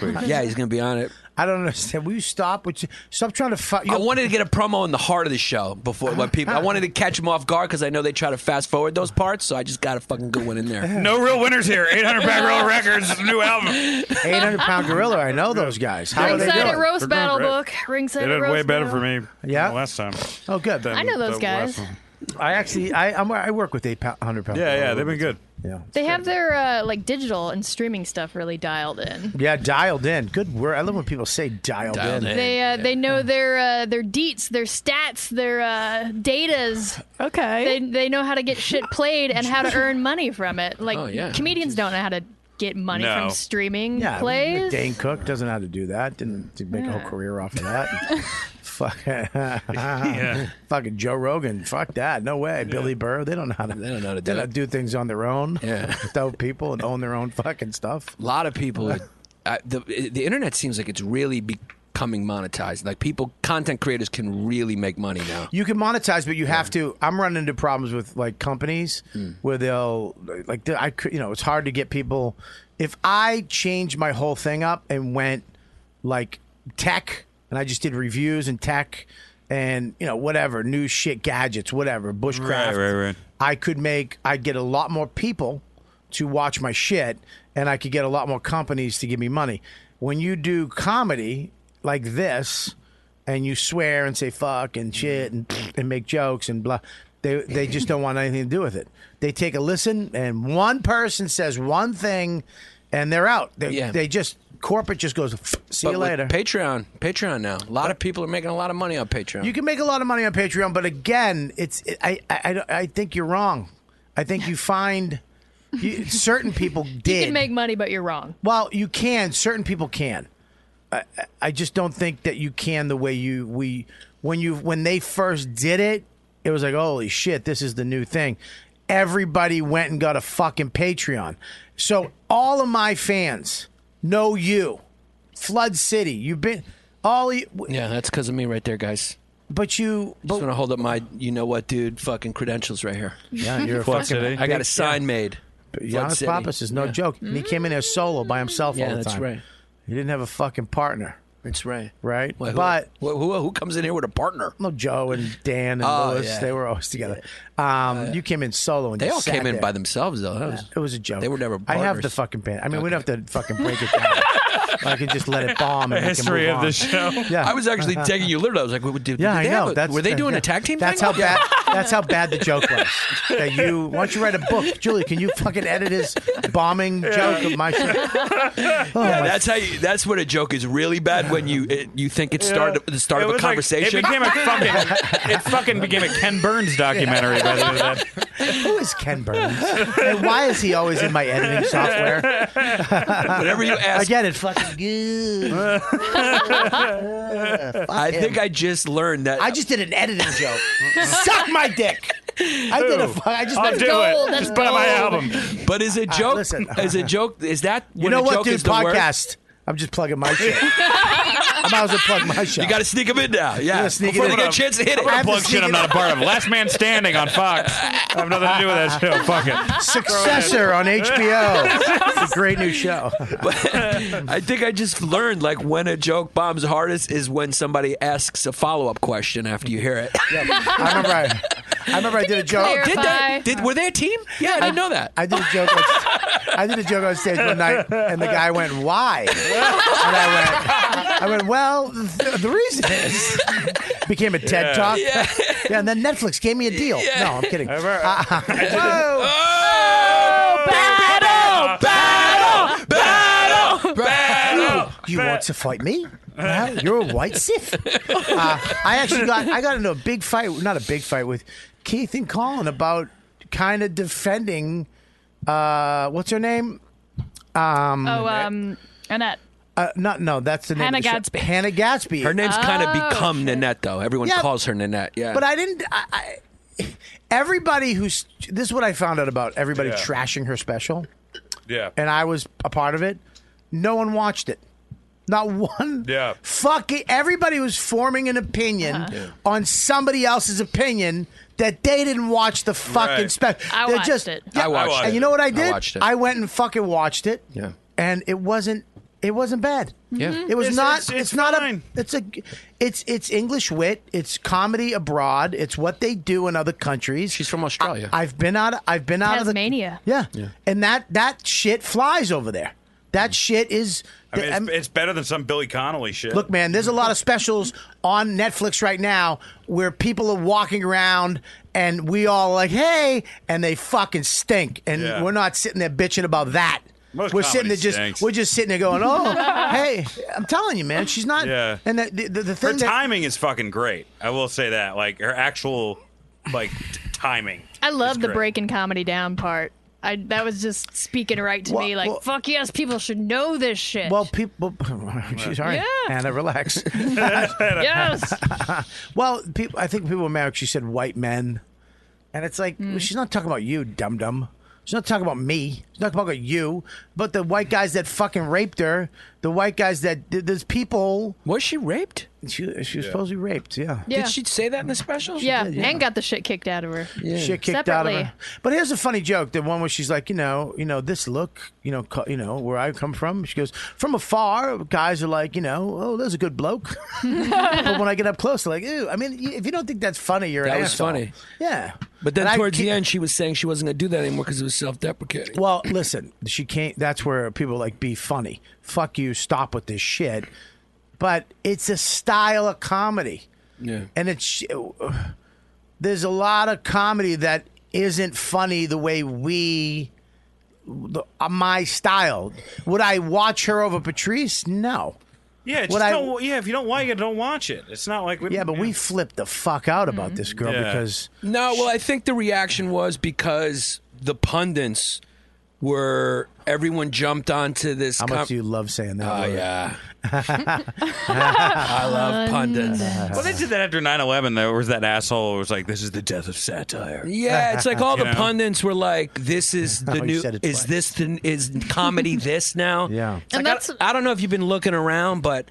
G: week.
C: Yeah, he's gonna be on it.
D: I don't understand. Will you stop? Would you, stop trying to fuck.
C: I wanted to get a promo in the heart of the show before when people. I wanted to catch them off guard because I know they try to fast forward those parts. So I just got a fucking good one in there.
G: No real winners here. 800 Back Row Records, new album.
D: 800 pound gorilla. I know those guys. How are they
F: Ringside
D: doing?
F: at Roast
G: They're doing
F: Battle
G: great.
F: Book. Ringside
G: They
F: at
G: did
F: Roast
G: way better
F: Battle.
G: for me
D: Yeah?
G: than last time.
D: Oh, good.
G: than
F: I know those
G: the
F: guys.
G: last one.
D: I actually, I I'm, I work with 800 pound
G: Yeah,
D: gorilla.
G: yeah, they've been good.
D: Yeah.
F: They have their uh, like digital and streaming stuff really dialed in.
D: Yeah, dialed in. Good word. I love when people say dialed,
C: Dialed in.
F: They uh, they know their uh, their deets, their stats, their uh, datas.
P: Okay.
F: They they know how to get shit played and how to earn money from it. Like
C: Oh, yeah.
F: comedians don't know how to get money
G: No.
F: from streaming
D: Yeah,
F: plays.
D: Dane Cook doesn't know how to do that. Didn't, didn't make a
F: Yeah.
D: whole career off of that. Fuck,
G: Yeah.
D: fucking Joe Rogan. Fuck that. No way. Billy Burr. They don't know how to. They
C: don't know how to
D: they
C: do
D: don't
C: it.
D: do things on their own.
C: Yeah.
D: without people and own their own fucking stuff.
C: A lot of people. Are, uh, the the internet seems like it's really becoming monetized. Like people, content creators can really make money now.
D: You can monetize, but you have to. I'm running into problems with like companies
G: Hmm.
D: where they'll like I could- you know it's hard to get people. If I changed my whole thing up and went like tech, and I just did reviews and tech, and you know whatever new shit gadgets, whatever bushcraft,
G: Right, right, right.
D: I could make. I'd get a lot more people to watch my shit, and I could get a lot more companies to give me money. When you do comedy like this, and you swear and say fuck and shit and and make jokes and blah. They, they just don't want anything to do with it. They take a listen, and one person says one thing, and they're out. They,
C: Yeah.
D: they just corporate just goes. See you
C: But with
D: later.
C: Patreon, Patreon now. A lot of people are making a lot of money on Patreon.
D: You can make a lot of money on Patreon, but again, it's I I, I, don't- I think you're wrong. I think you find you, certain people
F: you
D: did.
F: can make money, but you're wrong.
D: well, you can. Certain people can. I, I- I just don't think that you can the way you we when you when they first did it. It was like holy shit, this is the new thing. Everybody went and got a fucking Patreon. So all of my fans know you, Flood City. You've been all, you,
C: yeah, that's because of me right there, guys.
D: but you.
C: Just
D: But
C: want to hold up my, you know what, dude, fucking credentials right here.
D: yeah, you're a
G: Quad
D: fucking.
G: City.
C: I got a sign made. Flood
D: Giannis
C: City.
D: Papas is no joke. And he came in there solo by himself all
C: Yeah,
D: the
C: that's
D: time.
C: right.
D: He didn't have a fucking partner,
C: That's right.
D: right?
C: Wait, who-
D: but
C: who, who, who comes in here with a partner?
D: no, Joe and Dan and
C: Oh,
D: Lewis,
C: yeah.
D: they were always together. Um, you came in solo, and
C: They
D: just
C: all
D: sat
C: came in
D: there.
C: by themselves, though. That was-
D: It was a joke.
C: They were never
D: I have
C: partners.
D: the fucking band. I mean, we don't have to fucking break it down. I can just let it bomb.
G: The
D: and we can
G: history
D: move
G: of
D: on.
G: this show.
D: Yeah,
C: I was actually taking you literally. I was like, what, did,
D: Yeah,
C: did
D: I
C: they
D: know.
C: have a-
D: that's,
C: were they doing
D: yeah.
C: a tag team?
D: That's
C: thing?
D: how bad. That's how bad the joke was. That you. Why don't you write a book, Julie? Can you fucking edit his bombing joke of my Oh, show?
C: yeah, that's how. You, that's what a joke is really bad when you it, you think it's started the start
G: It
C: of a
G: was like-
C: conversation.
G: it became a fucking. It fucking became a Ken Burns documentary. By the end of that.
D: Who is Ken Burns? and why is he always in my editing software?
C: Whenever you ask,
D: I get it. Fucking good. Fuck
C: I
D: him.
C: think I just learned that.
D: I just did an editing joke. Suck my dick. I did a.
C: Who? Oh,
D: fu- I just
C: I'll
D: did
C: do it.
D: gold.
C: Just put it on my album. But is
D: Uh,
C: a joke?
D: listen.
C: Is a joke? Is that
D: You
C: when
D: know
C: a
D: what,
C: joke
D: dude?
C: is the
D: Podcast.
C: worst?
D: I'm just plugging my shit. I might as well plug my shit.
C: You got to sneak them in now.
D: You
C: Yeah,
D: gotta sneak it
C: before
D: in.
C: we get a chance to hit
G: I'm
C: it.
G: gonna plug shit I'm not a part of. Last Man Standing on Fox. I have nothing to do with that show. Fuck it.
D: Successor on HBO. It's a great new show.
C: I think I just learned like when a joke bombs hardest is when somebody asks a follow up question after you hear it.
D: I remember I, I remember I did a joke.
C: Oh, did they? Did were they a team? Yeah, I didn't know that.
D: I did a joke. On, st- I did a joke on stage one night, and the guy went, "Why?" And I went, "I went, well, th- the reason is." Became a TED
B: Yeah.
D: talk.
B: Yeah.
D: Yeah, and then Netflix gave me a deal. No, I'm kidding. Uh,
C: battle, battle, battle,
D: battle. You, you want to fight me? Well, you're a white Sith. Uh, I actually got I got into a big fight, not a big fight with Keith and Colin about kind of defending uh, what's her name? Um,
F: Oh, um, Annette.
D: uh, not no, that's the name.
F: Hannah
D: of the show.
F: Gadsby.
D: Hannah Gadsby.
C: Her name's kind of
F: Oh,
C: become Nanette though. Everyone
D: Yeah,
C: calls her Nanette. Yeah,
D: But I didn't. I, I, everybody who's this is what I found out about everybody
G: Yeah.
D: trashing her special,
G: Yeah.
D: and I was a part of it. No one watched it. Not one.
G: Yeah.
D: Fuck it. Everybody was forming an opinion
F: Uh-huh.
D: on somebody else's opinion that they didn't watch the fucking
C: Right.
D: special.
F: I
D: They're
F: watched
D: just,
F: it.
D: Yeah,
C: I watched
D: And
C: it.
D: you know what I
C: I
D: did?
C: watched it.
D: went and fucking watched it.
C: Yeah.
D: And it wasn't. It wasn't bad.
C: Yeah.
F: Mm-hmm.
C: Mhm.
D: It was
G: It's-
D: not.
G: it's-
D: It's,
G: it's
D: not
G: fine.
D: a. It's a. It's it's English wit. It's comedy abroad. It's what they do in other countries. She's
C: from Australia.
D: I, have been out. I've been out of the
F: Tasmania.
D: yeah. And that that shit flies over there. That shit is.
G: Mm. I mean, it's, it's better than some Billy Connolly shit.
D: Look, man, there's a lot of specials on Netflix right now where people are walking around and we all like, hey, and they fucking stink, and
G: Yeah.
D: we're not sitting there bitching about that.
G: Most
D: we're sitting
G: comedy
D: there just
G: stinks.
D: we're just sitting there going, oh, hey, I'm telling you, man, she's not.
G: Yeah.
D: And the the, the
G: her
D: thing that
G: timing is fucking great. I will say that. Like her actual, like t- timing.
F: I love the
G: great.
F: breaking comedy down part. I that was just speaking right to
D: Well,
F: me. Like,
D: well-
F: fuck yes, people should know this shit.
D: well, people. She's all right,
F: Yeah.
D: Anna, relax.
F: yes.
D: well, people, I think people were mad. when She said white men, and it's like well, she's not talking about you, dum dum. She's not talking about me. She's not talking about you. But the white guys that fucking raped her, the white guys that th- there's people.
C: was she raped?
D: She, she was supposedly raped. Yeah.
F: Yeah.
C: Did she say that in the special?
F: yeah,
D: did, yeah.
F: and got the shit kicked out of her.
D: Shit kicked out of her. But here's a funny joke: the one where she's like, you know, you know, this look, you know, co- you know, where I come from. She goes, from afar, guys are like, you know, oh, there's a good bloke. but when I get up close, they're like, ew. I mean, y- if you don't think that's funny, you're
C: That
D: an
C: was
D: asshole.
C: funny.
D: Yeah.
C: But then
D: And I
C: towards
D: keep-
C: the end, she was saying she wasn't going to do that anymore because it was self-deprecating.
D: Well, listen, she can't. That's where people like be funny. Fuck you. Stop with this shit. But it's a style of comedy,
C: Yeah.
D: and it's there's a lot of comedy that isn't funny the way we. The, uh, my style. Would I watch her over Patrice? No.
G: Yeah, just
D: What I-
G: don't, yeah. If you don't like it, don't watch it. It's not like we,
D: Yeah, but we flipped the fuck out about this girl
G: Yeah.
D: because
C: No, well, I think the reaction was because the pundits were everyone jumped onto this.
D: how
C: com-
D: much do you love saying that?
C: Oh,
D: word?
C: yeah. I love pundits.
G: Well, they did that after 9-11, though. Was that asshole who was like, "This is the death of satire."
C: Yeah, it's like all
G: You
C: the
G: know?
C: pundits were like, "This is the
D: Oh, you
C: new.
D: said it
C: Is this the is comedy this now?"
D: Yeah.
C: It's like, I- I, don't know if you've been looking around, but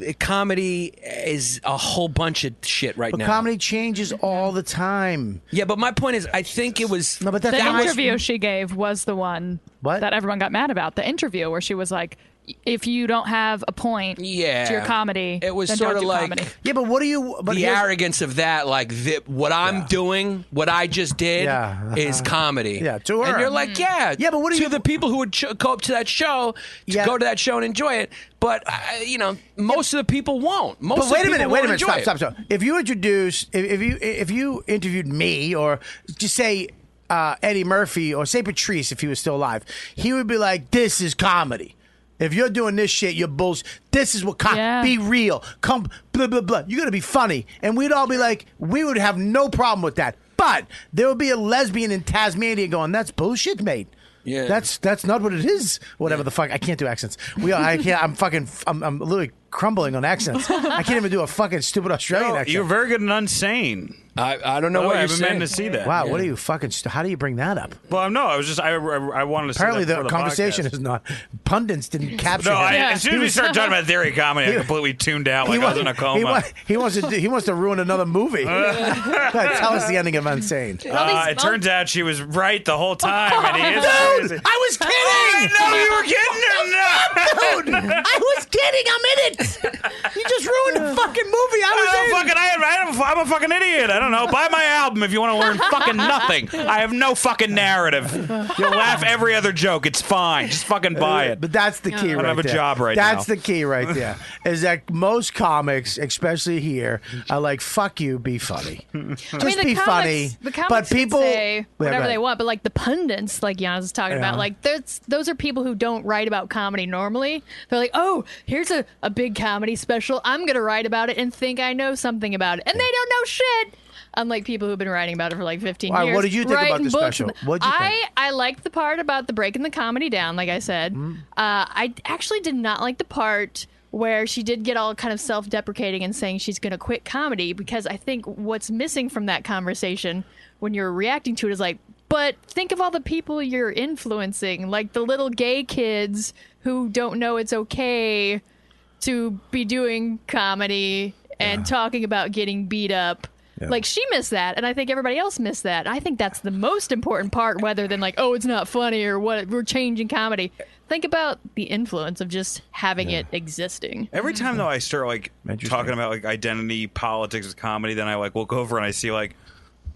C: uh, comedy is a whole bunch of shit right
D: But
C: now.
D: comedy changes all the time.
C: yeah, but my point is, I think it was.
D: No, but
P: The
D: that's
P: interview she gave was the one
D: What?
P: that everyone got mad about. The interview where she was like, if you don't have a point to your comedy,
C: It was
P: then
C: sort
P: don't
C: of
P: do
C: like
P: comedy.
D: yeah, but what do you?
C: the arrogance of that, like the, what I'm doing, what I just did,
D: Yeah. Uh-huh.
C: is comedy.
D: Yeah, to her.
C: and you're like,
D: Mm.
C: yeah, yeah, but what to the people who would ch- go up to that show, to go to that show and enjoy it? But uh, you know, most of the people won't. Most of
D: but wait
C: the
D: a minute,
C: people
D: wait a
C: won't
D: minute,
C: enjoy
D: stop,
C: it.
D: stop, stop. If you introduce, if, if you if you interviewed me or just say uh, Eddie Murphy or say Patrice if he was still alive, he would be like, "This is comedy." If you're doing this shit, you're bullshit. This is what com- be real. Come blah blah blah. You're gonna be funny, and we'd all be like, we would have no problem with that. But there would be a lesbian in Tasmania going, "That's bullshit, mate."
C: Yeah.
D: That's that's not what it is. Whatever the fuck. I can't do accents. We are, I can't. I'm fucking. I'm, I'm literally crumbling on accents. I can't even do a fucking stupid Australian accent.
G: You're very good at unsane.
C: I I don't
D: know
G: I haven't meant to see that.
D: Wow. What are you fucking? St- how do you bring that up?
G: Well, no, I was just I, I, I wanted to. say
D: Apparently
G: that
D: the,
G: for
D: conversation
G: podcast.
D: is not. Pundits didn't capture.
G: No,
D: him.
G: I, as soon as we started talking about theory comedy, I completely tuned out like I was in a
D: He,
G: coma.
D: wa- he wants to. Do, he wants to ruin another movie. Tell us the ending of Unsane.
G: Uh, it turns out she was right the whole time, and he is.
D: Dude, I was kidding.
G: no, you were kidding.
D: No. I was kidding. I'm in it. You just ruined the fucking movie. I was
G: I'm
D: in.
G: a fucking, I, I'm, a, I'm a fucking idiot. I don't know. Buy my album if you want to learn fucking nothing. I have no fucking narrative. You'll laugh every other joke. It's fine. Just fucking buy it.
D: But that's the key
G: I
D: right
G: don't have a
D: there.
G: job right now.
D: That's the key right there. Is that most comics, especially here, are like, fuck you, be funny. Just
F: I mean, the
D: be
F: comics,
D: funny.
F: The comics
D: but
F: can
D: people
F: say
D: Yeah,
F: whatever
D: go
F: they
D: ahead.
F: want, but like the pundits, like Giannis is talking
D: Yeah.
F: about, like that's those are people who don't write about comedy normally. They're like, oh, here's a, a big comedy special. I'm gonna write about it and think I know something about it, and they don't know shit. Unlike people who've been writing about it for like 15
D: All right,
F: years.
D: what did you think about
F: writing
D: the
F: books.
D: special? What'd you
F: I,
D: think?
F: I liked the part about the breaking the comedy down, like I said. Uh, I actually did not like the part where she did get all kind of self deprecating and saying she's going to quit comedy because I think what's missing from that conversation when you're reacting to it is like, but think of all the people you're influencing, like the little gay kids who don't know it's okay to be doing comedy and talking about getting beat up.
Q: Yeah.
F: Like she missed that, and I think everybody else missed that. I think that's the most important part, rather than like, oh, it's not funny or what we're changing comedy. Think about the influence of just having it existing.
G: Every time though, I start like talking about like identity politics with comedy. Then I like look over and I see like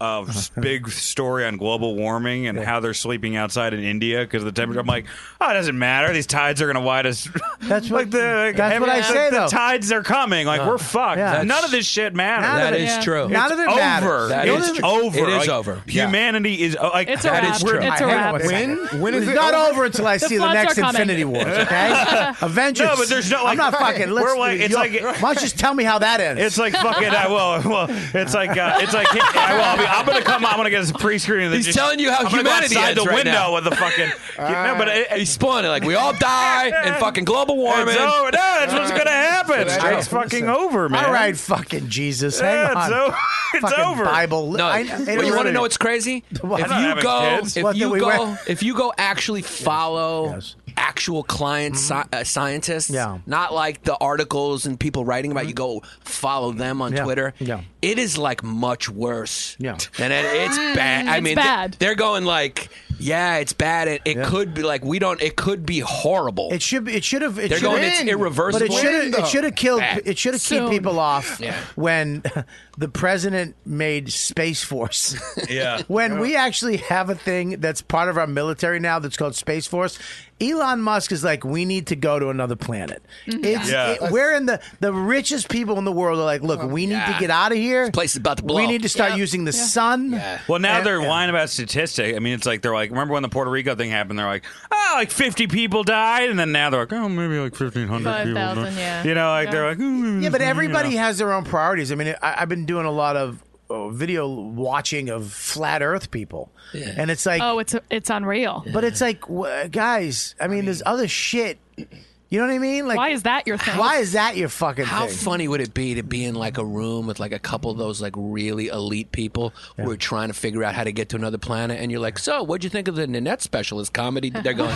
D: Oh,
G: a s- big story on global warming and how they're sleeping outside in India because the temperature. I'm like, oh, it doesn't matter. These tides are going to wide us.
D: That's
G: what the like,
D: that's what I
G: the-
D: say,
G: The
D: though.
G: tides are coming. Like
D: Yeah.
G: we're fucked.
D: Yeah. That's-
G: None of this shit matters.
D: None of
C: That
D: it-
C: is
D: yeah.
C: true.
D: None of it
G: It's
D: matters.
G: over.
D: That
G: It's
D: is true.
G: over.
C: It is
G: Like,
C: over. Yeah.
G: Humanity is uh, like
P: It's a That wrap. is true. It's a
G: Hang on
P: wrap.
G: one second.
D: When? it's not over until I
G: The
D: see the
G: floods
D: next
G: are coming.
D: Infinity Wars. Okay, Avengers.
G: No, but there's no,
D: I'm
G: like-
D: not fucking.
G: We're
D: Let's,
G: like- it's
D: yo,
G: like-
D: why don't you just tell me how that ends?
G: It's like fucking. Uh, well, well, it's like uh, it's like. I, well, I mean, I'm gonna come. I'm gonna get a pre-screening.
C: He's telling you how
G: I'm gonna go
C: humanity
G: outside
C: ends
G: the
C: right
G: window
C: now.
G: with the fucking. no, but it,
C: He's spoiling it like we all die and fucking global warming.
G: It's over. No, that's what's gonna happen.
C: It's
G: It's,
C: true.
G: fucking over, man.
D: All right, fucking Jesus. Hang
G: Yeah,
D: on.
G: it's o- it's
D: fucking
G: over.
D: Bible.
C: No,
D: I-
C: well,
D: it
C: you want
D: really-
C: to know what's crazy?
D: What?
C: If
D: I'm not
C: you
D: having
C: go,
D: kids.
C: if
D: What,
C: you
D: that we
C: go,
D: went-
C: if you go, actually follow actual client sci- uh, scientists,
D: Mm-hmm. Yeah. Mm-hmm.
C: not like the articles and people writing about. You go follow them on
D: Yeah.
C: Twitter.
D: Yeah.
C: It is like much worse.
D: Yeah.
C: and it, it's
D: Mm,
C: bad. I
D: it's
C: mean,
D: bad.
C: They, are going like, yeah, it's bad. It, it could be like we don't. It could be horrible.
D: It should. It should have. It
C: They're
D: should
C: going, it's irreversible.
D: But it should. It should have killed.
C: Bad.
D: It should have
C: Soon.
D: kept people off
C: Yeah.
D: when the president made Space Force.
G: Yeah.
D: when we actually have a thing that's part of our military now that's called Space Force. Elon Musk is like, we need to go to another planet.
C: Mhm.
D: It's,
C: Yeah.
D: it- we're in the the richest people in the world are like, look, we need
C: yeah.
D: to get out of here. This
C: place is about to blow.
D: We need to start using the sun.
G: Well, now
D: And-
G: they're lying about statistics. I mean, it's like they're like, remember when the Puerto Rico thing happened? They're like, oh, like 50 people died, and then now they're like, oh, maybe like 1,500 people. died.
F: 5,000, yeah.
G: You know, like they're
F: Yeah.
G: like, "Ooh,
D: Yeah, but
G: you know."
D: everybody has their own priorities. I mean, I, I've been doing a lot of uh, video watching of flat Earth people, and it's like,
P: oh, it's it's unreal.
D: but it's like, wh- guys. I mean, there's other shit. You know what I mean? Like,
P: Why is that your thing?
D: Why is that your fucking
C: How
D: thing?
C: funny would it be to be in like a room with like a couple of those like really elite people who are trying to figure out how to get to another planet, and you're like, "So, what'd you think of the Nanette special? Is comedy?" They're going,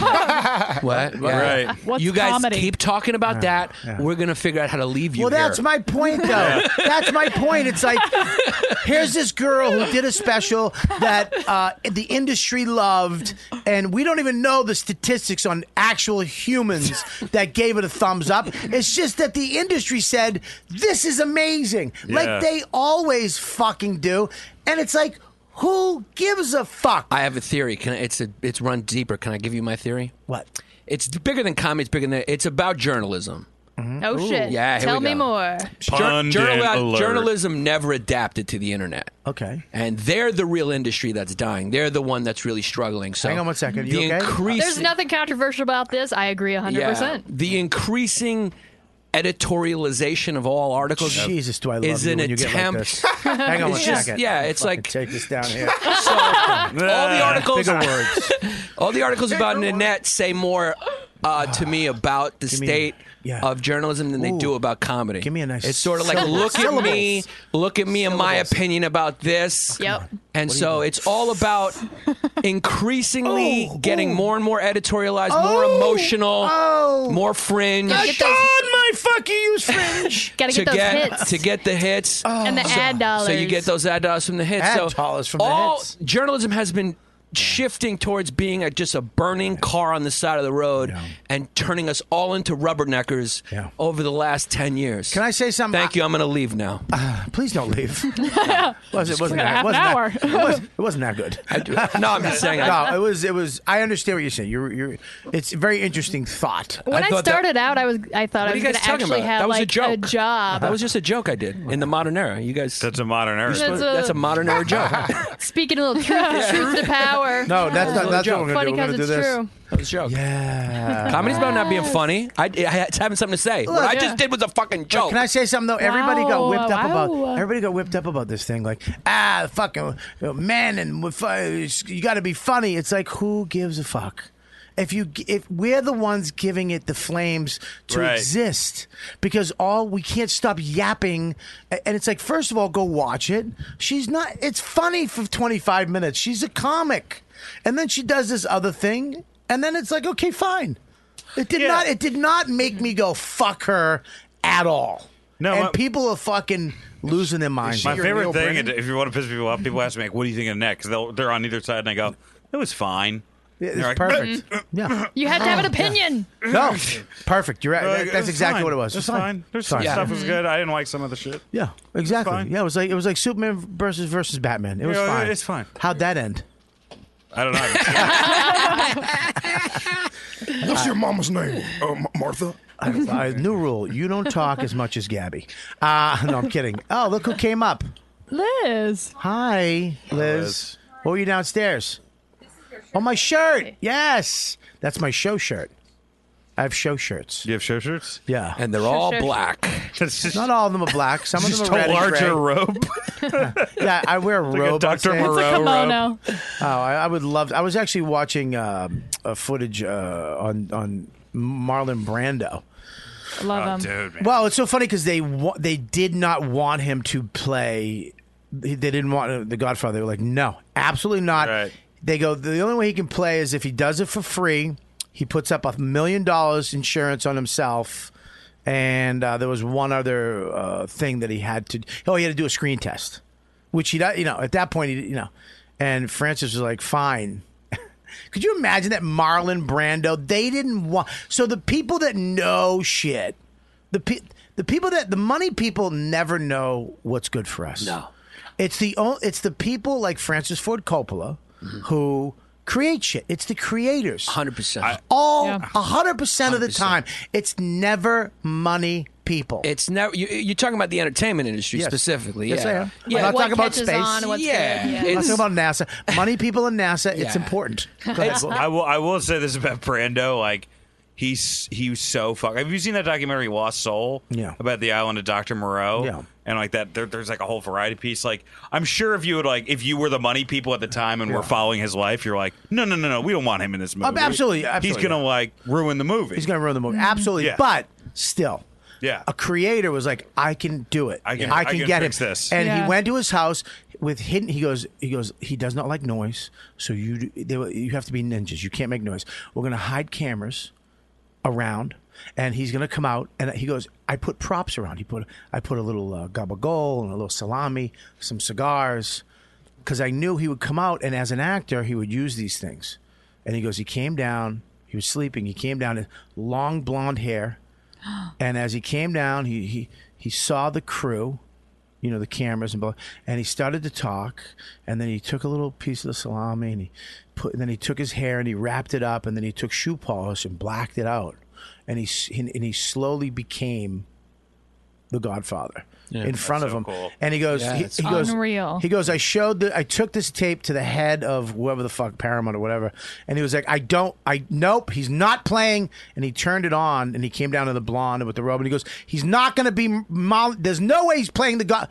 C: "What?
D: Right. What's
C: you guys
D: comedy?
C: keep talking about that. We're gonna figure out how to leave you."
D: well, that's
C: here."
D: my point, though.
C: Yeah.
D: That's my point. It's like, here's this girl who did a special that uh, the industry loved, and we don't even know the statistics on actual humans that that gave it a thumbs up. it's just that the industry said, this is amazing.
C: Yeah.
D: Like they always fucking do. And it's like, who gives a fuck?
C: I have a theory. Can I, it's a, it's run deeper. Can I give you my theory?
D: What?
C: It's bigger than comedy. It's bigger than it's about journalism.
F: Oh shit!
C: Mm-hmm. Yeah, here
F: Tell
C: we
F: me
C: go.
F: more.
C: Jour- journali- journalism never adapted to the internet.
D: Okay.
C: And they're the real industry that's dying. They're the one that's really struggling. So
D: Hang on one second. You
C: the
D: okay?
C: increase-
F: There's nothing controversial about this. I agree 100%.
C: Yeah, the increasing editorialization of all articles.
D: Jesus, do I love
C: is
D: you
C: an
D: when you get
C: attempt.
D: like this. Hang on
C: It's
D: one
C: just-
D: second.
C: Yeah, it's
D: Fucking
C: like
D: take this down here.
C: all the articles.
D: Bigger words.
C: all the articles about Nanette say more
D: Ah,
C: uh, to me about the state of journalism than they do about comedy. Give me
D: a nice.
C: It's sort of like
D: syllable.
C: look at me, look at me and my
D: Syllables.
C: opinion about this.
F: Yep.
C: And so it's all about increasingly getting more and more editorialized, more
D: Oh,
C: emotional,
D: oh.
C: more fringe.
D: I showed my fucking use fringe.
F: Gotta
C: to
F: get those
C: get
F: hits.
C: to get the hits
F: And the
C: so,
F: ad dollars.
C: So you get those ad dollars from the hits.
D: Oh, Ad
C: so
D: dollars from the
C: all
D: hits.
C: journalism has been shifting towards being a, just a burning car on the side of the road and turning us all into rubberneckers over the last ten years. Can
D: I say something?
C: Thank you. I'm going to leave now.
D: Please don't leave. was, it
C: Just
D: wasn't
C: for
D: that,
C: half an
D: wasn't
C: hour.
D: That, it, was, it wasn't that good.
C: no, I'm just saying I-
D: No, it was. It was. I understand what you're saying. You're. You're. It's a very interesting thought.
F: When I, started out, I was I thought
C: What
F: I
C: are you
F: was
C: guys
F: going to
C: talking
F: actually
C: about?
F: have
C: that was
F: like
C: a joke. Uh-huh.
F: job.
C: That was just a joke I did in the modern era. You guys. That's
G: a modern
C: era.
F: That's
C: That's a,
F: a-
C: modern era joke.
F: Speaking a little truth, truth to power.
C: No, that's not-
F: Little
C: that's what
F: joke.
C: we're gonna do. We're
F: Funny
C: gonna
F: because
C: do
F: it's
C: this.
F: true.
C: That was a joke. Yeah. Comedy's about not being funny. I, I, it's having something to say. what
D: Look,
C: I
D: yeah.
C: just did was a fucking joke.
D: Can I say something though? Everybody got
C: Wow,
D: whipped up
C: wow.
D: about. Everybody got whipped up about this thing. Like ah, the fucking you know, men and with, uh, you got to be funny. It's like who gives a fuck. If you g- if we're the ones giving it the flames to
G: Right.
D: exist because all we can't stop yapping A- and it's like first of all go watch it she's not it's funny for 25 minutes she's a comic and then she does this other thing and then it's like okay fine it did not. It did not make me go fuck her at all. No, and
G: my-
D: people are fucking losing their minds.
G: My favorite thing, is if you want to piss people off, people ask me, like, "What do you think of next?" They'll, they're on either side, and I go, "It was fine."
D: Yeah,
G: They're
D: it's
G: like,
D: perfect. Yeah.
F: You had to have an opinion.
D: No, perfect. You're right.
G: They're like,
D: That- That's
G: "It's
D: exactly
G: fine.
D: what it was.
G: It's
D: It's
G: fine. There's some
D: Fine.
G: stuff was good. I didn't like some of the shit.
D: Yeah, exactly.
G: fine.
D: Yeah, it was like it was like Superman versus versus Batman. It was
G: Yeah,
D: fine.
G: it's fine.
D: How'd that end?
G: I don't know.
K: What's your mama's name? Uh, Ma- Martha.
D: Uh, new rule: you don't talk as much as Gabby. Uh, no, I'm kidding. Oh, look who came up.
F: Liz.
D: Hi, Liz. What were you downstairs? Oh, my shirt. Yes, that's my show shirt. I have show shirts.
G: You have show shirts?
D: Yeah,
C: and they're all black.
D: Not all of them are black. Some of them
G: Just
D: are
G: a
D: red
G: larger
D: and gray.
G: robe.
D: Yeah, I wear a
G: like a
D: robe.
G: Dr.
D: I'd say.
G: Moreau It's a kimono.
D: Oh, I, I would love. I was actually watching um, uh, footage uh, on on Marlon Brando.
P: Love him.
D: Well, it's so funny because they wa- they did not want him to play. They didn't want uh, the Godfather. They were like, no, absolutely not. They go. The only way he can play is if he does it for free. He puts up a million dollars insurance on himself. And uh, there was one other uh, thing that he had to. Oh, he had to do a screen test, which he, do- you know, at that point, he, you know. And Francis was like, fine. Could you imagine that Marlon Brando? They didn't want. So the people that know shit, the pe- the people that the money people never know what's good for us. No, it's the o- it's the people like Francis Ford Coppola who create shit. It's the creators. Mm-hmm. Hundred
C: percent.
D: All hundred percent of the time. It's never money people.
C: It's never. You, you're talking about the entertainment industry
D: Yes.
C: specifically.
D: Yes,
C: yeah.
D: I am.
C: Yeah.
D: I'm not talking about space.
C: yeah.
D: I'm
C: It's-
D: not talking about NASA. Money people and NASA. It's important. Go ahead.
G: It's- I will. I will say this about Brando. Like he's he was so fuck. Have you seen that documentary Lost Soul?
D: Yeah.
G: About the island of Doctor Moreau.
D: Yeah.
G: And like that, there, there's like a whole variety piece. Like I'm sure if you would like, if you were the money people at the time and were following his life, you're like, no, no, no, no, we don't want him in this movie.
D: Ab- Oh, absolutely, absolutely.
G: He's gonna like ruin the movie.
D: He's going to ruin the movie. Absolutely.
G: Mm-hmm. Yeah.
D: But still.
G: Yeah.
D: A creator was like, I can do it. I
G: can- I can
D: get
G: fix
D: him.
G: this.
D: And
G: Yeah.
D: he went to his house with hidden. He goes, he goes. He does not like noise. So you, do- they, were- you have to be ninjas. You can't make noise. We're going to hide cameras around, and he's going to come out. And he goes, I put props around. He put, I put a little uh, gabagool and a little salami, some cigars, because I knew he would come out. And as an actor, he would use these things. And he goes, he came down. He was sleeping. He came down, his long blonde hair. And as he came down, he, he, he saw the crew, you know, the cameras and blah, and he started to talk. And then he took a little piece of the salami and he put, and then he took his hair and he wrapped it up. And then he took shoe polish and blacked it out. And he, s- and and he slowly became the Godfather
Q: Yeah.
D: in
Q: That's
D: front of
Q: so
D: him.
Q: cool.
D: And he goes,
Q: Yeah,
D: he,
Q: it's
D: he goes,
P: unreal.
D: he goes, I showed the, I took this tape to the head of whoever the fuck Paramount or whatever, and he was like, I don't, I nope, he's not playing. And he turned it on, and he came down to the blonde with the robe, and he goes, he's not going to be. Molly, there's no way he's playing the god.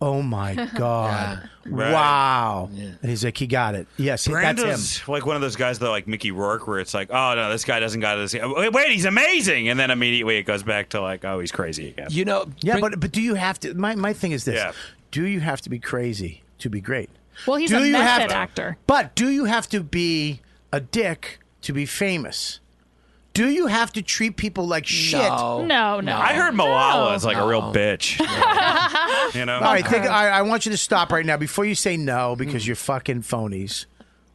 D: Oh my god!
G: Right.
D: Wow! And he's like, he got it. Yes, that's
G: Brando's
D: him.
G: like one of those guys that like Mickey Rourke, where it's like, oh no, this guy doesn't got this. Wait, wait, he's amazing, and then immediately it goes back to like, oh, he's crazy again.
C: You know,
D: yeah, but but do you have to? My my thing is this: Do you have to be crazy to be great?
P: Well, he's
D: Do
P: a
D: you have
P: method
D: to-
P: actor.
D: But do you have to be a dick to be famous? Do you have to treat people like shit?
F: Oh,
P: No. No, no.
G: I heard Malala is like a real bitch. you know,
D: All right, think, I, I want you to stop right now before you say no because you're fucking phonies.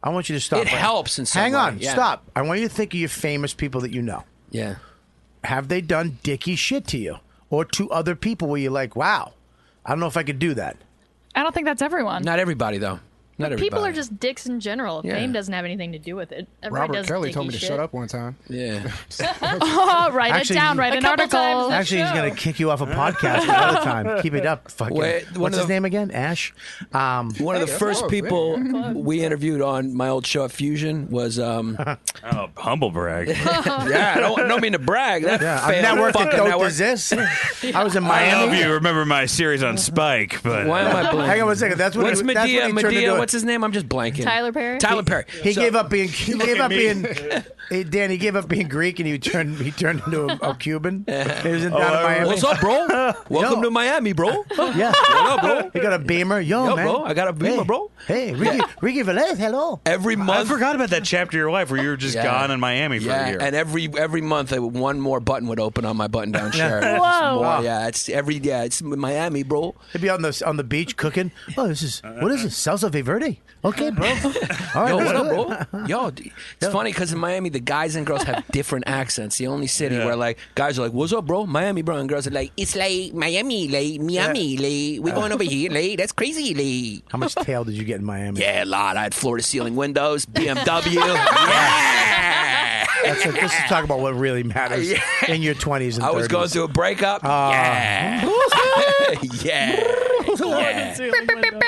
D: I want you to stop.
C: Hmm. It
D: right now.
C: helps in some
D: Hang
C: way,
D: on,
C: yeah.
D: stop. I want you to think of your famous people that you know.
C: Yeah.
D: Have they done dicky shit to you or to other people where you're like, wow, I don't know if I could do that.
P: I don't think that's everyone.
C: Not everybody though. Not everybody.
F: People are just dicks in general.
D: Yeah.
F: Fame doesn't have anything to do with it. Everybody
I: Robert
F: does
I: Kelly
F: dicky
I: told me to
F: shit.
I: shut up one time.
C: Yeah.
P: oh, write it down. Write
F: A
P: an
F: couple
C: Oh,
P: article.
D: Actually, he's going to kick you off a podcast another time. Keep it up. Fucking.
C: Wait, one
D: What's
C: of
D: his
C: the-
D: name again? Ash. Um,
C: One of the first people we interviewed on my old show at Fusion was um
G: oh, humble brag.
C: yeah, I don't, don't mean to brag. That
D: Yeah, a
C: failed
D: network that
C: fucking
D: don't
C: network.
D: exist. I was in
G: I
D: Miami.
G: don't know if you remember my series on Spike, but
C: Why am I blanking?
D: Hang on one second. That's what.
C: What's
D: he, that's
C: Medea?
D: what he turned
C: Medea.
D: into.
C: What's his name? I'm just blanking.
F: Tyler Perry?
C: Tyler Perry.
D: He
C: So-
D: gave up being. He
C: Look
D: gave
C: at
D: up
C: me.
D: being. Hey, Dan, he gave up being Greek, and he turned. He turned into a, a Cuban. He was in, down in Miami.
C: What's up, bro? Welcome to Miami, bro.
D: Yeah.
C: What up, bro?
D: He got a Beamer. Yo,
C: Yo,
D: man.
C: bro, I got a Beamer,
D: hey,
C: bro.
D: Hey, Ricky, Ricky Velez, hello.
C: Every month,
G: I forgot about that chapter of your life where you were just
C: Yeah.
G: gone in Miami for
C: yeah,
G: a year.
C: and every every month, I, one more button would open on my button-down shirt.
D: Yeah.
C: Just
D: Whoa.
C: more,
D: Wow.
C: Yeah, it's every yeah, it's Miami, bro.
D: He'd be on the on the beach cooking. Oh, this is what is this? Salsa Verde. Okay, bro. All right,
C: Yo,
D: let's
C: what
D: do it.
C: up, bro? Yo, d- it's funny because in Miami, the guys and girls have different accents. The only city where like guys are like, "What's up, bro?" Miami, bro, and girls are like, "It's like Miami, like Miami, like we going over here, like that's crazy, like."
D: How much tail did you get in Miami?
C: Yeah, a lot. I had floor to ceiling windows, BMW. yeah.
D: That's it. Let's just talk about what really matters
C: Yeah.
D: in your twenties and
C: I was going
D: 30s.
C: through a breakup.
D: Ah.
C: yeah. yeah. Yeah.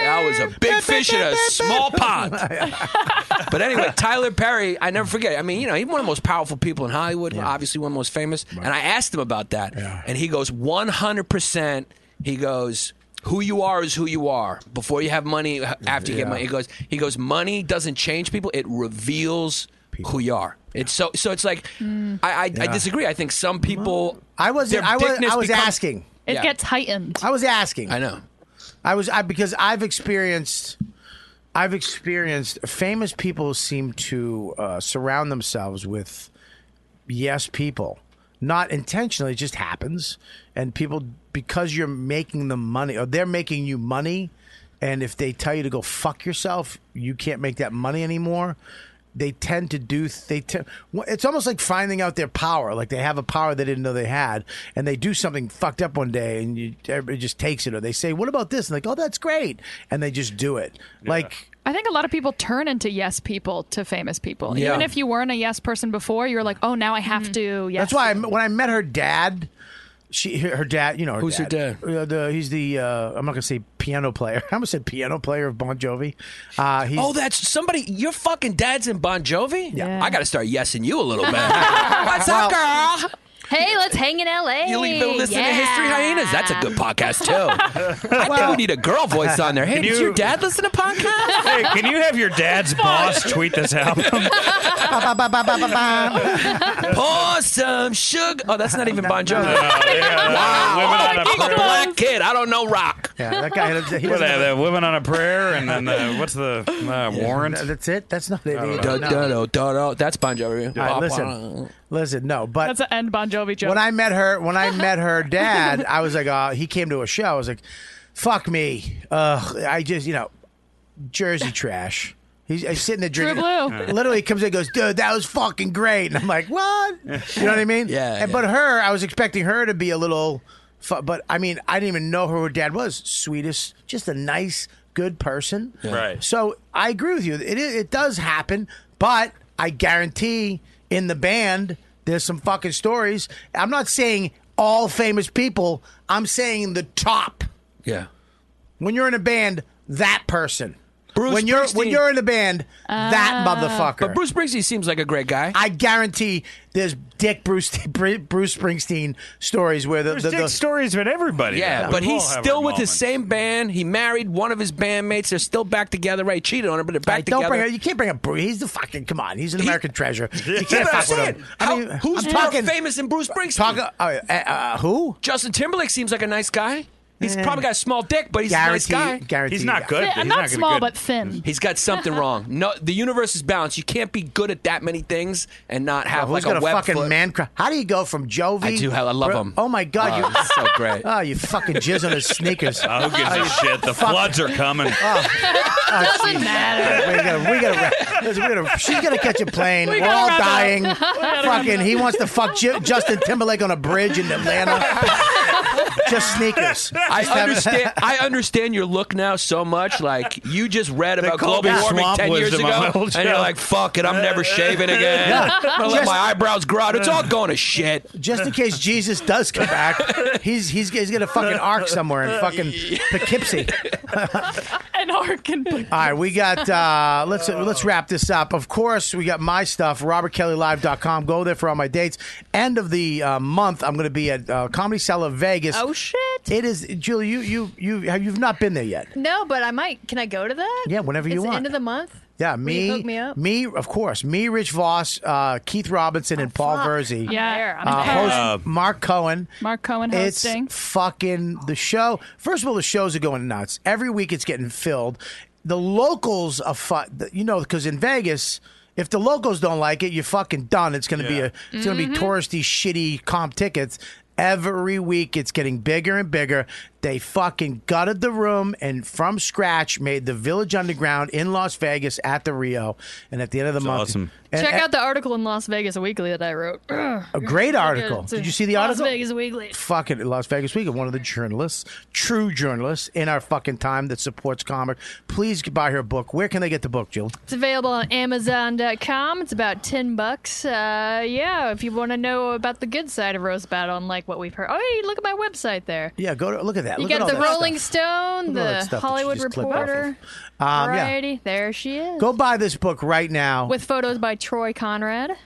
C: I was a big fish in a small pond. But anyway, Tyler Perry, I never forget. I mean, you know, he's one of the most powerful people in Hollywood, obviously one of the most famous. And I asked him about that. And he goes, 100%. He goes, who you are is who you are. Before you have money, after you get
D: Yeah.
C: money, he goes. He goes. Money doesn't change people; it reveals who you are. It's so. So it's like I, I, I
D: Yeah.
C: disagree. I think some people.
D: I was
C: their
D: I was
C: dickness
D: I was
C: becomes-
D: asking.
P: It
C: Yeah.
P: gets heightened.
D: I was asking.
C: I know.
D: I was I because I've experienced I've experienced famous people seem to uh, surround themselves with yes people. Not intentionally, it just happens. And people because you're making them money or they're making you money and if they tell you to go fuck yourself, you can't make that money anymore. They tend to do they te- it's almost like finding out their power. Like they have a power they didn't know they had, and they do something fucked up one day, and you, everybody just takes it. Or they say, "What about this?" And like, "Oh, that's great," and they just do it. Like,
P: I think a lot of people turn into yes people to famous people.
D: Yeah.
P: Even if you weren't a yes person before, you're like, oh, now I have
F: Mm-hmm.
P: to. Yes.
D: That's why I, when I met her dad, she her her dad, you know, her
C: Who's her
D: dad? Uh, the, he's the uh, I'm not gonna say piano player. I almost said piano player of Bon Jovi. Uh, he's,
C: Oh, that's somebody. Your fucking dad's in Bon Jovi.
D: Yeah.
C: I got to start yesing you a little bit. What's up, girl?
F: Hey, let's hang in LA.
C: You leave been listening to History Hyenas. That's a good podcast too. I think we need a girl voice on there. Hey,
G: Can
C: does
G: you-
C: your dad listen to podcasts?
G: Hey, can you have your dad's boss tweet this album?
C: Pour some sugar. Oh, that's not even Bon Jovi.
G: yeah,
C: wow,
G: women on a
C: I'm a
G: prayer.
C: black kid. I don't know rock.
D: Yeah, that guy. He
G: What,
D: doesn't-
G: uh, the women on a prayer, and then the, what's the uh, Warren?
D: That's it. That's not it.
C: Da- da- da- da- da- That's Bon Jovi.
D: All right, listen, listen. No, but
P: That's an end Bon Jovi joke.
D: When I met her, when I met her dad, I was like, uh, he came to a show. I was like, fuck me. Ugh, I just, you know, Jersey trash. He's, he's sitting there
P: True
D: drinking.
P: blue.
D: Literally comes in and goes, dude, that was fucking great. And I'm like, what? You know what I mean?
C: Yeah,
D: And,
C: yeah.
D: But her, I was expecting her to be a little, fu- but I mean, I didn't even know who her dad was. Sweetest, just a nice, good person.
C: Yeah. Right.
D: So I agree with you. It, i- it does happen, but I guarantee in the band, there's some fucking stories. I'm not saying all famous people, I'm saying the top.
C: Yeah.
D: When you're in a band, that person. when you're when
C: Springsteen.
D: you're in a band, that
C: Uh,
D: motherfucker.
C: But Bruce Springsteen seems like a great guy.
D: I guarantee there's Dick Bruce Bruce Springsteen stories where the,
C: There's
D: the, the
C: dick
G: stories with everybody.
C: Yeah, but he's still with his same band. He married one of his bandmates. They're still back together. Right, he cheated on her, but they're back
D: Don't
C: together.
D: bring up, you can't bring up Bruce. He's the fucking come on. He's an American treasure. You
C: Yeah,
D: can't
C: but I'm
D: fuck with
C: saying,
D: him.
C: how-
D: I mean,
C: who's
D: I'm
C: more
D: talking
C: famous than Bruce Springsteen?
D: talking uh, uh, uh, who?
C: Justin Timberlake seems like a nice guy. He's probably got a small dick, but he's a nice guy.
D: Guarantee- guarantee He's not good.
P: Thin- He's not not gonna be small, good. but thin.
C: He's got something wrong. No, the universe is balanced. You can't be good at that many things and not have
D: Who's
C: like
D: gonna
C: a web
D: fucking
C: foot.
D: man crush? How do you go from Jovi?
C: I do. I love
D: Bru-
C: him.
D: Oh my god,
C: Oh,
D: you
C: he's so great.
D: Oh, you fucking jizz on his sneakers.
G: Oh, who gives
D: Oh,
G: a
D: you
G: shit? The
D: fuck-
G: floods are coming.
C: Oh,
D: Doesn't matter. Ah, We gotta, we gotta, listen, we gotta, she's gonna catch a plane.
Q: We
D: We are
Q: gotta
D: all
Q: wrap it up.
D: dying.
Q: We gotta
D: Fucking,
Q: wrap it
D: he
Q: up.
D: wants to fuck Ju- Justin Timberlake on a bridge in Atlanta. Just sneakers.
C: I
D: Just have-
C: understand. I understand your look now so much. Like you just read about
D: called
C: global
D: me
C: warming
D: swamp
C: ten years
D: wizard my
C: ago,
D: whole
C: and you're
D: job.
C: like, "Fuck it, I'm never shaving again.
D: Yeah.
C: I'm gonna let
D: Just-
C: my eyebrows grow out. It's all going to shit."
D: Just in case Jesus does come back, he's he's, he's gonna fucking arc somewhere in fucking Poughkeepsie.
P: An Arkansas.
D: All right, we got uh, let's let's wrap this up. Of course, we got my stuff, robertkellylive.com. Go there for all my dates. End of the uh, month, I'm going to be at uh, Comedy Cellar Vegas.
F: Oh, shit.
D: It is Julie, you you you have you've not been there yet.
F: No, but I might. Can I go to that?
D: Yeah, whenever you
F: It's the
D: want.
F: End of the month.
D: Yeah,
F: Will
D: me
F: you hook me up?
D: me of course, me Rich Voss, uh, Keith Robinson
F: Oh,
D: and Paul Verzi.
P: Yeah. I'm there. I'm
D: uh,
P: there.
D: host Mark Cohen.
P: Mark Cohen
D: It's
P: hosting.
D: fucking the show. First of all, the shows are going nuts. Every week it's getting filled. The locals are fu- you know because in Vegas, if the locals don't like it, you're fucking done. It's gonna be a it's gonna be touristy shitty comp tickets. Every week it's getting bigger and bigger. They fucking gutted the room and from scratch made the Village Underground in Las Vegas at the Rio. And at the end of the month,
G: awesome.
D: and-
F: Check
D: and-
F: out the article in Las Vegas Weekly that I wrote.
D: a great article. Did you see the article?
F: Las Vegas Weekly.
D: Fucking Las Vegas Weekly, one of the journalists, true journalists in our fucking time that supports comic. Please buy her book. Where can they get the book, Jill?
F: It's available on Amazon.com. It's about ten bucks. Uh, yeah, if you want to know about the good side of roast battle and like what we've heard. Oh, hey, look at my website there.
D: Yeah, go to look at that.
F: you
D: look
F: got
D: at all
F: the
D: that
F: Rolling
D: stuff.
F: Stone,
D: Look at all
F: the
D: that stuff that you
F: Hollywood
D: just clipped off of.
F: Reporter,
D: Um, yeah,
F: Variety. There she is.
D: go buy this book right now.
F: with photos by Troy Conrad.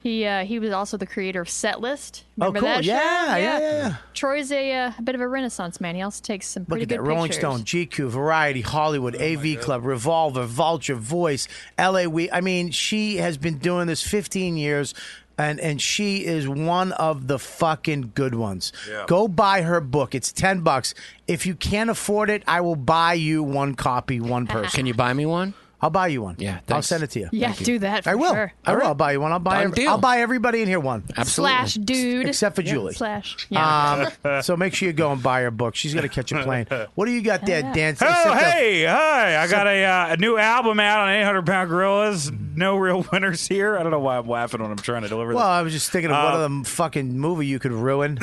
F: He uh, he was also the creator of Setlist.
D: Oh,
F: Remember
D: cool.
F: that show?
D: Yeah, yeah, yeah, yeah.
F: Troy's a, uh, a bit of a renaissance man. He also takes some
D: Look
F: pretty
D: at that.
F: good
D: Rolling
F: pictures.
D: Stone, GQ, Variety, Hollywood, AV Club, Revolver, Vulture, Voice, LA We I mean, she has been doing this 15 years. And, and she is one of the fucking good ones.
Q: Yeah.
D: Go buy her book. It's 10 bucks. If you can't afford it, I will buy you one copy, one person.
C: Can you buy me one?
D: I'll buy you one. Yeah, I'll
C: thanks.
D: send it to you.
F: Yeah, Thank you. do that for
D: I will.
F: sure.
D: I will. I'll buy you one. I'll buy.
C: Done
D: every-
C: deal.
D: I'll buy everybody in here one.
C: Absolutely.
F: Slash dude.
D: Except for
F: Yeah.
D: Julie.
F: Slash. Yeah.
D: Um, so make sure you go and buy her book. She's gonna catch a plane. What do you got there, Dan?
G: Oh,
D: Except the-
G: hey, hi. I got a, uh, a new album out on 800 Pound Gorillas. No real winners here. I don't know why I'm laughing when I'm trying to deliver
D: Well,
G: this.
D: I was just thinking of what
G: Uh,
D: other fucking movie you could ruin.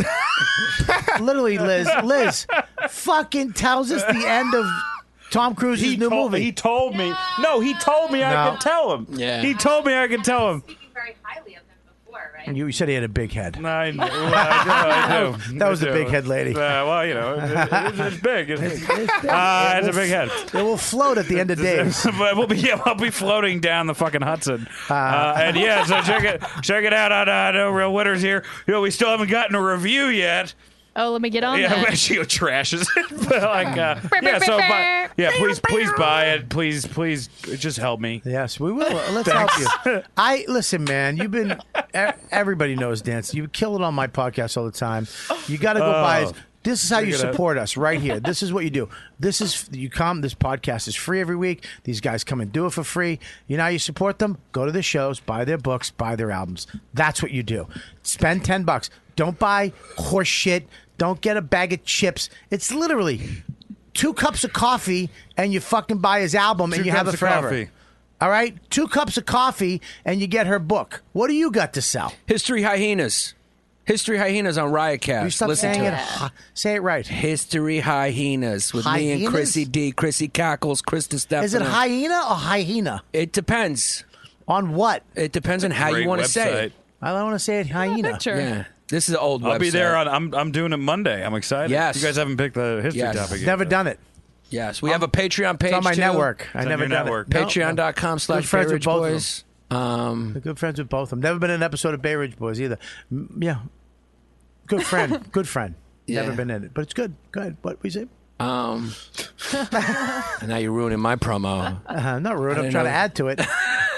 D: Literally, Liz. Liz fucking tells us the end of Tom Cruise's new
G: told-
D: movie.
G: He told me. No, he told me I
D: No.
G: could tell him.
D: Yeah.
G: He told me I could tell him.
D: You said he had a big head.
G: I know. I do, I do.
D: That was
G: I
D: the
G: do.
D: big head lady.
G: Uh, well, you know, it- it's, it's big. It's, uh, it's a big head.
D: It will float at the end of days.
G: but we'll be yeah, we'll be floating down the fucking Hudson. Uh, and yeah, so check it check it out on uh, No Real Winners here. You know, we still haven't gotten a review yet.
F: Oh, let me get on
G: yeah,
F: that.
G: she trashes it. but like, uh,
F: Burr,
G: yeah,
F: burr, burr,
G: so buy, yeah, please, please buy it. Please, please, just help me.
D: Yes, we will. Uh, Let's help you. I listen, man. You've been. e- Everybody knows dance. You kill it on my podcast all the time. You got to go
Q: Oh.
D: buy. Us. This is how
Q: Look
D: you
Q: at that.
D: support us right here. This is what you do. This is you come. This podcast is free every week. These guys come and do it for free. You know how you support them? Go to the shows, buy their books, buy their albums. That's what you do. Spend ten bucks. Don't buy horse shit. Don't get a bag of chips. It's literally two cups of coffee and you fucking buy his album
G: Two
D: and you
G: cups
D: have it
G: of
D: forever.
G: coffee.
D: All right, two cups of coffee, and you get her book. What do you got to sell?
C: History hyenas. History hyenas on Riotcast.
D: You stop
C: Listen
D: saying
C: to
D: it. Hi- Say it right.
C: History hyenas with me
D: Hyenas?
C: and Chrissy D, Chrissy Cockles, Krista Stefano.
D: Is it hyena or hyena?
C: It depends.
D: On what?
C: It depends on
G: It's a
C: how
G: great
C: you want to say
G: website.
C: it.
D: I don't want to say it hyena.
C: Yeah. This is an old
G: I'll
C: website.
G: be
D: uh,
G: there on. I'm, I'm doing it Monday. I'm excited.
C: Yes.
G: You guys haven't picked the history
C: Yes.
G: topic yet.
D: Never done it.
C: Yes, we have a Patreon page.
D: It's on my
C: too.
D: network. I
G: It's on
D: never
G: your
D: done
G: network.
D: it. No, no.
C: Patreon.com
D: Good
C: slash Bay
D: friends with
C: Ridge
D: both of
C: Boys. Um,
D: They're good friends with both of them. Never been in an episode of Bay Ridge Boys either. Mm, yeah, good friend. good friend. Never
C: Yeah.
D: been in it, but it's good. Good. What we say?
C: Um, and now you're ruining my promo.
D: Uh, not rude. I'm
C: I didn't
D: trying to
C: know.
D: add to it.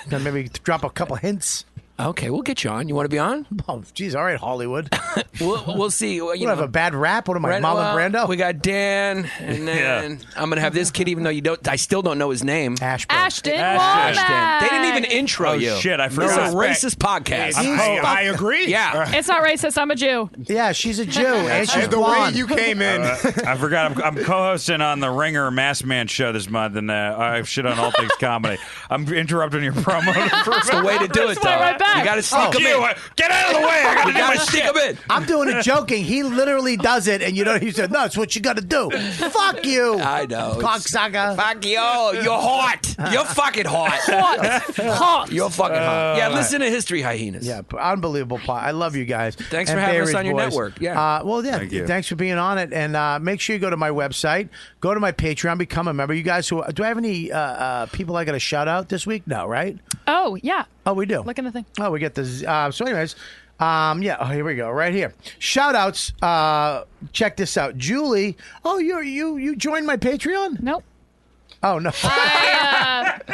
D: then maybe drop a couple hints.
C: Okay, we'll get you on. You want to be on?
D: Oh, geez. All right, Hollywood.
C: We'll, we'll see. Well,
D: You
C: You
D: have
C: know,
D: a bad rap. What am I,
C: Right,
D: Marlon
C: well,
D: Brando?
C: We got Dan, and then I'm gonna have this kid, even though you don't. I still don't know his name.
D: Ashburn.
P: Ashton
C: Ashton.
P: Wombat.
C: They didn't even intro
G: Oh,
C: you.
G: shit, I
C: This
G: forgot.
C: is a racist podcast.
G: I, I
C: agree. Yeah.
P: It's not racist. I'm a Jew.
D: Yeah, she's a Jew. and she's
I: the way
D: blonde.
I: you came in.
G: Uh, I forgot. I'm, I'm co-hosting on the Ringer Mass Man show this month, and uh, I have shit on all things comedy. I'm interrupting your promo.
C: That's the way to do it, though. You got to sneak
G: Fuck
C: him in.
G: you. Get out of the way. I gotta
C: You
G: do my
C: gotta sneak
G: shit.
C: him in.
D: I'm doing it joking. He literally does it, and you know he said, "No, it's what you got to do." Fuck you.
C: I know.
D: cocksucker.
C: Fuck you. You're hot. You're fucking hot. hot. Hot. You're fucking hot. Yeah,
D: Uh,
C: listen to History Hyenas.
D: Yeah, p- unbelievable pot. I love you guys.
C: Thanks
D: And
C: for having
D: Bay
C: us
D: Ridge
C: on your
D: Boys.
C: network. Yeah.
D: Uh, well, yeah.
C: Thank you.
D: Thanks for being on it, and uh, make sure you go to my website, go to my Patreon, become a member. You guys who do I have any uh, uh, people I got to shout out this week? No, right?
P: Oh, yeah.
D: Oh, we do.
P: Look in the thing.
D: Oh, we get this. Uh, so, anyways, um, yeah. Oh, here we go. Right here. Shout outs. Uh, check this out, Julie. Oh, you you you joined my Patreon?
P: Nope.
D: Oh no.
F: I, uh,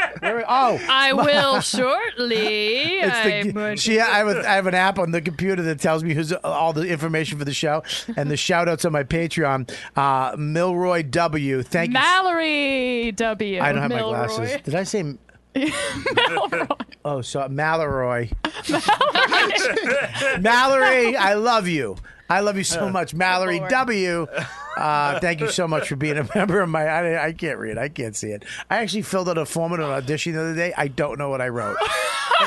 D: oh,
F: I will shortly.
D: It's
F: I'm
D: the,
F: going
D: she, I, have a, I have an app on the computer that tells me who's uh, all the information for the show and the shout outs on my Patreon. Uh, Milroy W. Thank
P: Mallory W.
D: you. I don't have
P: Milroy.
D: my glasses. Did I say Malroy? oh, so Malroy. Mallory, I love you. I love you so much, Mallory W. Uh, thank you so much for being a member of my. I, I can't read. I can't see it. I actually filled out a form at an audition the other day. I don't know what I wrote.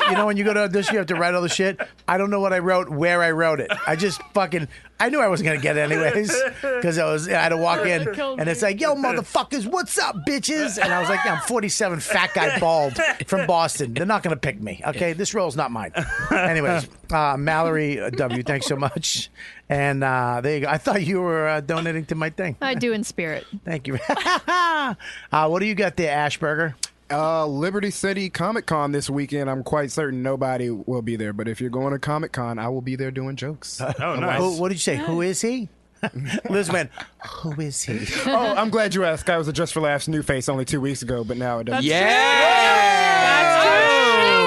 D: you know, when you go to audition, you have to write all the shit. I don't know what I wrote, where I wrote it. I just fucking. I knew I wasn't gonna get it anyways because I was. I had to walk in and it's like, yo, motherfuckers, what's up, bitches? And I was like, yeah, I'm 47, fat guy, bald from Boston. They're not gonna pick me. Okay, this role's not mine. Anyways, uh, Mallory uh, W, thanks so much. And uh, there you go. I thought you were uh, donating to my thing.
F: I do in spirit.
D: Thank you. uh, what do you got there, Ashburger?
I: Uh, Liberty City Comic Con this weekend. I'm quite certain nobody will be there, but if you're going to Comic Con, I will be there doing jokes.
G: Oh,
D: Who,
G: nice.
D: what did you say? Who is he? Liz went, who is he?
I: oh, I'm glad you asked. I was a Just for Laughs new face only two weeks ago, but now it doesn't.
C: Yeah.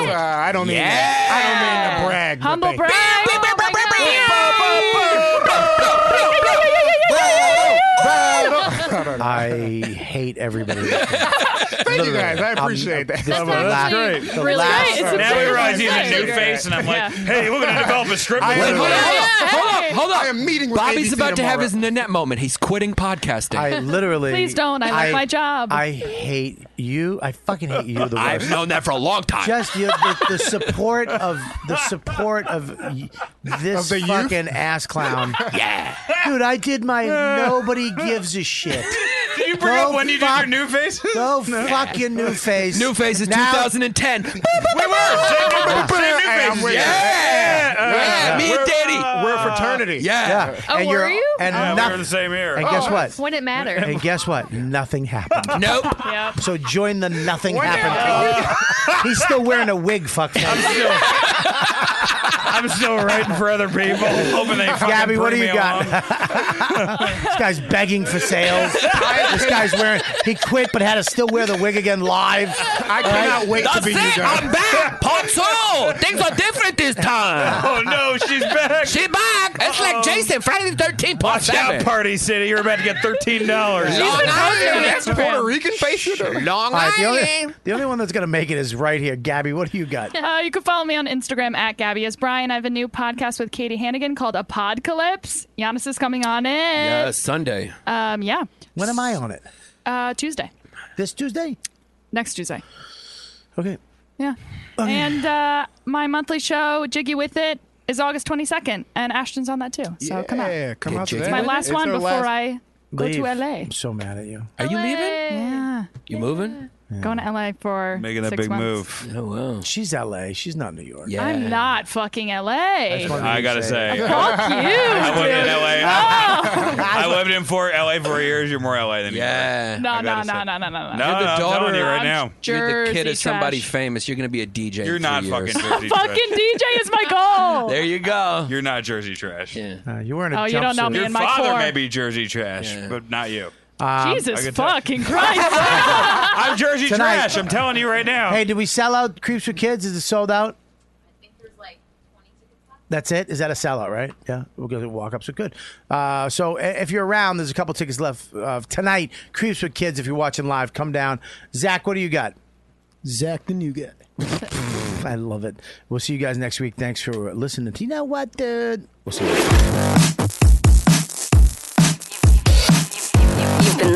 I: Uh, I don't mean
C: Yeah.
I: that. I don't mean to brag. but
P: Humble
I: thank
P: brag.
D: I hate everybody.
I: Thank you guys. I appreciate that.
D: This is the last, the
P: really
D: last-
P: great. It's a
G: Now we
P: very
G: realize
P: nice
G: he's a
P: thing.
G: new face, and I'm like,
P: Yeah.
G: hey, we're gonna develop a script.
I: I
G: with
I: am-
G: this.
C: Hold up, hold up.
I: I am meeting with
C: Bobby's
I: ABC
C: about to have
I: tomorrow.
C: his Nanette moment. He's quitting podcasting.
D: I literally.
P: Please don't. I like my job.
D: I hate you. I fucking hate you. The
C: I've
D: worst.
C: known that for a long time.
D: Just you, the, the support of the support of y- this
I: Of the youth?
D: fucking ass clown,
C: yeah.
D: dude. I did my. Nobody gives a shit.
G: Did you bring
D: Go
G: up when you did
D: fuck-
G: your new face?
D: Go fuck your new face.
C: New Face is
D: Now-
C: 2010.
G: We were. Same number, same new
I: Hey, I'm
G: faces.
I: with you.
C: Yeah.
G: Yeah.
C: Yeah, me and Danny.
I: We're a fraternity.
C: Yeah.
D: Yeah.
F: Oh,
D: and
F: were
D: you're, Oh,
F: you?
D: And
G: Yeah, we were
D: nothing.
G: the same year.
D: and guess what?
F: When it mattered.
D: And guess what? Nothing happened.
C: Nope.
F: yeah.
D: So join the nothing happened. club. He's still wearing a wig, fuckface.
G: I'm still writing for other people, hoping they fucking
D: Gabby, what
G: bring
D: do you
G: me
D: got?
G: along.
D: This guy's begging for sales. this guy's wearing. He quit, but had to still wear the wig again live.
I: I cannot wait to
C: That's
I: be you
C: it.
I: guys.
C: I'm back. Part two. Things are different this time.
G: Oh no, she's back.
C: She back. It's like Jason, Friday the 13th, part
G: Watch out,
C: seven.
G: Party City. You're about to get thirteen dollars.
C: Long
I: That's
C: Island.
I: Puerto Rican face. you're doing.
C: Long
D: All right, the
C: Island.
D: only the only one that's gonna make it is right here, Gabby. What do you got?
P: Uh, you can follow me on Instagram at Gabby as Brian. I have a new podcast with Katie Hannigan called Apodcalypse. Giannis is coming on it.
C: Uh, Sunday.
P: Um, yeah.
D: When am I on it?
P: Uh, Tuesday.
D: This Tuesday.
P: Next Tuesday.
D: Okay.
P: Yeah. And uh, my monthly show, Jiggy With It, is August 22nd, and Ashton's on that too. So come out.
I: Yeah, come
D: Good
I: out to
D: job.
I: that.
P: It's my last one
I: her
P: before I go to
D: Leave.
P: LA.
D: I'm so mad at you.
C: Are you leaving?
P: Yeah.
C: You moving?
P: Going to LA for six months.
C: move. Oh wow.
D: She's LA. She's not New York.
P: I'm not fucking LA.
G: I gotta say,
P: Fuck you.
G: I lived in LA.
P: No.
G: I lived in for LA for years. You're more LA than
C: yeah.
P: No, no, no, no, no, no, no.
G: No,
C: you're the
G: I'm telling
C: daughter
G: you right now.
C: You're the
P: Jersey
C: kid of somebody
P: trash.
C: famous. You're going to be a DJ.
G: You're
C: in
G: not
C: three
G: fucking
C: years.
G: Jersey trash.
P: Fucking DJ is my goal.
C: There you go.
G: You're not Jersey trash. Yeah.
D: Uh, you weren't
P: a Oh, you don't know jumpsuit. me
G: Your
P: and my
G: father
P: core.
G: may be Jersey trash, but not you.
F: Um,
G: I
P: Jesus
G: can tell.
P: fucking Christ.
G: I'm Jersey
D: Tonight.
G: trash. I'm telling you right now.
D: Hey, did we sell out Creeps with Kids? Is it sold out? That's it. Is that a sellout? Right? Yeah, we'll go to walk ups. So good. Uh, so i- if you're around, there's a couple tickets left uh, tonight. Creeps with Kids. If you're watching live, come down. Zach, what do you got? Zach, the new guy. I love it. We'll see you guys next week. Thanks for listening. You know what, dude? We'll see you.
Q: You've been